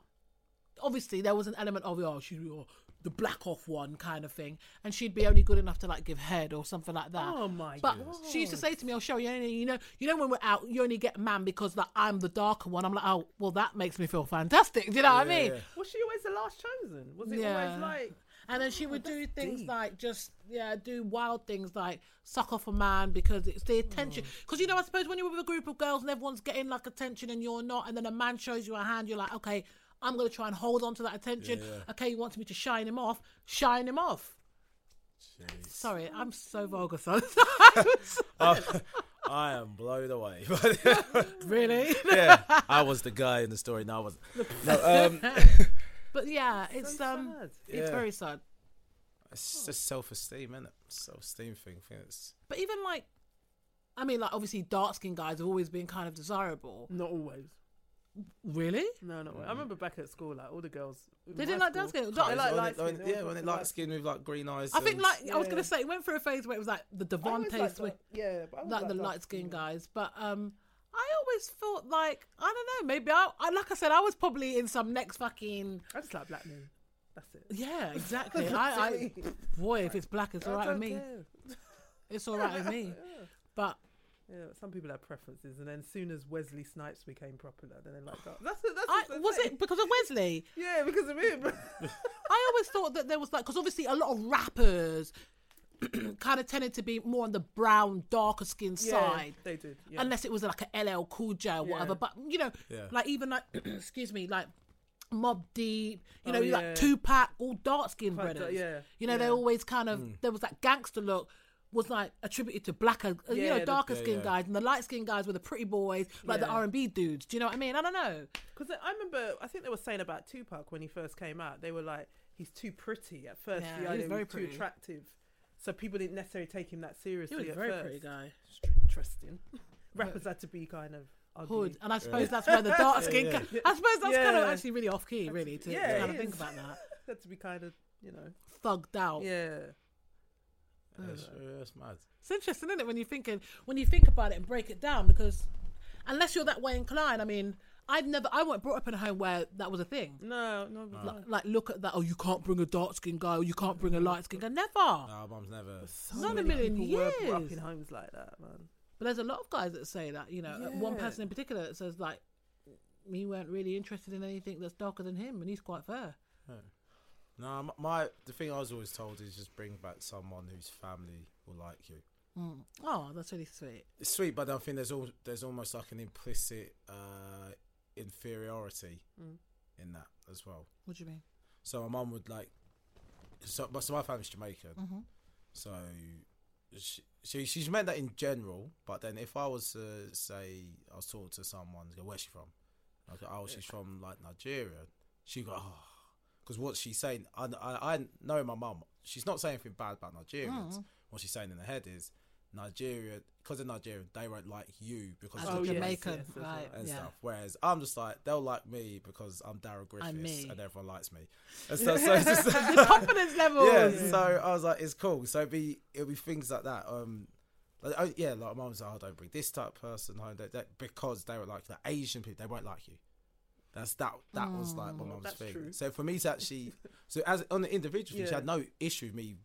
S2: obviously there was an element of oh she's oh, the black off one kind of thing, and she'd be only good enough to like give head or something like that.
S4: Oh my
S2: But
S4: God.
S2: she used to say to me, "Oh, Sherry, you know, you know, you know, when we're out, you only get man because like I'm the darker one." I'm like, "Oh, well, that makes me feel fantastic." Do you know what I mean?
S3: yeah.
S4: Was she always the last chosen? Was it
S2: Yeah.
S4: always like? Oh,
S2: And then she would do things
S4: deep.
S2: like just yeah, do wild things like suck off a man because it's the attention. Because you know, I suppose when you're with a group of girls and everyone's getting like attention and you're not, and then a man shows you a hand, you're like, okay, I'm gonna try and hold on to that attention. Okay, you want me to shine him off, shine him off. Sorry, I'm so vulgar sometimes.
S3: Oh, I am blown away.
S2: really?
S3: yeah, I was the guy in the story. No, I wasn't. No, um,
S2: But yeah, it's um,
S4: sad.
S2: it's
S3: Yeah.
S2: very sad.
S3: it's just self-esteem, isn't it? Self-esteem thing. I think it's
S2: But even like, I mean, like obviously dark skinned guys have always been kind of desirable.
S4: Not always.
S2: Really?
S4: No, not always. I remember back at school, like all the girls.
S2: They didn't like dark skinned.
S4: I like
S3: When
S4: light
S3: it- when
S4: skin,
S3: it-
S4: they
S3: Yeah,
S4: always
S3: when it
S4: like-
S3: light skin with like green eyes.
S2: I think
S3: and-
S2: like I was
S4: Yeah.
S2: gonna say, it went through a phase where it was like the Devontes were
S4: yeah, but I always
S2: like the light
S4: liked dark-skinned
S2: skinned guys, but um. I always felt like I don't know. Maybe I, I, like I said, I was probably in some next fucking
S4: I just like black men. That's it.
S2: yeah, exactly. I, I boy, if it's black, it's all right with me. It's all right with me. But
S4: Yeah, but some people have preferences, and then soon as Wesley Snipes became popular, then they like dark. That's, that's
S2: I
S4: that's the
S2: was
S4: thing.
S2: it because of Wesley.
S4: Yeah, because of him.
S2: I always thought that there was like, because obviously a lot of rappers kind of tended to be more on the brown, darker skin side.
S4: they did. Yeah.
S2: Unless it was like a LL Cool J or whatever,
S4: Yeah.
S2: but you know,
S3: Yeah.
S2: like even like, excuse me, like Mob Deep, you
S4: Oh,
S2: know,
S4: yeah.
S2: like Tupac, all dark skinned
S4: Quite dark,
S2: brothers.
S4: yeah,
S2: You know, they
S4: yeah.
S2: always kind of
S3: Mm.
S2: there was that gangster look was like attributed to blacker, uh, you
S4: Yeah,
S2: know,
S4: the-
S2: darker
S3: Yeah,
S2: skinned
S3: yeah.
S2: guys, and the light skinned guys were the pretty boys, like the
S4: Yeah.
S2: R and B dudes. Do you know what I mean? I don't know.
S4: Because I remember, I think they were saying about Tupac when he first came out. They were like, he's too pretty at first.
S2: Yeah,
S4: the
S2: he was
S4: idea
S2: very
S4: was too
S2: pretty.
S4: attractive. So people didn't necessarily take him that
S2: He
S4: seriously
S2: was a
S4: at
S2: very
S4: first.
S2: pretty guy.
S4: Interesting. Rappers had to be kind of ugly.
S2: hood, and I suppose that's where the dark skin.
S3: Yeah,
S2: I suppose that's kind of
S4: Yeah.
S2: actually really off key, really, to
S4: yeah,
S2: kind
S4: it
S2: of think
S4: is.
S2: about that.
S4: Had to be kind of, you know.
S2: Thugged
S3: Oh.
S2: out.
S4: Yeah.
S3: Yeah, it's, yeah, it's mad.
S2: It's interesting, isn't it, when you thinking when you think about it and break it down, because unless you're that way inclined, I mean, I'd never, I wasn't brought up in a home where that was a thing.
S4: No, no. it was
S2: Like, like look at that. Oh, you can't bring a dark skinned guy, or you can't bring a light skinned guy. Never.
S4: Oh.
S3: No, our mum's never.
S4: not.
S2: Not in a
S4: Many
S2: million
S4: people were brought up
S2: years.
S4: in homes like that, man.
S2: But there's a lot of guys that say that. You know, uh, one
S4: Yeah.
S2: person in particular that says like, he weren't really interested in anything that's darker than him, and he's quite fair.
S3: No, m- my the thing I was always told is just bring back someone whose family will like you.
S2: Oh, that's really sweet.
S3: It's sweet, but I think there's all there's almost like an implicit uh, inferiority
S4: Mm.
S3: in that as well.
S2: What do you mean?
S3: So my mum would like, so, but- so my family's Jamaican,
S2: Mm-hmm.
S3: so she, she she's meant that in general. But then if I was to say I was talking to someone, go where's she from? I go, oh, she's from like Nigeria. She go, oh, because what she's saying, I, I I know my mum. She's not saying anything bad about Nigerians.
S2: Mm-hmm.
S3: What she's saying in her head is Nigeria, because they're Nigerian, they won't like you because
S2: As
S3: of
S2: a
S4: Oh,
S3: the
S4: yes,
S2: Jamaican,
S4: yes, that's
S2: right?
S3: and
S2: yeah.
S3: stuff. Whereas I'm just like they'll like me because I'm Daryl Griffiths
S2: me.
S3: and everyone likes me. And so, so it's just,
S2: confidence levels.
S3: yeah, so I was like, it's cool. So it'd be it'll be things like that. Um, like, oh yeah, like my mum's like, oh, don't bring this type of person home that, that- because they were like the Asian people, they won't like you. That's that. That was like my mum's
S4: Oh, that's
S3: thing.
S4: true.
S3: So for me to actually, so as on the individual, thing, she
S4: Yeah.
S3: had no issue with me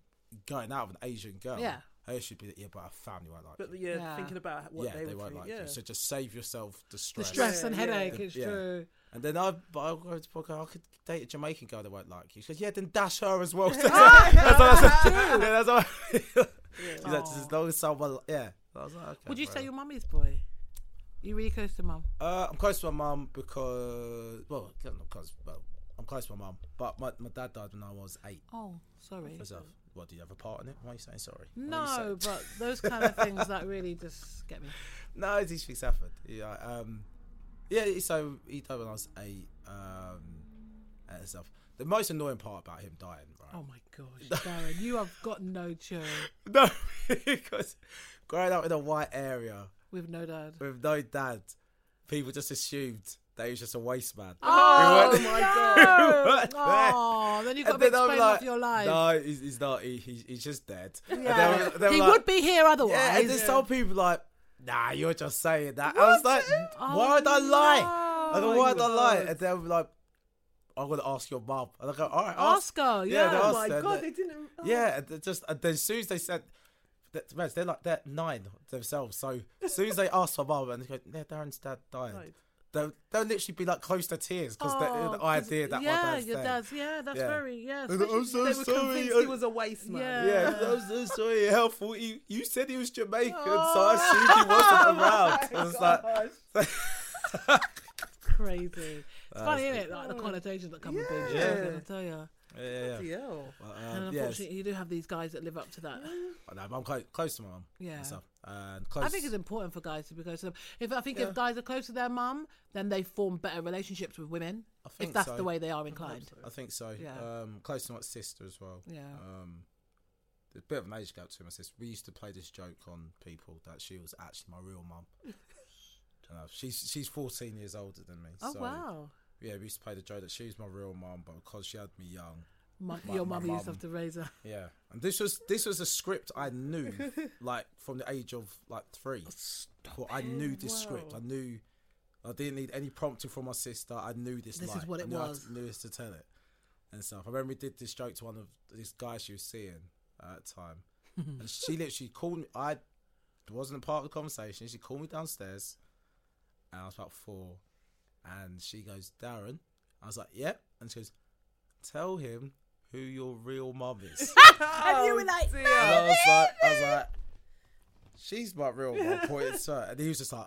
S3: going out with an Asian girl.
S2: Yeah.
S3: Her issue would be that, yeah, but our family won't like
S4: But
S3: you.
S4: yeah,
S2: Yeah.
S4: thinking about what
S3: yeah,
S4: they,
S3: they,
S4: would
S3: won't
S4: treat,
S3: like
S4: yeah.
S3: you. So just save yourself the
S2: The
S3: stress.
S2: stress and
S4: Yeah,
S2: headache
S3: yeah.
S2: is
S3: Yeah.
S2: true.
S3: And then I, but I go to podcast. I could date a Jamaican girl that won't like you. She goes, yeah, then dash her as well. that's what I said. Yeah, that's what. I- She's like, just as long as someone, yeah. I was like, okay,
S2: Would you
S3: fair
S2: say
S3: enough.
S2: your mummy's boy? You really close to mum?
S3: Uh, I'm close to my mum because, well, not close, well, I'm close to my mum. But my, my dad died when I was eight.
S2: Oh, sorry.
S3: So, what do you have a part in it? Why are you saying sorry? Why are
S2: No,
S3: you saying-
S2: but those kind of things that really just get me.
S3: no, it's these things happened. Yeah, um, yeah. So he died when I was eight. Um, and stuff. The most annoying part about him dying, right?
S2: Oh my gosh, Darren, you have got no children
S3: No, because growing up in a white area
S2: with no dad.
S3: with no dad, people just assumed that he was just a waste man.
S2: Oh
S3: weren't-
S2: my
S3: He
S2: god!
S3: weren't
S2: Oh, then you've got to
S3: And then I'm
S2: explain
S3: like,
S2: off your life.
S3: No, he's, he's not. He, he's, he's just dead. And
S2: Yeah.
S3: they were- they were
S2: he
S3: like-
S2: would be here otherwise.
S3: Yeah, and then some people like, nah, you're just saying that. I was like, why would I lie? I go,
S2: no.
S3: why would I lie? And they were like, I'm gonna ask your mum. And I go, all right,
S2: Ask
S3: ask.
S2: her,
S3: Yeah, they
S2: yeah.
S4: Oh
S3: asked
S4: my
S3: her,
S4: god,
S3: and
S4: they didn't. Oh.
S3: Yeah, and they just and then as soon as they said, that, man, they're like they're nine themselves. So as soon as they asked for mum and they go, yeah, Darren's dad died.
S4: Died.
S3: They'll, they'll literally be like close to tears because
S2: Oh,
S3: the
S2: 'cause-
S3: idea that
S2: yeah,
S3: my dad's
S2: your
S3: dead.
S2: dad's, yeah, that's
S3: Yeah.
S2: very, yeah.
S3: And I'm
S2: especially-
S3: so
S4: They were
S3: sorry.
S4: convinced
S3: I-
S4: he was a waste man.
S2: Yeah.
S3: Yeah, I'm so sorry. Helpful. You, you said he was Jamaican, so I assumed he wasn't
S4: Oh
S2: Oh
S3: around. I was like,
S2: crazy. It's funny, isn't it? Like the connotations that come with being
S4: Yeah.
S2: children, I tell you.
S3: yeah, yeah. yeah.
S4: Hell.
S2: And
S3: Um, yes.
S2: unfortunately, you do have these guys that live up to that.
S3: I know, but I'm close, close to my mum.
S2: Yeah.
S3: And, stuff. and close.
S2: I think it's important for guys to be close to them. If I think if guys are close to their mum, then they form better relationships with women.
S3: I think
S2: if that's
S3: so.
S2: the way they are inclined.
S3: I think so.
S2: Yeah.
S3: Um, close to my sister as well.
S2: Yeah.
S3: Um, there's a bit of an age gap to my sister. We used to play this joke on people that she was actually my real mum. And, uh, she's she's 14 years older than me.
S2: Oh
S3: so,
S2: wow,
S3: Yeah, we used to play the joke that she was my real mum, but because she had me young,
S2: Mum-
S3: my-
S2: your
S3: my
S2: mum used to
S3: mum.
S2: have to raise her.
S3: Yeah, and this was this was a script I knew, like from the age of like
S2: Oh,
S3: three. Well, I knew this script. I knew I didn't need any prompting from my sister. I knew this.
S2: This is
S3: line.
S2: what
S3: I
S2: it
S3: knew I
S2: was.
S3: t- knew us to tell it and stuff. I remember we did this joke to one of these guys she was seeing at the time, and she literally called me. I wasn't a part of the conversation. She called me downstairs, and I was about four, and she goes, "Darren," I was like, "Yep," and she goes, "Tell him." Who your real mum is?
S2: and you were like,
S3: And I was like, I was like, she's my real one. I Pointed to her, and he was just like,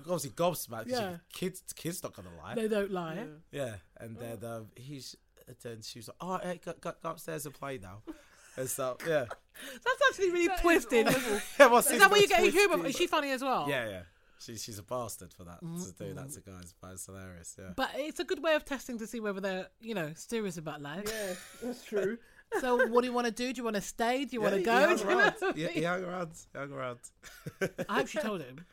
S3: obviously gobsmacked. 'cause you-
S2: Yeah.
S3: kids, kids not gonna lie.
S2: they don't lie.
S3: Yeah, and then um, he's, and then she was like, all right, hey, go, go, go upstairs and play now. And so yeah,
S2: That's actually really twisted. Is
S3: yeah my
S2: that where you get your humour? from? Is she funny as well?
S3: Yeah, yeah. She, she's a bastard for that to do that to guys, but it's hilarious. Yeah.
S2: But it's a good way of testing to see whether they're, you know, serious about life.
S4: Yeah, that's true.
S2: So, what do you want to do? Do you want to stay? Do you want to
S3: Yeah,
S2: go?
S3: He
S2: Do
S3: hung
S2: you know
S3: around.
S2: what I
S3: Yeah,
S2: mean?
S3: he hung around. He hung around.
S2: I hope she told him.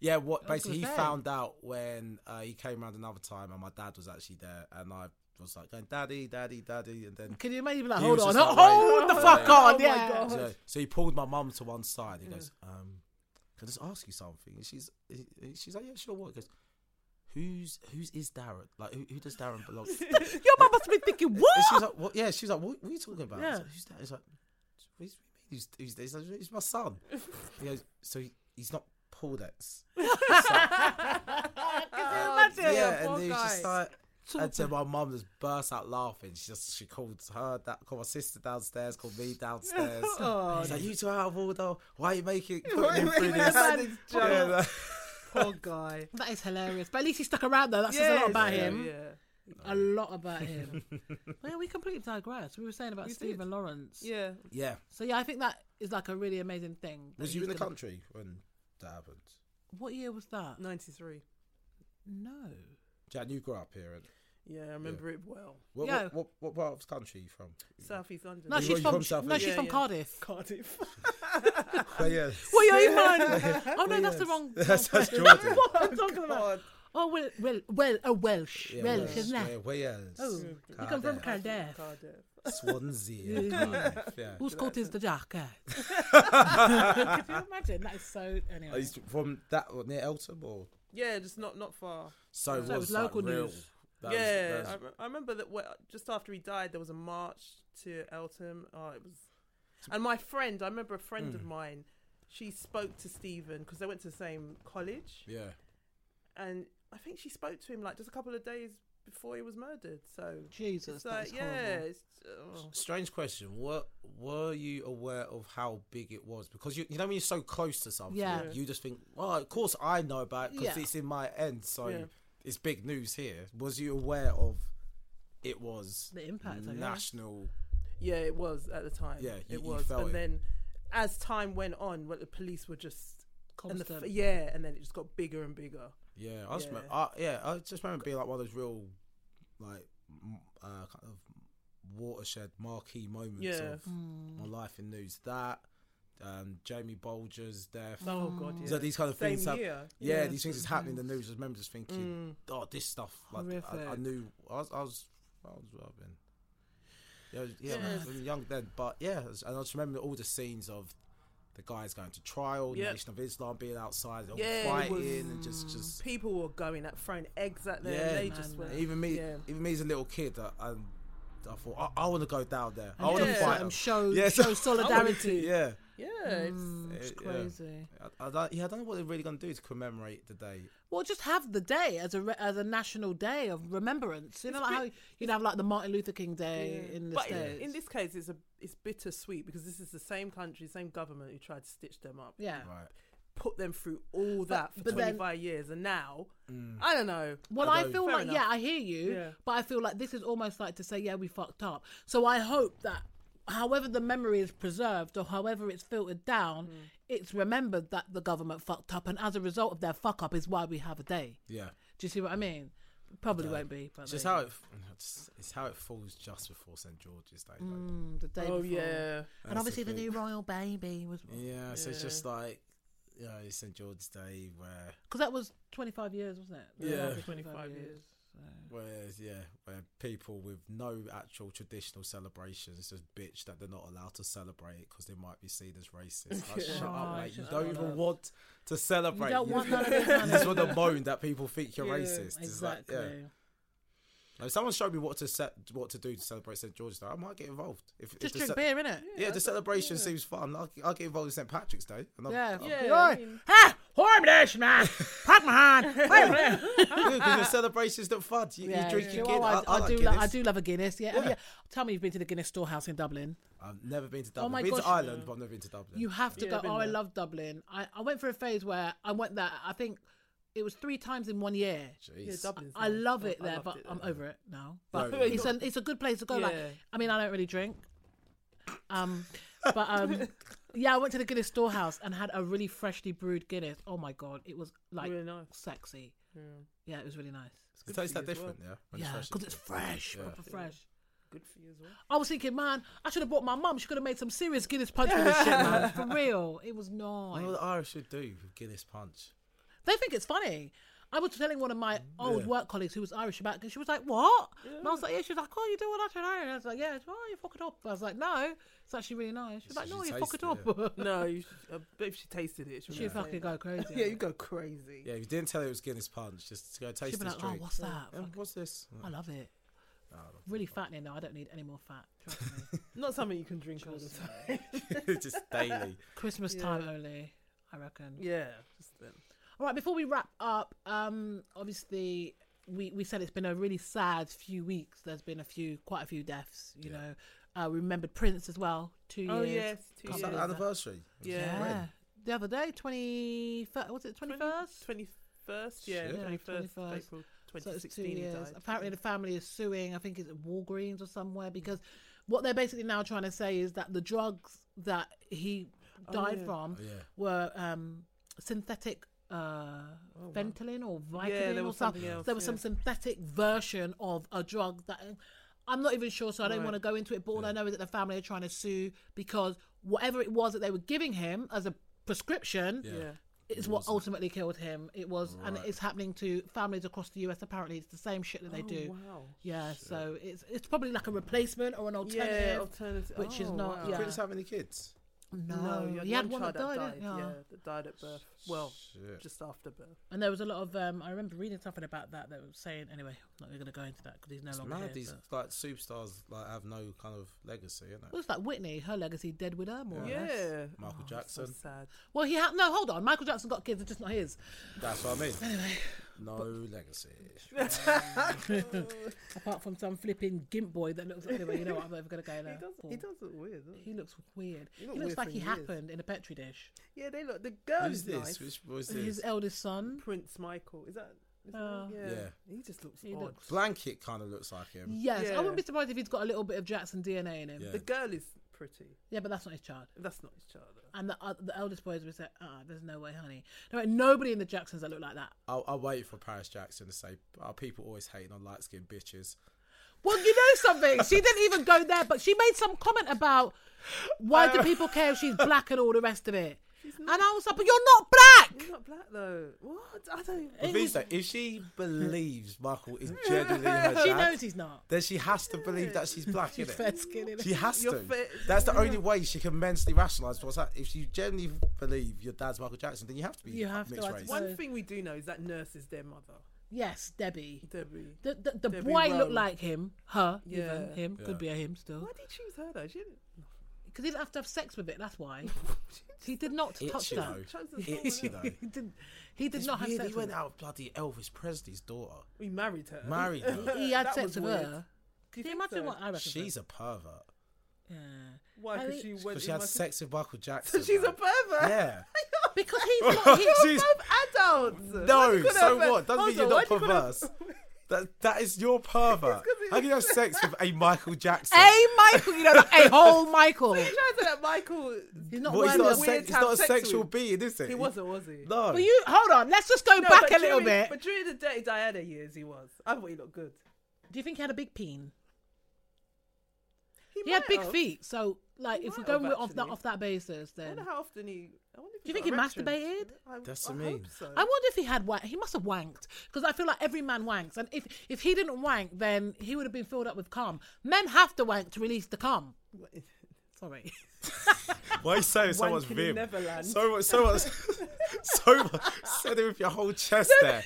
S3: Yeah, what
S2: was
S3: basically he
S2: gonna say.
S3: found out when uh, he came around another time and my dad was actually there and I was like going, Daddy, Daddy, Daddy and then
S2: Can you imagine? Like,
S3: He
S2: hold
S3: was
S2: on,
S3: just like,
S2: hold
S3: wait.
S2: the fuck on,
S4: Oh my
S2: yeah.
S4: God.
S3: so, so he pulled my mum to one side. He goes, um, can I just ask you something? And she's he- he- she's like, Yeah, sure, what? He goes, Who's whose is Darren? Like who, who does Darren belong to? and
S2: Your mum must be thinking, what?
S3: she's like, What yeah, she's like, What, what are you talking about? I was
S2: Yeah.
S3: like, who's that? He's like, "What do you mean Who's who's that?" He's like, "He's my son. he goes, So he, he's not Paul X.
S4: Uh,
S2: Imagine
S3: yeah,
S2: poor
S3: and he was just
S2: guy.
S3: like, and so my mum just burst out laughing. She just she called her that called my sister downstairs, called me downstairs.
S4: Oh,
S3: She's like, you two are out of order. Why are you making putting him through this?
S4: That is
S3: Yeah,
S4: just-
S3: like-
S4: poor guy.
S2: That is hilarious. But at least he stuck around though. That says a lot
S4: Yes,
S2: about
S4: yeah,
S2: him.
S4: Yeah.
S2: A lot about him. well, we completely digressed. We were saying about
S4: We
S2: Stephen
S4: did.
S2: Lawrence.
S4: Yeah.
S3: yeah.
S2: So yeah, I think that is like a really amazing thing. that
S3: Was you
S2: he's
S3: in the
S2: gonna-
S3: country when that happened?
S2: What year was that?
S4: 93.
S2: No.
S3: Jan, you grew up here. And
S4: Yeah, I remember it well.
S3: what,
S2: Yeah.
S3: what, what, what part of the country are you from?
S4: Southeast London.
S2: No,
S3: You
S2: she's
S3: were
S2: from,
S3: from South
S2: no,
S3: East.
S2: she's
S4: Yeah,
S2: from
S4: yeah.
S2: Cardiff.
S4: Cardiff.
S3: Well, yeah.
S2: Well, you're even. Oh no, that's the wrong.
S3: That's,
S2: wrong
S3: that's Jordan.
S2: what I'm talking about. Oh well, well, well, a Welsh,
S3: Yeah,
S2: Welsh, isn't
S3: Wales,
S2: it?
S3: Wales, Oh.
S2: Oh, you come from Cardiff.
S3: Cardiff,
S4: Cardiff.
S3: Swansea, Cardiff, yeah.
S2: Whose coat is the darker? Could you imagine? That is so. Anyway,
S3: Are you from that or near Eltham or
S4: Yeah, just not not far.
S3: so? it
S2: So it was
S3: was like,
S2: local
S3: real.
S2: news.
S3: That was-
S4: yeah,
S3: that was-
S4: I, re- I remember that. wh- just after he died, there was a march to Eltham. Oh, it was. And my friend, I remember a friend
S2: Hmm.
S4: of mine, she spoke to Stephen because they went to the same college,
S3: Yeah.
S4: and I think she spoke to him like just a couple of days before he was murdered. So
S2: Jesus,
S4: it's
S2: that
S4: like
S2: is
S4: yeah,
S2: horrible.
S4: it's, oh.
S3: Strange question. What were you aware of how big it was? Because you, you know when you're so close to something,
S2: Yeah. Yeah.
S3: you just think, well, of course I know about it because
S2: Yeah.
S3: it's in my end, so
S4: Yeah.
S3: it's big news here. Was you aware of it was
S2: The impact, I guess.
S3: national?
S4: yeah, it was at the time.
S3: Yeah, you-
S4: it
S3: you
S4: was.
S3: felt
S4: and
S3: it.
S4: then as time went on, what the police were just and the,
S2: Constant.
S4: f- yeah, and then it just got bigger and bigger.
S3: Yeah, I just
S4: Yeah.
S3: remember, I, yeah, I just remember it being like one of those real, like, m- uh, kind of watershed marquee moments
S4: Yeah.
S3: of
S2: Hmm.
S3: my life in news. That um, Jamie Bolger's death.
S4: Oh god, yeah.
S3: So these kind of
S4: Same
S3: things. that-
S4: year.
S3: yeah,
S4: Yeah. Mm.
S3: these things is happening in the news. I remember just thinking, oh, this stuff. Like, I, I
S2: Horrific.
S3: knew. I was. I was. I was well then. Yeah, I was- yeah, I was really young then. But yeah, I was- and I just remember all the scenes of the guys going to trial,
S4: Yep.
S3: Nation of Islam being outside, all
S4: Yeah, it
S3: fighting,
S4: was-
S3: and just just.
S4: people were going at throwing eggs at them.
S3: Yeah,
S4: they
S3: man,
S4: just went.
S3: Even me,
S4: yeah.
S3: even me as a little kid, I, I, I thought I, I want to go down there. I
S2: And
S3: want to
S2: just
S4: Yeah.
S3: fight
S2: let 'em
S3: 'em."
S2: show,
S3: Yeah, so-
S2: show solidarity.
S3: Yeah,
S4: Yeah, it's,
S2: It's
S3: It- yeah.
S2: crazy.
S3: I, I, don't- yeah, I don't know what they're really gonna do to commemorate the day.
S2: Well, just have the day as a re- as a national day of remembrance. You know, like how you'd have like the Martin Luther King Day in the
S4: but in,
S2: states.
S4: in this case, it's a it's bittersweet because this is the same country, same government who tried to stitch them up,
S2: yeah.
S3: Right.
S4: put them through all that for
S2: but then-
S4: 25 years, and now
S3: Mm.
S4: I don't know.
S2: Well, I,
S3: Although-
S2: feel
S4: Fair
S2: like
S4: enough.
S2: yeah, I hear you,
S4: Yeah.
S2: but I feel like this is almost like to say yeah, we fucked up. So I hope that however the memory is preserved or however it's filtered down,
S3: Mm.
S2: it's remembered that the government fucked up, and as a result of their fuck up is why we have a day.
S3: Yeah.
S2: Do you see what I mean? Probably won't be, but
S3: It's just
S2: there
S3: how
S2: you
S3: it, it's, it's how it falls just before St George's Day. Though.
S2: go. Mm, the day.
S4: Oh
S2: before.
S4: yeah,
S2: and obviously the
S3: thing.
S2: new royal baby was because
S3: Yeah, so it's just like you know, it's St George's Day where
S2: that was twenty five years, wasn't it?
S3: Yeah.
S2: Over
S4: 25 years.
S3: where yeah, where people with no actual traditional celebrations just bitch that they're not allowed to celebrate because they might be seen as racist. Like, shut up,
S2: Oh,
S3: mate! You
S2: shut
S3: don't even want to celebrate.
S2: You don't want none of this.
S3: you
S2: none
S3: just
S2: of
S3: want to
S2: this.
S3: moan that people think you're
S4: Yeah,
S3: racist. It's like,
S2: Exactly.
S3: yeah. If someone showed me what to set, what to do to celebrate St George's Day, I might get involved. If,
S2: Just
S3: if the
S2: drink
S3: ce-
S2: beer, innit?
S3: Yeah, the celebration seems fun. I'll, I'll get involved in St Patrick's Day. And I'll-
S2: Yeah.
S3: I'll-
S4: Yeah, I
S2: Hey,
S4: mean-
S2: hey, horn dish, man. Pack my hand. Hey.
S3: because the celebration's not fun. You, you drink
S2: you know
S3: again. Guinness.
S2: what?
S3: I, I,
S2: do
S3: like Guinness.
S2: love, Oh, I do love a Guinness. Yeah. Have you- tell me you've been to the Guinness storehouse in Dublin.
S3: I've never been to Dublin.
S2: Oh my
S3: I've been
S2: gosh.
S3: to Ireland, but I've never been to Dublin.
S2: You have to
S4: Yeah,
S2: go.
S4: I've been
S2: Oh, I
S4: there.
S2: love Dublin. I, I went through a phase where I went there. I think it was three times in one year.
S4: yeah,
S3: Jeez.
S4: Dublin's
S2: I
S4: nice.
S2: love it
S4: I
S2: there,
S4: loved
S2: but
S4: it
S2: I'm
S4: there.
S2: over it now. But
S3: really?
S2: it's a it's a good place to go. Like,
S4: Yeah.
S2: I mean, I don't really drink. Um, but um, yeah, I went to the Guinness storehouse and had a really freshly brewed Guinness. Oh my god, it was like
S4: Really nice.
S2: sexy. Yeah. it was really nice.
S3: It tastes that different, yeah. when
S2: yeah,
S3: fresh,
S2: because
S3: isn't
S2: it's
S3: it?
S2: fresh,
S3: Yeah.
S2: proper fresh.
S4: Good for you as well.
S2: I was thinking, man, I should have bought my mum. She could have made some serious Guinness punch with this shit, man. For real, it was
S3: I
S2: nice.
S3: know what the Irish should do with Guinness punch.
S2: They think it's funny. I was telling one of my old work colleagues who was Irish about it, and she was like, What? And I was like, Yeah, she was like, Oh, you doing that in Ireland? I was like, Yeah, well, you fuck it up. I was like, No, it's actually really nice. She was like,
S3: she
S2: No, you fuck
S3: tasted
S2: it up.
S4: No, you should, uh, but if she tasted it, she
S2: She'd
S4: would
S2: fucking go crazy.
S4: Yeah, you go crazy.
S3: Yeah, if you didn't tell her it was Guinness punch, just go taste
S2: She'd be
S3: this
S2: like, Oh,
S3: drink.
S2: what's that?
S3: Yeah,
S2: Fuck,
S3: what's this?
S2: I love it. Really fattening though. I don't need any more fat. Trust me.
S4: Not something you can drink all the time.
S3: just daily.
S2: Christmas time only, I reckon.
S4: yeah, just then.
S2: All right, before we wrap up, um, obviously we, we said it's been a really sad few weeks. There's been a few, quite a few deaths. You know, uh, we remembered Prince as well. Two
S4: Oh
S2: years.
S4: yes, two
S2: Come
S3: It's
S4: years.
S2: back.
S3: an anniversary.
S2: yeah.
S4: Yeah.
S2: The other day, twenty first. Was it twenty first?
S4: Twenty first, yeah,
S3: Shit.
S2: Yeah,
S4: twenty first
S2: 21st.
S4: April
S2: So it's
S4: twenty
S2: two
S4: sixteen. he
S2: years.
S4: died.
S2: Apparently, the family is suing. I think it's at Walgreens or somewhere because what they're basically now trying to say is that the drugs that he died
S4: Oh, yeah.
S2: from
S3: Oh, yeah.
S2: were um, synthetic uh, Ventolin or Vicodin
S4: Oh, there
S2: or
S4: was
S2: something.
S4: something else,
S2: there was some
S4: Oh, yeah.
S2: synthetic version of a drug that I'm not even sure, so I don't
S4: Right.
S2: want to go into it. But all I know is that the family are trying to sue because whatever it was that they were giving him as a prescription
S3: Yeah.
S4: yeah.
S2: it's what ultimately killed him. It was, and it's happening to families across the US. Apparently, it's the same shit that they do.
S4: Oh, Wow.
S2: Yeah, so it's it's probably like a replacement or an alternative,
S4: alternative.
S2: which is
S4: Oh,
S2: not.
S4: wow.
S2: Yeah,
S3: Prince have any kids?
S2: No,
S4: you had
S2: he had
S4: one
S2: one that
S4: child
S2: died,
S4: died.
S2: didn't you?
S4: yeah, that died at birth. Well,
S3: Shit.
S4: just after birth.
S2: And there was a lot of um, I remember reading something about that that was saying anyway. Not going to go into that because he's no
S3: It's
S2: longer
S3: mad
S2: here.
S3: these
S2: but-
S3: like superstars like have no kind of legacy, you know.
S2: Well, it's like Whitney, her legacy dead with her more. or
S4: Yeah,
S2: less. Oh,
S3: Michael
S4: so
S3: Jackson.
S4: sad.
S2: Well, he had no. Hold on, Michael Jackson got kids, it's just not his.
S3: That's what I mean. no legacy.
S2: Apart from some flipping gimp boy that looks anyway. You know what? I'm not even going to go there.
S4: He does.
S2: Paul.
S4: He does look weird. Doesn't he?
S2: He looks weird. He,
S4: looked
S2: looks
S4: weird
S2: like
S4: for
S2: he
S4: years.
S2: happened in a petri dish.
S4: Yeah, they look. The girl
S3: Who's
S4: is
S3: this?
S4: nice.
S3: Which was this?
S2: His eldest son.
S4: Prince Michael. Is that? Is
S2: Uh,
S4: that yeah.
S3: Ah. Yeah.
S4: He just looks
S2: He
S4: odd.
S2: looks-
S3: Blanket kind of looks like him.
S2: Yes, I
S4: Yeah.
S2: wouldn't be surprised if he's got a little bit of Jackson DNA in him.
S3: Yeah.
S4: The girl is pretty.
S2: Yeah, but that's not his child.
S4: That's not his child. though.
S2: And the uh, the eldest boys would say, "Ah, there's no way, honey. There ain't nobody in the Jacksons that look like that."
S3: I'll, I'll wait for Paris Jackson to say, "Our people always hating on light skinned bitches."
S2: Well, you know something. She didn't even go there, but she made some comment about why
S3: Uh,
S2: do people care if she's black and all the rest of it. And I was like, but you're not black.
S4: He's not black though. What? I don't.
S3: The thing is that if she believes Michael is genuinely her dad,
S2: She knows he's not.
S3: then she has to believe that she's black, innit?
S2: Fair skin. innit?
S3: She has
S4: You're
S3: to.
S4: fair-
S3: That's the only way she can mentally rationalise what's that. If you genuinely believe your dad's Michael Jackson, then you have to be
S2: You have to,
S3: mixed
S2: I
S3: race.
S2: suppose.
S4: One thing we do know is that nurse is their mother.
S2: Yes, Debbie.
S4: Debbie.
S2: The the, the
S4: Debbie
S2: boy looked
S4: Rowe.
S2: like him. Her.
S4: Yeah.
S2: Even him.
S3: Yeah.
S2: Could be a him still.
S4: Why did he choose her though? She didn't.
S2: Because he didn't have to have sex with it. That's why. he did not touch
S3: Itchy
S2: that.
S3: though.
S4: Chose the small
S3: Itchy
S4: one,
S3: though.
S2: He did. He did
S3: It's
S2: not have
S3: weird,
S2: sex
S3: he
S2: with
S3: went
S2: it.
S3: out with bloody Elvis Presley's daughter.
S4: We married her.
S3: Married her.
S2: He had
S4: That
S2: sex
S4: was
S2: with
S4: weird.
S2: her. Can you
S4: think
S2: imagine
S4: so?
S2: what I reckon?
S3: She's a pervert.
S2: yeah.
S4: Why?
S2: I
S4: Because
S2: think-
S4: she went.
S3: Because she
S4: in
S3: had
S4: my-
S3: sex with Michael Jackson.
S4: So she's a
S3: man.
S4: pervert.
S3: Yeah.
S2: because he's not. He's,
S3: She's-
S4: Adults. Why do
S3: No,
S4: you call
S3: so
S4: her a-
S3: what? Doesn't
S4: Hold
S3: mean you're
S4: on,
S3: not
S4: why do you call her-
S3: perverse. That that is your pervert. How can you have sex with a Michael Jackson?
S2: a Michael, you know, a whole Michael.
S4: Trying to let Michael.
S2: He's not
S3: Well,
S2: worthy
S3: he's
S2: of
S3: not a,
S4: weird
S3: sex,
S4: to
S3: he's
S4: have
S3: not a
S4: sex
S3: sexual
S4: with.
S3: being, is it?
S4: He wasn't, was he?
S3: No.
S2: But you hold on. Let's just go
S4: No,
S2: back
S4: but
S2: a little
S4: during-
S2: bit.
S4: But during the Dirty Diana years, he was. I thought he looked good.
S2: Do you think he had a big peen? He,
S4: might
S2: had big
S4: have.
S2: feet. So, like,
S4: He
S2: if we
S4: might
S2: go
S4: have,
S2: with- off that
S4: actually.
S2: off that basis,
S4: I
S2: then
S4: wonder how often he. I wonder if
S2: Do you think
S4: got
S2: he
S4: erections.
S2: masturbated?
S4: I,
S3: That's
S4: I
S3: what I mean.
S4: Hope so.
S2: I wonder if he had wank. He must have wanked because I feel like every man wanks, and if if he didn't wank, then he would have been filled up with cum. Men have to wank to release the cum. Sorry.
S3: Why are you saying someone's
S4: Wanking in
S3: vim?
S4: Neverland.
S3: So much, so much, so much. Said it with your whole chest there.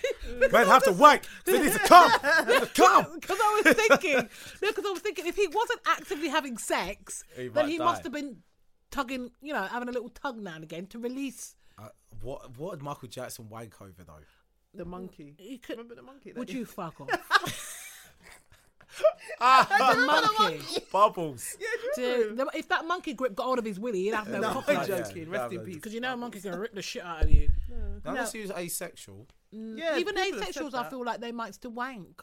S3: Man, have to wank. They need to come. Come.
S2: Because I was thinking, no, because I was thinking, if he wasn't actively having sex,
S3: He
S2: then
S3: might
S2: he
S3: die.
S2: must have been tugging, you know, having a little tug now and again to release.
S3: Uh, what what did Michael Jackson wank over though?
S4: the monkey.
S2: He could-
S4: Remember the monkey? that
S2: Would
S4: he-
S2: you fuck off?
S3: Ah,
S2: The monkey.
S3: bubbles.
S2: Dude, the- if that monkey grip got hold of his willy, he'd have no,
S3: No,
S2: cock
S3: yeah.
S2: left.
S4: I'm joking. Rest in
S3: Valid.
S4: peace.
S2: Because you know a monkey's gonna rip the shit out of you.
S3: Now, Unless he was asexual.
S4: Yeah,
S2: Mm. Even
S4: people have said
S2: asexuals, I
S4: that.
S2: feel like they might still wank.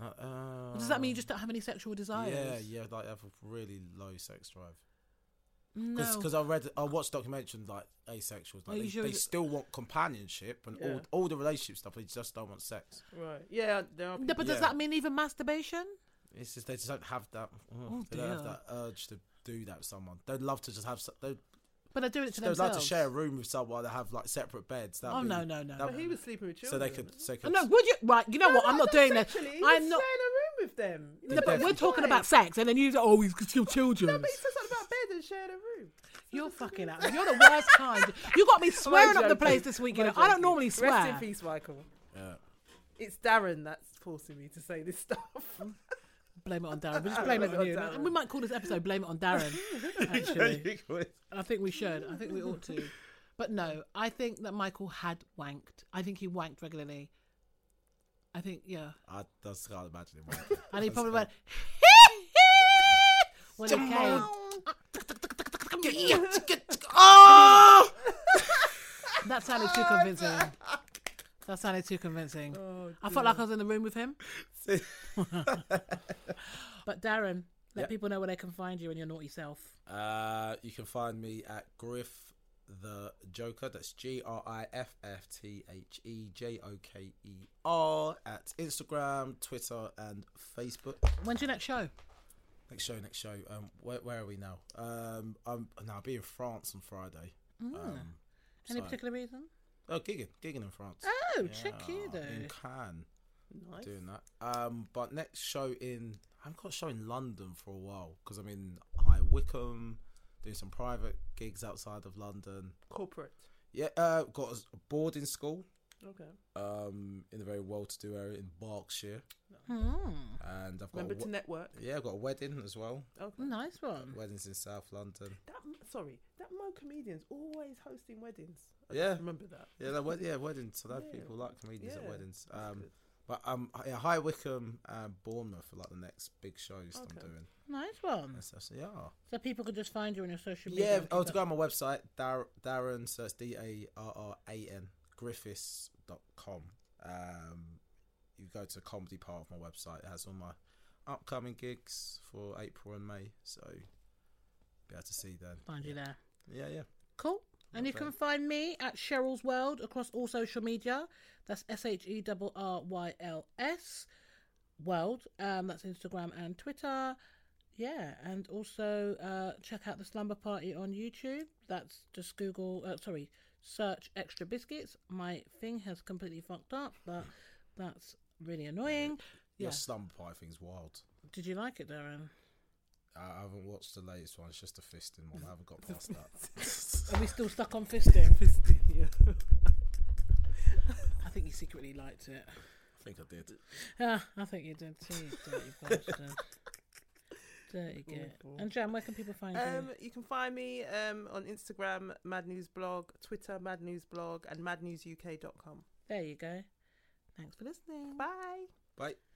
S3: No, uh,
S2: Does that mean you just don't have any sexual desires?
S3: Yeah, yeah, like have a really low sex drive.
S2: No.
S3: Because I read, I watched documentary like asexuals. Like
S2: Yeah,
S3: they,
S2: you
S3: they
S2: should-
S3: still want companionship and
S4: Yeah.
S3: all all the relationship stuff. They just don't want sex.
S4: Right. Yeah, there are.
S2: No, but does
S3: Yeah.
S2: that mean even masturbation?
S3: It's just they just don't have that.
S2: Oh,
S3: they don't have
S2: dear.
S3: that urge to do that with someone. They'd love to just have. se- They'd,
S2: But they're doing it to
S3: they'd
S2: themselves.
S3: like to share a room with someone. They have like separate beds. That'd
S2: Oh,
S3: be-
S2: no, no, no. Oh,
S3: that-
S4: But he was sleeping with
S3: so
S4: children.
S3: they could. So they could
S2: No, would you? Right, you know what? I'm not doing this.
S4: Actually, he was
S2: I'm not.
S4: sharing a room with them. You
S2: No,
S4: know,
S2: but
S4: that's
S2: we're talking
S4: fine.
S2: about sex, and then you say, "Oh, he's still
S4: No,
S2: children."
S4: but he said something about bed and sharing a room.
S2: You're fucking out. You're the worst kind. You got me
S4: Am I
S2: swearing up the
S4: joking?
S2: place this week. You
S4: Am
S2: know, I don't
S4: joking?
S2: normally swear.
S4: Rest in peace, Michael.
S3: Yeah.
S4: It's Darren that's forcing me to say this stuff.
S2: Mm. Blame it on Darren. We just blame it on you.
S4: Darren.
S2: We might call this episode "Blame It on Darren." Actually, I think we should. I think we ought to. But no, I think that Michael had wanked. I think he wanked regularly. I think, yeah.
S3: I just can't imagine it.
S2: And he probably went, when he came.
S3: oh!
S2: That sounded too convincing. That sounded too convincing.
S4: Oh,
S2: I felt like I was in the room with him. but Darren, let
S3: Yep.
S2: people know where they can find you and your naughty self.
S3: Uh, you can find me at Griff the Joker. That's G R I F F T H E J O K E R at Instagram, Twitter, and Facebook.
S2: When's your next show?
S3: Next show, next show. Um, where, where are we now? Um, I'm now I'll be in France on Friday.
S4: Mm.
S3: Um,
S2: Any
S3: so-
S2: particular reason?
S3: Oh, gigging, gigging in France.
S2: Oh, check you though.
S3: in Cannes,
S4: Ah, Nice.
S3: doing that. Um, but next show in I haven't got a show in London for a while because I'm in High Wycombe, do some private gigs outside of London.
S4: Corporate.
S3: Yeah, uh, got a boarding school
S4: Okay.
S2: Oh,
S3: um, in a very well-to-do area in Berkshire,
S2: Hmm,
S3: and I've got
S4: Remember
S3: a,
S4: to Mm.
S3: we-
S4: network.
S3: yeah, I've got a wedding as well.
S4: Okay.
S2: Nice one.
S3: Weddings in South London.
S4: That m- sorry, that Mo comedians always hosting weddings. I
S2: Uh,
S3: Yeah.
S4: just remember that.
S3: Yeah, that wed- yeah, weddings. So that
S4: Yeah.
S3: people like comedians at
S4: Yeah.
S3: weddings.
S4: That's
S3: Um,
S4: good.
S3: but um, yeah, High Wycombe and Bournemouth for like the next big shows I'm
S4: Okay.
S3: doing.
S2: Nice one.
S3: And stuff. So, yeah.
S2: So people could just find you on your social media.
S3: Yeah,
S2: and
S3: oh,
S2: keep
S3: to
S2: up-
S3: go on my website, Dar- Darren, so it's D A R R A N, griffiths.com. Um, you go to the comedy part of my website, it has all my upcoming gigs for April and May, so be able to see then.
S2: Find you there.
S3: Yeah, yeah.
S2: Cool. And you can find me at Cheryl's World across all social media. That's S H E R R Y L S World. Um, that's Instagram and Twitter. Yeah, and also uh, check out the Slumber Party on YouTube. That's just Google. Uh, sorry, search Extra Biscuits. My thing has completely fucked up, but that's really annoying.
S3: Your
S2: Yeah.
S3: slumber pie thing's wild.
S2: Did you like it, Darren?
S3: I I haven't watched the latest one. It's just a fisting one. I haven't got past that.
S2: Are we still stuck on fisting?
S4: yeah.
S2: I think you secretly liked it.
S3: I think I did.
S2: Ah, I think you did too, you dirty bastard. Dirty git. And Jan, where can people find
S4: Um,
S2: you?
S4: you can find me um, on Instagram, Mad News Blog, Twitter, Mad News Blog, and madnewsuk.com.
S2: There you go. Thanks for listening.
S4: Bye.
S3: Bye.